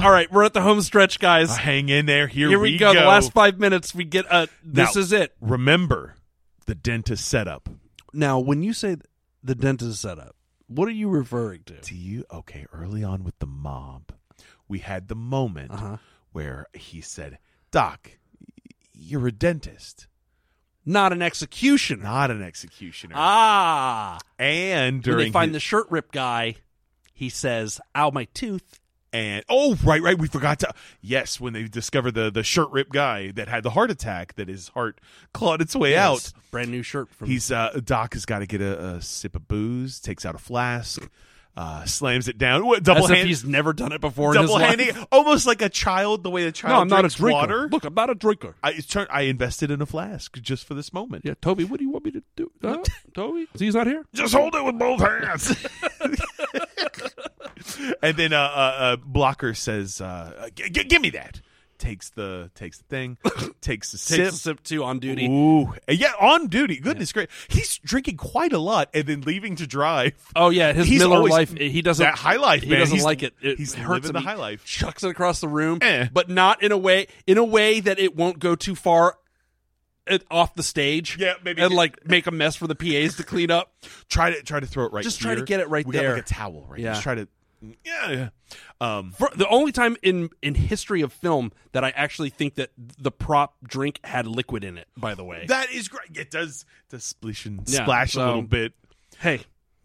[SPEAKER 2] All right, we're at the home stretch, guys.
[SPEAKER 3] Uh, hang in there. Here,
[SPEAKER 2] Here we go. The last five minutes, we get. Uh, this
[SPEAKER 3] Now-
[SPEAKER 2] is it.
[SPEAKER 3] Remember the dentist setup.
[SPEAKER 2] Now, when you say the dentist setup, what are you referring to?
[SPEAKER 3] Do you okay? Early on with the mob, we had the moment
[SPEAKER 2] Uh-huh.
[SPEAKER 3] where he said, "Doc, y- you're a dentist,
[SPEAKER 2] Not an executioner.
[SPEAKER 3] not an executioner."
[SPEAKER 2] Ah,
[SPEAKER 3] and
[SPEAKER 2] when
[SPEAKER 3] during
[SPEAKER 2] they find
[SPEAKER 3] his-
[SPEAKER 2] the shirt rip guy, he says, "Ow, my tooth."
[SPEAKER 3] and oh right right we forgot to yes when they discovered the the shirt rip guy that had the heart attack that his heart clawed its way out
[SPEAKER 2] Yes, brand new shirt from.
[SPEAKER 3] He's uh, Doc has got to get a, a sip of booze, takes out a flask, uh, slams it down, What, double
[SPEAKER 2] as if
[SPEAKER 3] hand,
[SPEAKER 2] he's never done it before.
[SPEAKER 3] double
[SPEAKER 2] in his
[SPEAKER 3] handing,
[SPEAKER 2] life.
[SPEAKER 3] almost like a child. The way a child drinks water.
[SPEAKER 2] Look, I'm not a drinker.
[SPEAKER 3] I it's turn- I invested in a flask just for this moment.
[SPEAKER 2] Yeah, Toby, what do you want me to do? Uh, Toby, he's not here.
[SPEAKER 1] Just hold it with both hands.
[SPEAKER 3] And then uh, uh, uh, Blocker says, uh, g- g- "Give me that." Takes the takes the thing, takes the
[SPEAKER 2] Takes
[SPEAKER 3] sip.
[SPEAKER 2] a sip too on duty.
[SPEAKER 3] Ooh, And yeah, on duty. Goodness gracious, he's drinking quite a lot and then leaving to drive.
[SPEAKER 2] Oh yeah, his
[SPEAKER 3] He's
[SPEAKER 2] Miller
[SPEAKER 3] always-
[SPEAKER 2] life. He doesn't
[SPEAKER 3] that high life,
[SPEAKER 2] He
[SPEAKER 3] man.
[SPEAKER 2] doesn't
[SPEAKER 3] He's-
[SPEAKER 2] like it. it
[SPEAKER 3] he's
[SPEAKER 2] hurts
[SPEAKER 3] living
[SPEAKER 2] him.
[SPEAKER 3] the
[SPEAKER 2] He
[SPEAKER 3] high life.
[SPEAKER 2] Chucks it across the room,
[SPEAKER 3] Eh.
[SPEAKER 2] but not in a way in a way that it won't go too far it, off the stage.
[SPEAKER 3] Yeah, maybe
[SPEAKER 2] and
[SPEAKER 3] get-
[SPEAKER 2] like make a mess for the PA's to clean up.
[SPEAKER 3] Try to try to throw it right.
[SPEAKER 2] Just try to
[SPEAKER 3] here.
[SPEAKER 2] get it right
[SPEAKER 3] we
[SPEAKER 2] there.
[SPEAKER 3] Got like a towel, right?
[SPEAKER 2] Yeah.
[SPEAKER 3] Just try to. Yeah, yeah. Um,
[SPEAKER 2] For the only time in in history of film that I actually think that the prop drink had liquid in it. By the way,
[SPEAKER 3] that is great. It does does splish and
[SPEAKER 2] Yeah,
[SPEAKER 3] splash a
[SPEAKER 2] so-
[SPEAKER 3] little bit,
[SPEAKER 2] hey,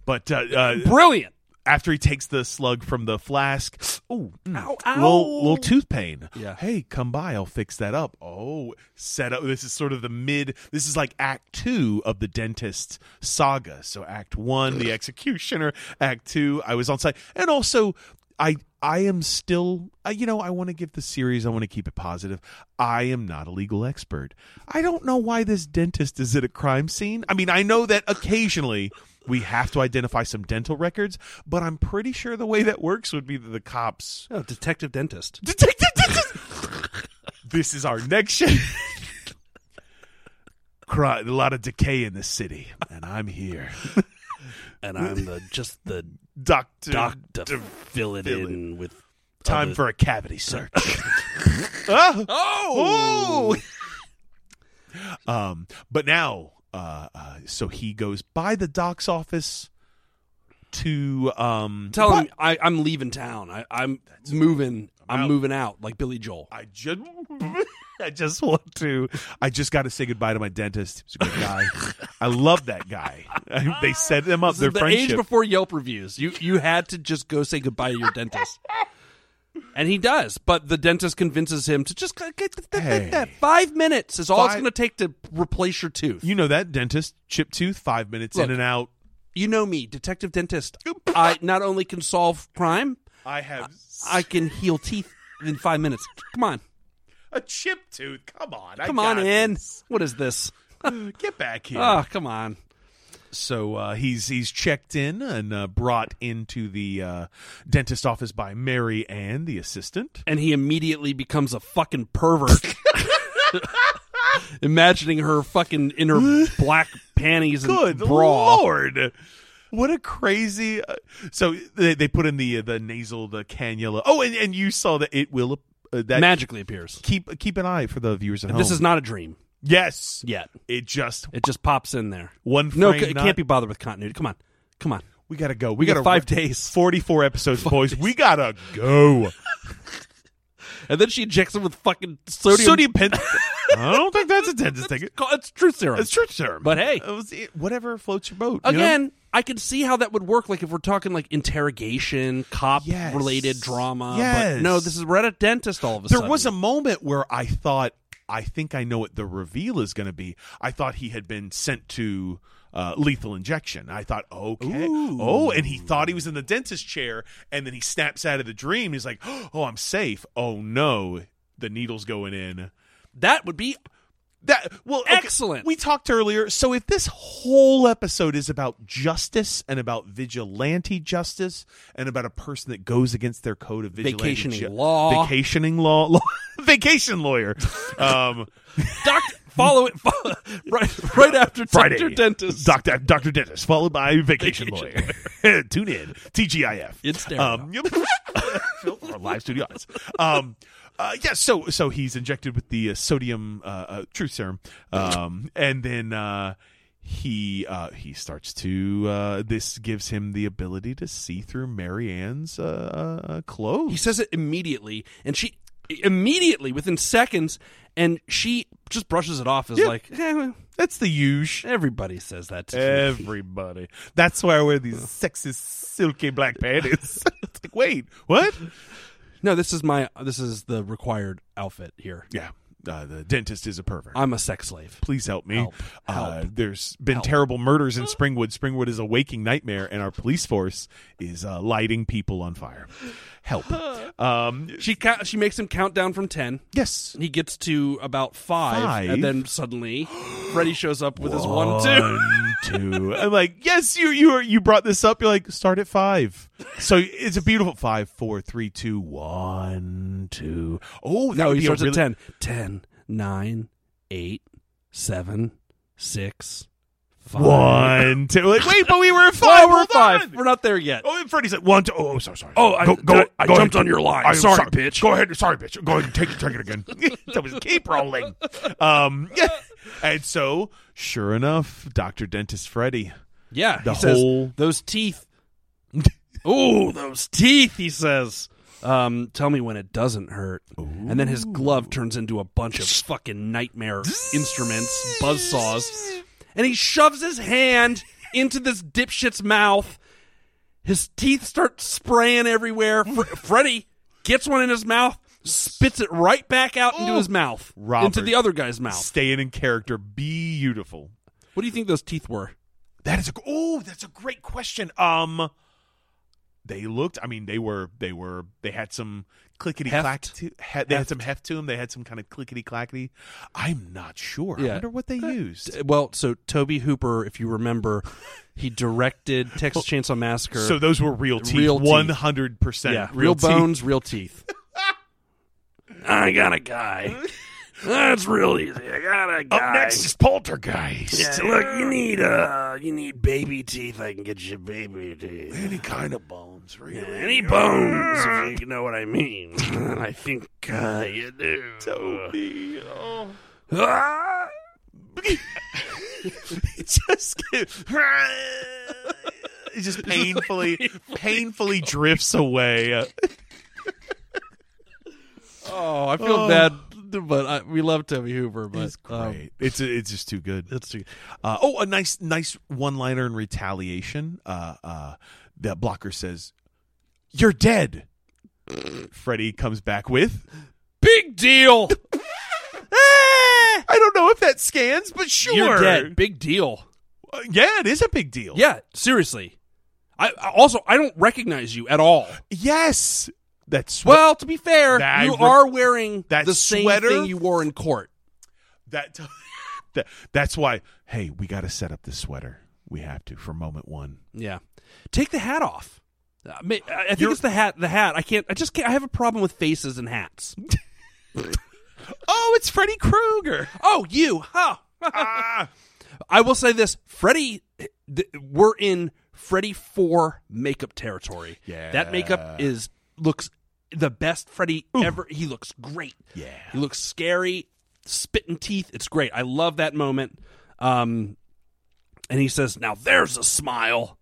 [SPEAKER 3] but uh, uh,
[SPEAKER 2] brilliant.
[SPEAKER 3] after he takes the slug from the flask,
[SPEAKER 2] Ow,
[SPEAKER 3] oh, little
[SPEAKER 2] ow.
[SPEAKER 3] little tooth pain.
[SPEAKER 2] Yeah.
[SPEAKER 3] Hey, come by. I'll fix that up. Oh, set up. This is sort of the mid. This is like Act Two of the dentist saga. So Act One, the executioner. Act Two, I was on site, and also I I am still. Uh, you know, I want to give the series. I want to keep it positive. I am not a legal expert. I don't know why this dentist is at a crime scene. I mean, I know that occasionally. We have to identify some dental records, but I'm pretty sure the way that works would be that the cops
[SPEAKER 2] Oh, detective dentist.
[SPEAKER 3] Detective Dentist. this is our next show. Cry, a lot of decay in the city, and I'm here,
[SPEAKER 2] and I'm the just the
[SPEAKER 3] Doctor.
[SPEAKER 2] doc to fill it
[SPEAKER 3] fill
[SPEAKER 2] in with
[SPEAKER 3] time
[SPEAKER 2] other-
[SPEAKER 3] for a cavity search. oh,
[SPEAKER 2] Oh!
[SPEAKER 3] Ooh. um, but now, uh, uh, so he goes by the doc's office to um.
[SPEAKER 2] Tell
[SPEAKER 3] what?
[SPEAKER 2] him I, I'm leaving town. I, I'm moving. I'm,
[SPEAKER 3] out.
[SPEAKER 2] moving out like Billy Joel.
[SPEAKER 3] I just, I just want to. I just got to say goodbye to my dentist. He's a good guy. I love that guy. they set them up.
[SPEAKER 2] This is
[SPEAKER 3] Their
[SPEAKER 2] the age
[SPEAKER 3] friendship.
[SPEAKER 2] before Yelp reviews. You you had to just go say goodbye to your dentist, and he does. But the dentist convinces him to just get, get, get-
[SPEAKER 3] Hey.
[SPEAKER 2] get that five minutes is all it's
[SPEAKER 3] Five-
[SPEAKER 2] going to take to replace your tooth. You,
[SPEAKER 3] you know that dentist, chip tooth, five minutes
[SPEAKER 2] Look.
[SPEAKER 3] in and out.
[SPEAKER 2] know me, detective dentist. I not only can solve crime,
[SPEAKER 3] I have
[SPEAKER 2] I can heal teeth in five minutes. Come on,
[SPEAKER 3] a chip tooth. Come on,
[SPEAKER 2] come on in. What is this?
[SPEAKER 3] Get back here.
[SPEAKER 2] Oh, come on.
[SPEAKER 3] So uh, he's he's checked in and uh, brought into the uh, dentist office by Mary Ann, the assistant.
[SPEAKER 2] and he immediately becomes a fucking pervert. Imagining her fucking in her black panties and
[SPEAKER 3] Good
[SPEAKER 2] bra.
[SPEAKER 3] lord. What a crazy! Uh, so they, they put in the uh, the nasal the cannula. Oh, and, and you saw that it will uh, that
[SPEAKER 2] magically appears.
[SPEAKER 3] keep keep an eye for the viewers at home.
[SPEAKER 2] This is not a dream
[SPEAKER 3] yes,
[SPEAKER 2] yet.
[SPEAKER 3] It just
[SPEAKER 2] It just pops in there.
[SPEAKER 3] one frame.
[SPEAKER 2] No, it
[SPEAKER 3] not-
[SPEAKER 2] can't be bothered with continuity. Come on, come on.
[SPEAKER 3] We gotta go. We
[SPEAKER 2] got
[SPEAKER 3] gotta
[SPEAKER 2] five days.
[SPEAKER 3] Forty four episodes, boys. We gotta go.
[SPEAKER 2] And then she injects him with fucking sodium.
[SPEAKER 3] Sodium pen. I don't think that's a dentist thing.
[SPEAKER 2] Ca- It's truth serum.
[SPEAKER 3] It's truth serum.
[SPEAKER 2] But hey.
[SPEAKER 3] It was- it- whatever floats your boat. you know?
[SPEAKER 2] Again, I can see how that would work. Like if we're talking like interrogation, cop related
[SPEAKER 3] Yes.
[SPEAKER 2] drama.
[SPEAKER 3] Yes.
[SPEAKER 2] But no, this is we're at a dentist. All of a
[SPEAKER 3] there
[SPEAKER 2] sudden,
[SPEAKER 3] was a moment where I thought, I think I know what the reveal is going to be. I thought he had been sent to uh, lethal injection. I thought, okay, oh, and he thought he was in the dentist chair, and then he snaps out of the dream. He's like, oh, I'm safe. Oh no, the needle's going in.
[SPEAKER 2] that would be
[SPEAKER 3] That well, okay,
[SPEAKER 2] Excellent.
[SPEAKER 3] We talked earlier. So if this whole episode is about justice and about vigilante justice and about a person that goes against their code of vigilante
[SPEAKER 2] Vacationing
[SPEAKER 3] ju-
[SPEAKER 2] law.
[SPEAKER 3] vacationing law, law- vacation lawyer, um,
[SPEAKER 2] Doctor, follow it follow, right right after
[SPEAKER 3] Friday,
[SPEAKER 2] Doctor Dentist.
[SPEAKER 3] Doctor Doctor Dentist, followed by vacation,
[SPEAKER 2] Vacation
[SPEAKER 3] lawyer. Tune in TGIF.
[SPEAKER 2] It's stereo.
[SPEAKER 3] um, yep. Our live studio audience. Um, uh, yeah, so so he's injected with the uh, sodium uh, uh, truth serum, um, and then uh, he uh, he starts to uh, this gives him the ability to see through Marianne's uh, uh, clothes.
[SPEAKER 2] He says it immediately, and she immediately within seconds, and she just brushes it off as like "Eh, well,
[SPEAKER 3] That's the huge.
[SPEAKER 2] everybody says that. To me."
[SPEAKER 3] Everybody. That's why I wear these sexy, silky black panties. it's like, wait, what?
[SPEAKER 2] No, this is my this is the required outfit here.
[SPEAKER 3] Yeah, uh, the dentist is a pervert.
[SPEAKER 2] I'm a sex slave.
[SPEAKER 3] Please help me.
[SPEAKER 2] Help.
[SPEAKER 3] Uh,
[SPEAKER 2] Help.
[SPEAKER 3] there's been terrible murders in Springwood. Springwood is a waking nightmare, and our police force is uh, lighting people on fire. Help. Um,
[SPEAKER 2] She ca- she makes him count down from ten.
[SPEAKER 3] yes.
[SPEAKER 2] He gets to about five,
[SPEAKER 3] Five?
[SPEAKER 2] and then suddenly Freddy shows up with his one two.
[SPEAKER 3] One, two. I'm like, yes, you you are, you brought this up. You're like, start at five. So it's a beautiful five, four, three, two, one, two. Oh, that
[SPEAKER 2] No,
[SPEAKER 3] would
[SPEAKER 2] he
[SPEAKER 3] be
[SPEAKER 2] starts
[SPEAKER 3] a
[SPEAKER 2] at
[SPEAKER 3] really,
[SPEAKER 2] 10. 10, 9, 8, 7, 6, 5.
[SPEAKER 3] One, two. Like, wait, but we were at five.
[SPEAKER 2] Oh, we're
[SPEAKER 3] Hold
[SPEAKER 2] five.
[SPEAKER 3] on.
[SPEAKER 2] We're not there yet.
[SPEAKER 3] Oh, and Freddy's at one, two. Oh, sorry, sorry.
[SPEAKER 1] Oh, I,
[SPEAKER 3] Go- go-
[SPEAKER 1] I,
[SPEAKER 3] go
[SPEAKER 1] jumped
[SPEAKER 3] ahead.
[SPEAKER 1] on your line.
[SPEAKER 3] I'm
[SPEAKER 1] sorry,
[SPEAKER 3] sorry.
[SPEAKER 1] bitch.
[SPEAKER 3] Go ahead. Sorry, bitch. Go ahead and take, take it again. that was keep rolling. Um, yeah. And so, sure enough, Dr. Dentist Freddy.
[SPEAKER 2] Yeah,
[SPEAKER 3] The
[SPEAKER 2] he says,
[SPEAKER 3] whole-
[SPEAKER 2] those teeth. oh, those teeth, he says. Um, tell me when it doesn't hurt. And then his glove turns into a bunch of fucking nightmare instruments, buzzsaws. And he shoves his hand into this dipshit's mouth. His teeth start spraying everywhere. Fre- Freddy gets one in his mouth, spits it right back out into his mouth, into
[SPEAKER 3] Robert.
[SPEAKER 2] the other guy's mouth.
[SPEAKER 3] Staying in character, beautiful.
[SPEAKER 2] What do you think those teeth were?
[SPEAKER 3] That is a oh, that's a great question. Um, they looked. I mean, they were they were they had some clickety clack.
[SPEAKER 2] Heft.
[SPEAKER 3] To, he, they had some heft to them. They had some kind of clickety clackety. I'm not sure. I
[SPEAKER 2] Yeah.
[SPEAKER 3] wonder what they used.
[SPEAKER 2] well, so Toby Hooper, if you remember, he directed Texas Chainsaw Massacre.
[SPEAKER 3] So those were real teeth.
[SPEAKER 2] Real teeth.
[SPEAKER 3] One hundred percent.
[SPEAKER 2] yeah, real, bones, real teeth.
[SPEAKER 1] I got a guy. That's real easy. I got a guy.
[SPEAKER 3] Up next is Poltergeist.
[SPEAKER 1] Yeah, look, you need uh, you need baby teeth. I can get you baby teeth. Any kind of bones, really. any bones, if you know what I mean. I think uh, you do.
[SPEAKER 3] Toby. Oh.
[SPEAKER 1] Ah!
[SPEAKER 3] just get- it just painfully painfully drifts away.
[SPEAKER 2] Oh, I feel bad, but I, we love Toby Hooper. But um,
[SPEAKER 3] It's great. it's it's just too good. It's too. Uh, oh, a nice nice one liner in retaliation. Uh, uh, that blocker says, "You're dead." Freddy comes back with,
[SPEAKER 2] big deal.
[SPEAKER 3] "Ah, "I don't know if that scans, but sure,
[SPEAKER 2] You're dead. Big deal.
[SPEAKER 3] Uh, yeah, it is a big deal.
[SPEAKER 2] Yeah, seriously. I, I- also I don't recognize you at all.
[SPEAKER 3] Yes, that's what
[SPEAKER 2] Well, to be fair,
[SPEAKER 3] That
[SPEAKER 2] you
[SPEAKER 3] re-
[SPEAKER 2] are wearing
[SPEAKER 3] that
[SPEAKER 2] the same
[SPEAKER 3] sweater?
[SPEAKER 2] thing you wore in court.
[SPEAKER 3] that, that. That's why. Hey, we got to set up this sweater. We have to for moment one.
[SPEAKER 2] Yeah, take the hat off. I, mean, I I think
[SPEAKER 3] You're-
[SPEAKER 2] it's the hat. The hat. I can't. I just can't. I have a problem with faces and hats.
[SPEAKER 3] Oh, it's Freddy Krueger.
[SPEAKER 2] Oh, you, huh?
[SPEAKER 3] ah,
[SPEAKER 2] I will say this: Freddy, th- we're in Freddy Four makeup territory.
[SPEAKER 3] Yeah.
[SPEAKER 2] that makeup is looks the best Freddy ever. He looks great.
[SPEAKER 3] yeah.
[SPEAKER 2] He looks scary, spitting teeth. It's great. I love that moment. Um, and he says, "Now there's a smile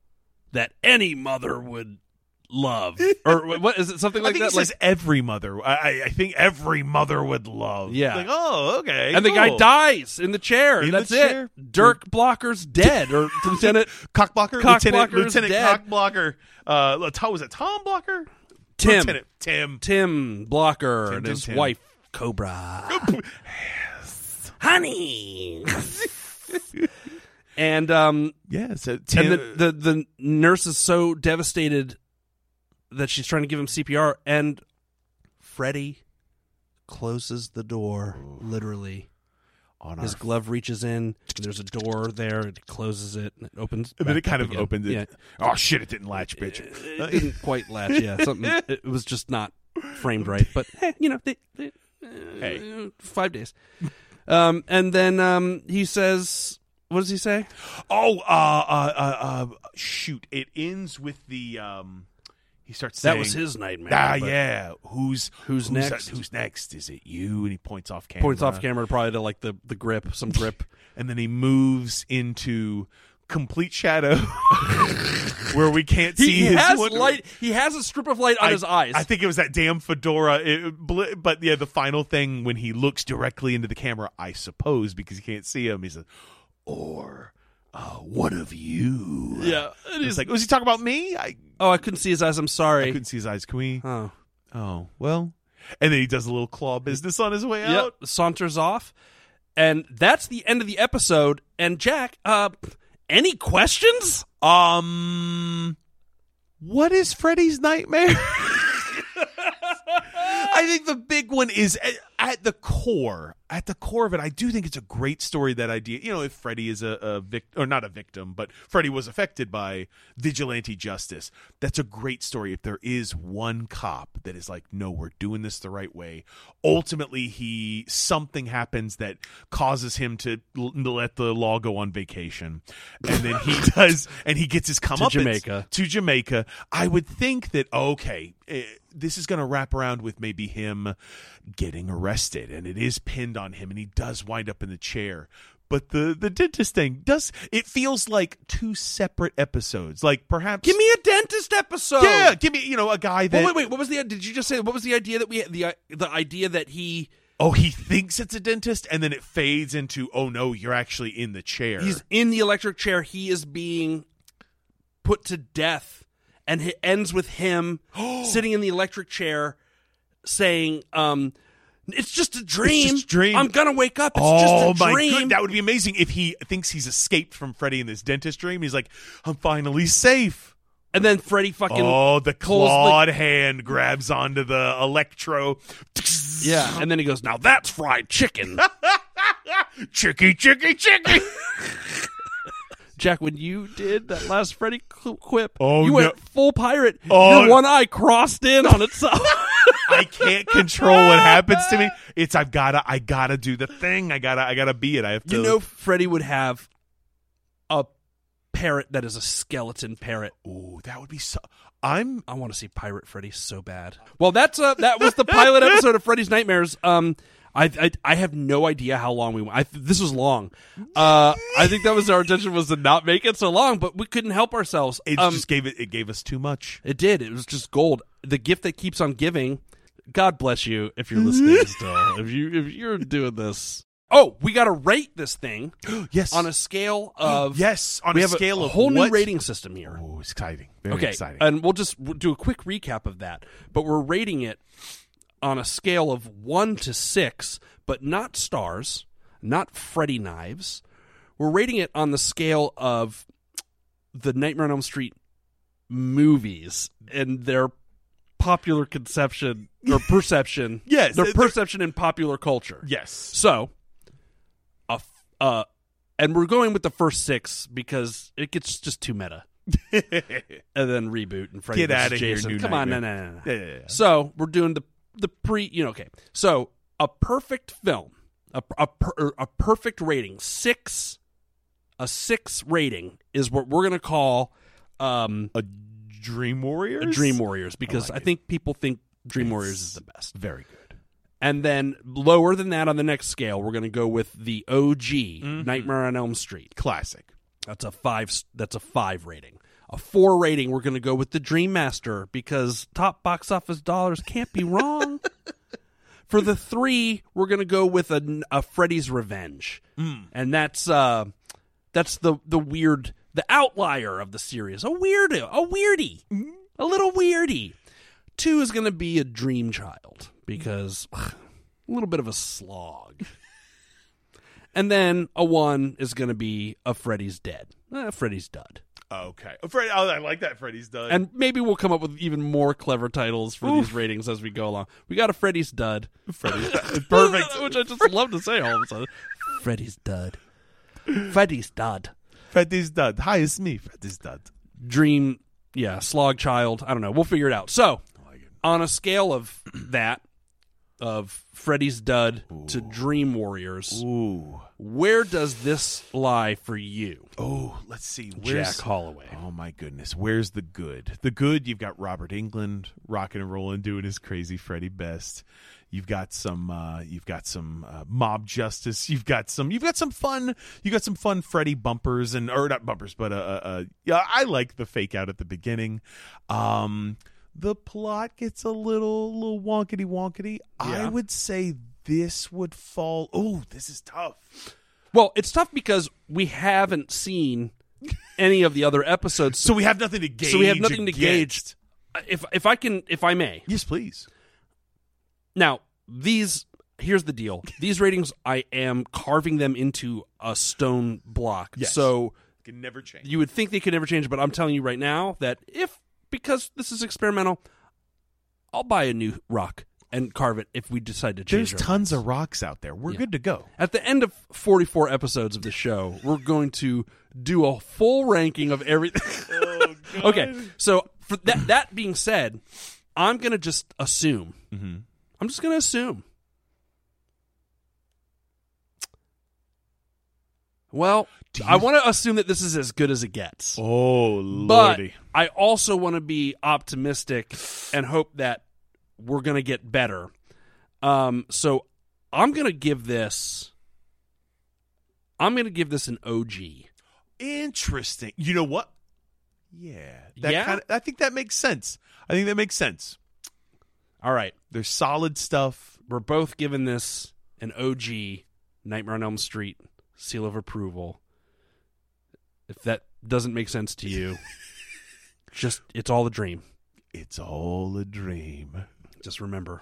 [SPEAKER 2] that any mother would love." or wh- what is it? Something
[SPEAKER 3] I
[SPEAKER 2] like
[SPEAKER 3] think
[SPEAKER 2] that.
[SPEAKER 3] he
[SPEAKER 2] Like-
[SPEAKER 3] says every mother. I, I- I think every mother would love.
[SPEAKER 2] Yeah.
[SPEAKER 3] Like, oh, okay.
[SPEAKER 2] and the guy
[SPEAKER 3] cool.
[SPEAKER 2] dies in the chair.
[SPEAKER 3] In the
[SPEAKER 2] That's
[SPEAKER 3] chair.
[SPEAKER 2] it. Dirk Blocker's dead, or Lieutenant
[SPEAKER 3] Cockblocker,
[SPEAKER 2] Cock
[SPEAKER 3] Lieutenant,
[SPEAKER 2] Blocker's
[SPEAKER 3] Lieutenant
[SPEAKER 2] dead.
[SPEAKER 3] Cockblocker. Uh, Lat- was it Tom Blocker?
[SPEAKER 2] Tim.
[SPEAKER 3] Lieutenant Tim.
[SPEAKER 2] Tim Blocker and
[SPEAKER 3] Tim,
[SPEAKER 2] his
[SPEAKER 3] Tim.
[SPEAKER 2] wife Cobra.
[SPEAKER 1] Honey.
[SPEAKER 2] And um
[SPEAKER 3] Yeah. So Tim.
[SPEAKER 2] and the, the the nurse is so devastated that she's trying to give him CPR and Freddy closes the door literally.
[SPEAKER 3] on
[SPEAKER 2] His
[SPEAKER 3] our-
[SPEAKER 2] glove reaches in. There's a door there. and It closes it. And it opens.
[SPEAKER 3] and then
[SPEAKER 2] back
[SPEAKER 3] it kind
[SPEAKER 2] up
[SPEAKER 3] of
[SPEAKER 2] again.
[SPEAKER 3] opened it.
[SPEAKER 2] Yeah. Uh,
[SPEAKER 3] Oh shit! It didn't latch, bitch. Uh,
[SPEAKER 2] it didn't quite latch. Yeah, something. It was just not framed right. But eh, you know, they, they, uh,
[SPEAKER 3] Hey.
[SPEAKER 2] five days. Um, and then um, he says, "What does he say?"
[SPEAKER 3] Oh, uh, uh, uh, uh, shoot! It ends with the um, He starts
[SPEAKER 2] That
[SPEAKER 3] saying,
[SPEAKER 2] was his nightmare.
[SPEAKER 3] Ah,
[SPEAKER 2] but
[SPEAKER 3] yeah. Who's
[SPEAKER 2] Who's next?
[SPEAKER 3] who's next? Is it you? And he points off camera.
[SPEAKER 2] Points off camera probably to like the, the grip, some grip.
[SPEAKER 3] and then he moves into complete shadow, where we can't see
[SPEAKER 2] He,
[SPEAKER 3] his
[SPEAKER 2] has
[SPEAKER 3] wonder-
[SPEAKER 2] light. He has a strip of light on
[SPEAKER 3] I-
[SPEAKER 2] his eyes.
[SPEAKER 3] I think it was that damn fedora. It, bl- but yeah, the final thing when he looks directly into the camera, I suppose, because you can't see him, he says, "Or uh, one of you."
[SPEAKER 2] yeah. It
[SPEAKER 3] He's
[SPEAKER 2] is.
[SPEAKER 3] like, was he talking about me? I
[SPEAKER 2] oh, I couldn't see his eyes. I'm sorry.
[SPEAKER 3] couldn't see his eyes. Can we?
[SPEAKER 2] oh.
[SPEAKER 3] Oh well. And then he does a little claw business on his way
[SPEAKER 2] Yep.
[SPEAKER 3] out.
[SPEAKER 2] Saunters off. And that's the end of the episode. And Jack, uh, any questions?
[SPEAKER 3] Um, what is Freddy's nightmare? I think the big one is at, at the core. At the core of it, I do think it's a great story. That idea, you know, if Freddy is a, a victim or not a victim, but Freddy was affected by vigilante justice. That's a great story. If there is one cop that is like, no, we're doing this the right way. Ultimately, he something happens that causes him to l- let the law go on vacation, and then he does, and he gets his come up
[SPEAKER 2] Jamaica.
[SPEAKER 3] to Jamaica. I would think that okay, eh, this is going to wrap around with maybe him getting arrested, and it is pinned on him, and he does wind up in the chair. But the the dentist thing does it feels like two separate episodes. Like perhaps
[SPEAKER 2] Give me a dentist episode.
[SPEAKER 3] yeah, give me you know a guy that
[SPEAKER 2] Well, wait, wait. What was the? Did you just say? What was the idea that we? The uh, the idea that he
[SPEAKER 3] oh he thinks it's a dentist, and then it fades into oh no, you're actually in the chair.
[SPEAKER 2] he's in the electric chair. He is being put to death, and it ends with him sitting in the electric chair, saying, "Um, it's just a dream.
[SPEAKER 3] just a dream.
[SPEAKER 2] I'm gonna wake up. It's
[SPEAKER 3] oh
[SPEAKER 2] just a
[SPEAKER 3] my
[SPEAKER 2] dream."
[SPEAKER 3] god, that would be amazing if he thinks he's escaped from Freddy in this dentist dream. He's like, I'm finally safe.
[SPEAKER 2] and then Freddy fucking
[SPEAKER 3] Oh, the
[SPEAKER 2] pulls the-
[SPEAKER 3] clawed hand grabs onto the electro.
[SPEAKER 2] yeah, and then he goes, "Now that's fried chicken."
[SPEAKER 3] Chicky, chicky, chicky.
[SPEAKER 2] Jack, when you did that last Freddy qu- quip,
[SPEAKER 3] Oh,
[SPEAKER 2] you
[SPEAKER 3] no.
[SPEAKER 2] went full pirate.
[SPEAKER 3] Oh,
[SPEAKER 2] Your
[SPEAKER 3] no.
[SPEAKER 2] one eye crossed in on itself.
[SPEAKER 3] I can't control what happens to me. It's I've gotta, I gotta do the thing. I gotta, I gotta be it. I have to.
[SPEAKER 2] You know, Freddy would have a parrot that is a skeleton parrot.
[SPEAKER 3] Ooh, that would be so. I'm.
[SPEAKER 2] I want to see Pirate Freddy so bad. Well, that's uh, that was the pilot episode of Freddy's Nightmares. Um, I, I I have no idea how long we went. I, this was long. Uh, I think that was our intention was to not make it so long, but we couldn't help ourselves.
[SPEAKER 3] It
[SPEAKER 2] Um,
[SPEAKER 3] just gave it. It gave us too much.
[SPEAKER 2] It did. It was just gold. The gift that keeps on giving. God bless you if you're listening still. If you if you're doing this. Oh, we got to rate this thing
[SPEAKER 3] Yes.
[SPEAKER 2] on a scale of
[SPEAKER 3] yes. On
[SPEAKER 2] we
[SPEAKER 3] a
[SPEAKER 2] have
[SPEAKER 3] scale
[SPEAKER 2] a
[SPEAKER 3] of
[SPEAKER 2] whole
[SPEAKER 3] what-
[SPEAKER 2] new rating system here.
[SPEAKER 3] Ooh, exciting. Very
[SPEAKER 2] okay, uh,
[SPEAKER 3] exciting.
[SPEAKER 2] and we'll just we'll do a quick recap of that. But we're rating it on a scale of one to six, but not stars, not Freddy knives. We're rating it on the scale of the Nightmare on Elm Street movies and their popular conception or perception.
[SPEAKER 3] Yes,
[SPEAKER 2] their
[SPEAKER 3] they're-
[SPEAKER 2] perception in popular culture.
[SPEAKER 3] yes.
[SPEAKER 2] So, a f- uh, and we're going with the first six because it gets just too meta. and then reboot and Freddy
[SPEAKER 3] Get
[SPEAKER 2] versus
[SPEAKER 3] outta here,
[SPEAKER 2] Jason.
[SPEAKER 3] new
[SPEAKER 2] Come on, no,
[SPEAKER 3] nightmare.
[SPEAKER 2] no, no, no.
[SPEAKER 3] Yeah, yeah, yeah.
[SPEAKER 2] So we're doing the the pre. You know, okay. So a perfect film, a a, per, er, a perfect rating six, a six rating is what we're gonna call um
[SPEAKER 3] A dream warrior.
[SPEAKER 2] a Dream Warriors because I, think people think Dream Warriors is the best.
[SPEAKER 3] Very good.
[SPEAKER 2] And then lower than that on the next scale, we're going to go with the OG Nightmare on Elm Street.
[SPEAKER 3] Classic.
[SPEAKER 2] That's a five. That's a five rating. A four rating. We're going to go with the Dream Master because top box office dollars can't be wrong. For the three, we're going to go with a, a Freddy's Revenge, and that's uh, that's the the weird, the outlier of the series. A weirdo, a weirdie, a little weirdie. Two is going to be a Dream Child because ugh, a little bit of a slog. And then a one is going to be a Freddy's dead, uh, Freddy's dud,
[SPEAKER 3] Okay. Fred, oh, I like that Freddy's done.
[SPEAKER 2] and maybe we'll come up with even more clever titles for these ratings as we go along. We got a Freddy's dud,
[SPEAKER 3] Freddy's perfect.
[SPEAKER 2] which I just love to say all of a sudden. Freddy's dud, Freddy's dud,
[SPEAKER 3] Freddy's dud. Hi, it's me, Freddy's dud.
[SPEAKER 2] dream, yeah, slog child. I don't know. We'll figure it out. So, on a scale of that, of Freddy's Dud to Dream Warriors.
[SPEAKER 3] Ooh.
[SPEAKER 2] Where does this lie for you,
[SPEAKER 3] Oh, let's see. Where's
[SPEAKER 2] Jack Holloway?
[SPEAKER 3] Oh my goodness. Where's the good? The good, you've got Robert England rocking and rolling, doing his crazy Freddy best. You've got some uh you've got some uh, mob justice. You've got some you've got some fun. You got some fun Freddy bumpers and or not bumpers, but uh, uh uh, yeah, I like the fake out at the beginning. Um the plot gets a little little wonkety wonkety. I would say this would fall. Oh, this is tough.
[SPEAKER 2] Well, it's tough because we haven't seen any of the other episodes,
[SPEAKER 3] So we have nothing to gauge.
[SPEAKER 2] so we have nothing to
[SPEAKER 3] against.
[SPEAKER 2] gauge. If if I can, if I may,
[SPEAKER 3] Yes, please.
[SPEAKER 2] Now, these here's the deal. These ratings I am carving them into a stone block.
[SPEAKER 3] Yes.
[SPEAKER 2] So
[SPEAKER 3] Can never change.
[SPEAKER 2] you would think they could never change, but I'm telling you right now that if because this is experimental, I'll buy a new rock and carve it if we decide to change.
[SPEAKER 3] There's
[SPEAKER 2] our-
[SPEAKER 3] tons of rocks out there. We're good to go.
[SPEAKER 2] At the end of 44 episodes of the show, we're going to do a full ranking of everything. okay, so for that that being said, I'm going to just assume. I'm just going to assume. Well, I want to assume that this is as good as it gets.
[SPEAKER 3] Oh
[SPEAKER 2] But I also want to be optimistic and hope that we're going to get better. Um, so I'm going to give this. I'm going to give this an OG.
[SPEAKER 3] interesting. You know what? Yeah. That
[SPEAKER 2] Yeah?
[SPEAKER 3] Kinda, I think that makes sense. I think that makes sense.
[SPEAKER 2] All right,
[SPEAKER 3] There's solid stuff.
[SPEAKER 2] we're both giving this an OG. Nightmare on Elm Street seal of approval. If that doesn't make sense to you, just it's all a dream.
[SPEAKER 3] It's all a dream.
[SPEAKER 2] Just remember.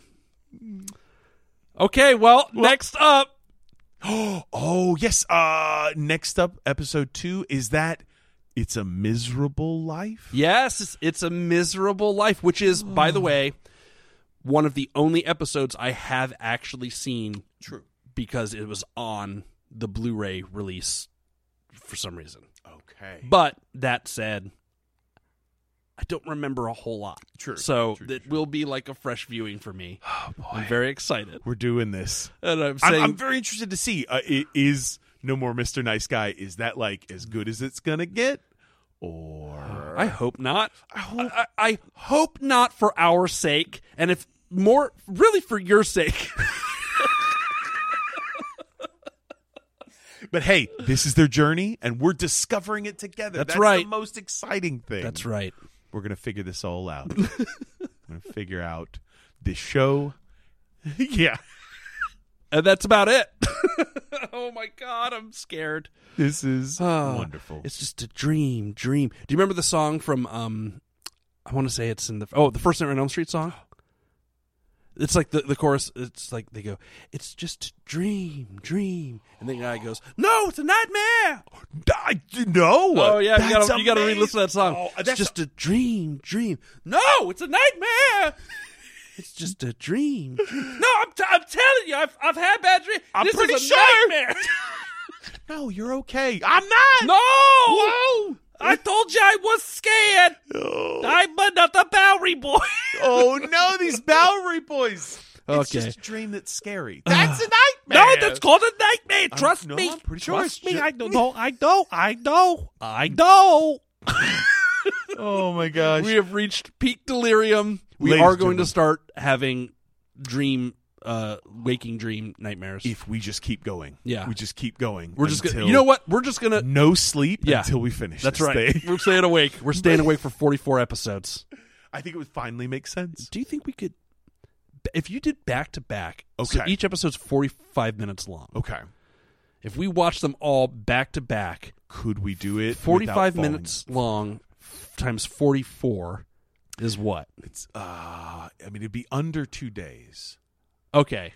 [SPEAKER 2] Okay, well, next up,
[SPEAKER 3] Oh yes. Uh, next up, episode two is that. It's a miserable life.
[SPEAKER 2] Yes, it's, it's a miserable life, which is, by the way, one of the only episodes I have actually seen. True. Because it was on the Blu ray release for some reason.
[SPEAKER 3] Okay.
[SPEAKER 2] But that said, I don't remember a whole lot. True. So it will be like a fresh viewing for me. Oh, boy. I'm very excited.
[SPEAKER 3] We're doing this.
[SPEAKER 2] And I'm
[SPEAKER 3] I'm,
[SPEAKER 2] saying,
[SPEAKER 3] I'm very interested to see. Uh, i- is no more Mr. Nice Guy? Is that like as good as it's gonna get? Or
[SPEAKER 2] I hope not. I hope, I, I hope not for our sake, and if more, really for your sake.
[SPEAKER 3] But hey, this is their journey, and we're discovering it together.
[SPEAKER 2] That's
[SPEAKER 3] That's,
[SPEAKER 2] right.
[SPEAKER 3] The most exciting thing.
[SPEAKER 2] That's right.
[SPEAKER 3] We're gonna figure this all out. We're gonna figure out this show. yeah,
[SPEAKER 2] And that's about it. oh my god, I'm scared.
[SPEAKER 3] this is
[SPEAKER 2] Ah,
[SPEAKER 3] wonderful.
[SPEAKER 2] It's just a dream, dream. Do you remember the song from um I want to say it's in the Oh, the first Nightmare on Elm Street song? It's like the, the chorus it's like they go, It's just a dream, dream and then the guy goes, No, it's a nightmare
[SPEAKER 3] I no.
[SPEAKER 2] Oh yeah, you
[SPEAKER 3] That's
[SPEAKER 2] gotta you gotta
[SPEAKER 3] amazing.
[SPEAKER 2] re listen to that song.
[SPEAKER 3] Oh,
[SPEAKER 2] it's
[SPEAKER 3] that's
[SPEAKER 2] just a dream, dream. No, it's a nightmare It's just a dream. No, I'm, t- I'm telling you, I've, I've had bad dreams.
[SPEAKER 3] I'm
[SPEAKER 2] this
[SPEAKER 3] pretty
[SPEAKER 2] is a
[SPEAKER 3] sure.
[SPEAKER 2] nightmare.
[SPEAKER 3] no. You're okay. I'm not.
[SPEAKER 2] No! I told you I was scared.
[SPEAKER 3] No.
[SPEAKER 2] I'm not a Bowery boy.
[SPEAKER 3] Oh no, these Bowery boys. It's
[SPEAKER 2] Okay.
[SPEAKER 3] just a dream that's scary. That's a
[SPEAKER 2] no,
[SPEAKER 3] nightmare.
[SPEAKER 2] that's called a nightmare. Trust
[SPEAKER 3] no,
[SPEAKER 2] me.
[SPEAKER 3] I'm pretty sure
[SPEAKER 2] Trust
[SPEAKER 3] it's
[SPEAKER 2] me.
[SPEAKER 3] ju-
[SPEAKER 2] I don't know. I know. I know. I know.
[SPEAKER 3] Oh my gosh.
[SPEAKER 2] We have reached peak delirium. We
[SPEAKER 3] Ladies
[SPEAKER 2] are
[SPEAKER 3] and
[SPEAKER 2] going to
[SPEAKER 3] gentlemen.
[SPEAKER 2] start having dream, uh, waking dream nightmares.
[SPEAKER 3] if we just keep going,
[SPEAKER 2] Yeah.
[SPEAKER 3] we just keep going.
[SPEAKER 2] We're just gonna.
[SPEAKER 3] until-
[SPEAKER 2] You know what? We're just gonna.
[SPEAKER 3] no sleep
[SPEAKER 2] Yeah.
[SPEAKER 3] until we finish.
[SPEAKER 2] That's
[SPEAKER 3] this
[SPEAKER 2] right.
[SPEAKER 3] thing.
[SPEAKER 2] We're staying awake. We're staying awake for 44 episodes.
[SPEAKER 3] I think it would finally make sense.
[SPEAKER 2] Do you think we could, if you did back to back? So
[SPEAKER 3] Okay.
[SPEAKER 2] each episode's 45 minutes long.
[SPEAKER 3] Okay.
[SPEAKER 2] If we watch them all back to back,
[SPEAKER 3] Could we do it?
[SPEAKER 2] 45
[SPEAKER 3] without falling-
[SPEAKER 2] minutes long times 44 is what?
[SPEAKER 3] It's uh I mean it'd be under 2 days.
[SPEAKER 2] Okay.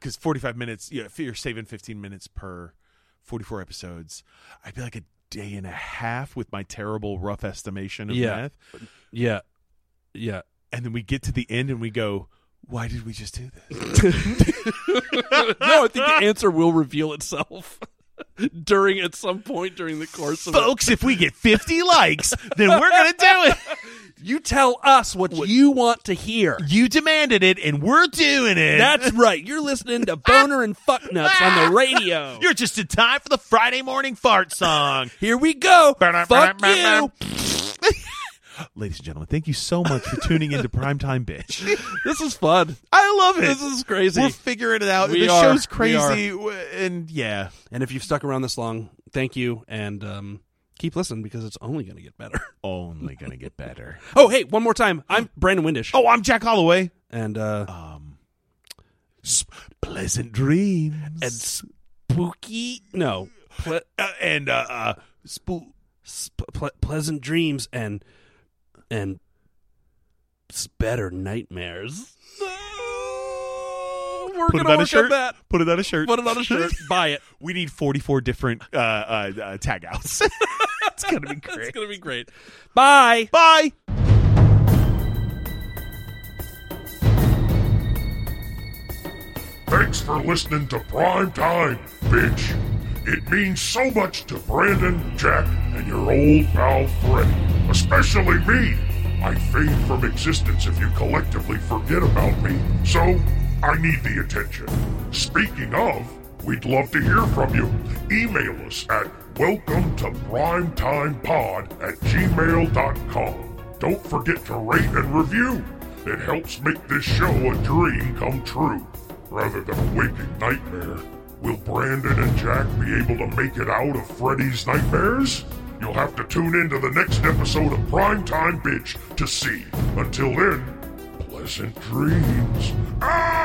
[SPEAKER 3] Cuz 45 minutes, yeah, if you're saving 15 minutes per 44 episodes, I'd be like a day and a half with my terrible rough estimation of
[SPEAKER 2] Yeah.
[SPEAKER 3] math.
[SPEAKER 2] Yeah. Yeah.
[SPEAKER 3] And then we get to the end and we go, "Why did we just do this?"
[SPEAKER 2] no, I think the answer will reveal itself during at some point during the course of it.
[SPEAKER 3] Folks, if we get 50 likes, then we're going to do it.
[SPEAKER 2] You tell us what, you want to hear.
[SPEAKER 3] You demanded it, and we're doing it.
[SPEAKER 2] That's right. You're listening to Boner and Fucknuts on the radio.
[SPEAKER 3] Ah! You're just in time for the Friday morning fart song.
[SPEAKER 2] Here we go. Fuck you.
[SPEAKER 3] Ladies and gentlemen, thank you so much for tuning into Primetime Bitch.
[SPEAKER 2] This is fun.
[SPEAKER 3] I love it.
[SPEAKER 2] This is crazy.
[SPEAKER 3] We're figuring it out.
[SPEAKER 2] We
[SPEAKER 3] the
[SPEAKER 2] are.
[SPEAKER 3] show's
[SPEAKER 2] We are.
[SPEAKER 3] crazy, w- and yeah.
[SPEAKER 2] And if you've stuck around this long, thank you and um, keep listening because it's only going to get better.
[SPEAKER 3] only gonna get better.
[SPEAKER 2] Oh, hey, one more time. I'm Brandon Windish.
[SPEAKER 3] Oh, I'm Jack Holloway.
[SPEAKER 2] And uh,
[SPEAKER 3] Pleasant dreams
[SPEAKER 2] and spooky. No. Ple-
[SPEAKER 3] uh, and uh, uh spook.
[SPEAKER 2] sp- ple- pleasant dreams and and s- better nightmares. We're
[SPEAKER 3] Put it
[SPEAKER 2] gonna
[SPEAKER 3] on a
[SPEAKER 2] work
[SPEAKER 3] shirt.
[SPEAKER 2] on that.
[SPEAKER 3] Put it on a shirt.
[SPEAKER 2] Put it on a shirt. Buy it.
[SPEAKER 3] We need 44 different uh, uh, uh tag outs. it's gonna be
[SPEAKER 2] It's
[SPEAKER 3] great.
[SPEAKER 2] gonna be great. Bye.
[SPEAKER 3] Bye.
[SPEAKER 1] Thanks for listening to Prime Time, bitch. It means so much to Brandon, Jack, and your old pal Freddy. Especially me. I fade from existence if you collectively forget about me, so I need the attention. Speaking of, we'd love to hear from you. Email us at welcome to primetimepod at gmail.com. Don't forget to rate and review. It helps make this show a dream come true rather than a waking nightmare. Will Brandon and Jack be able to make it out of Freddy's nightmares? You'll have to tune in to the next episode of Primetime Bitch to see. Until then, pleasant dreams. Ah!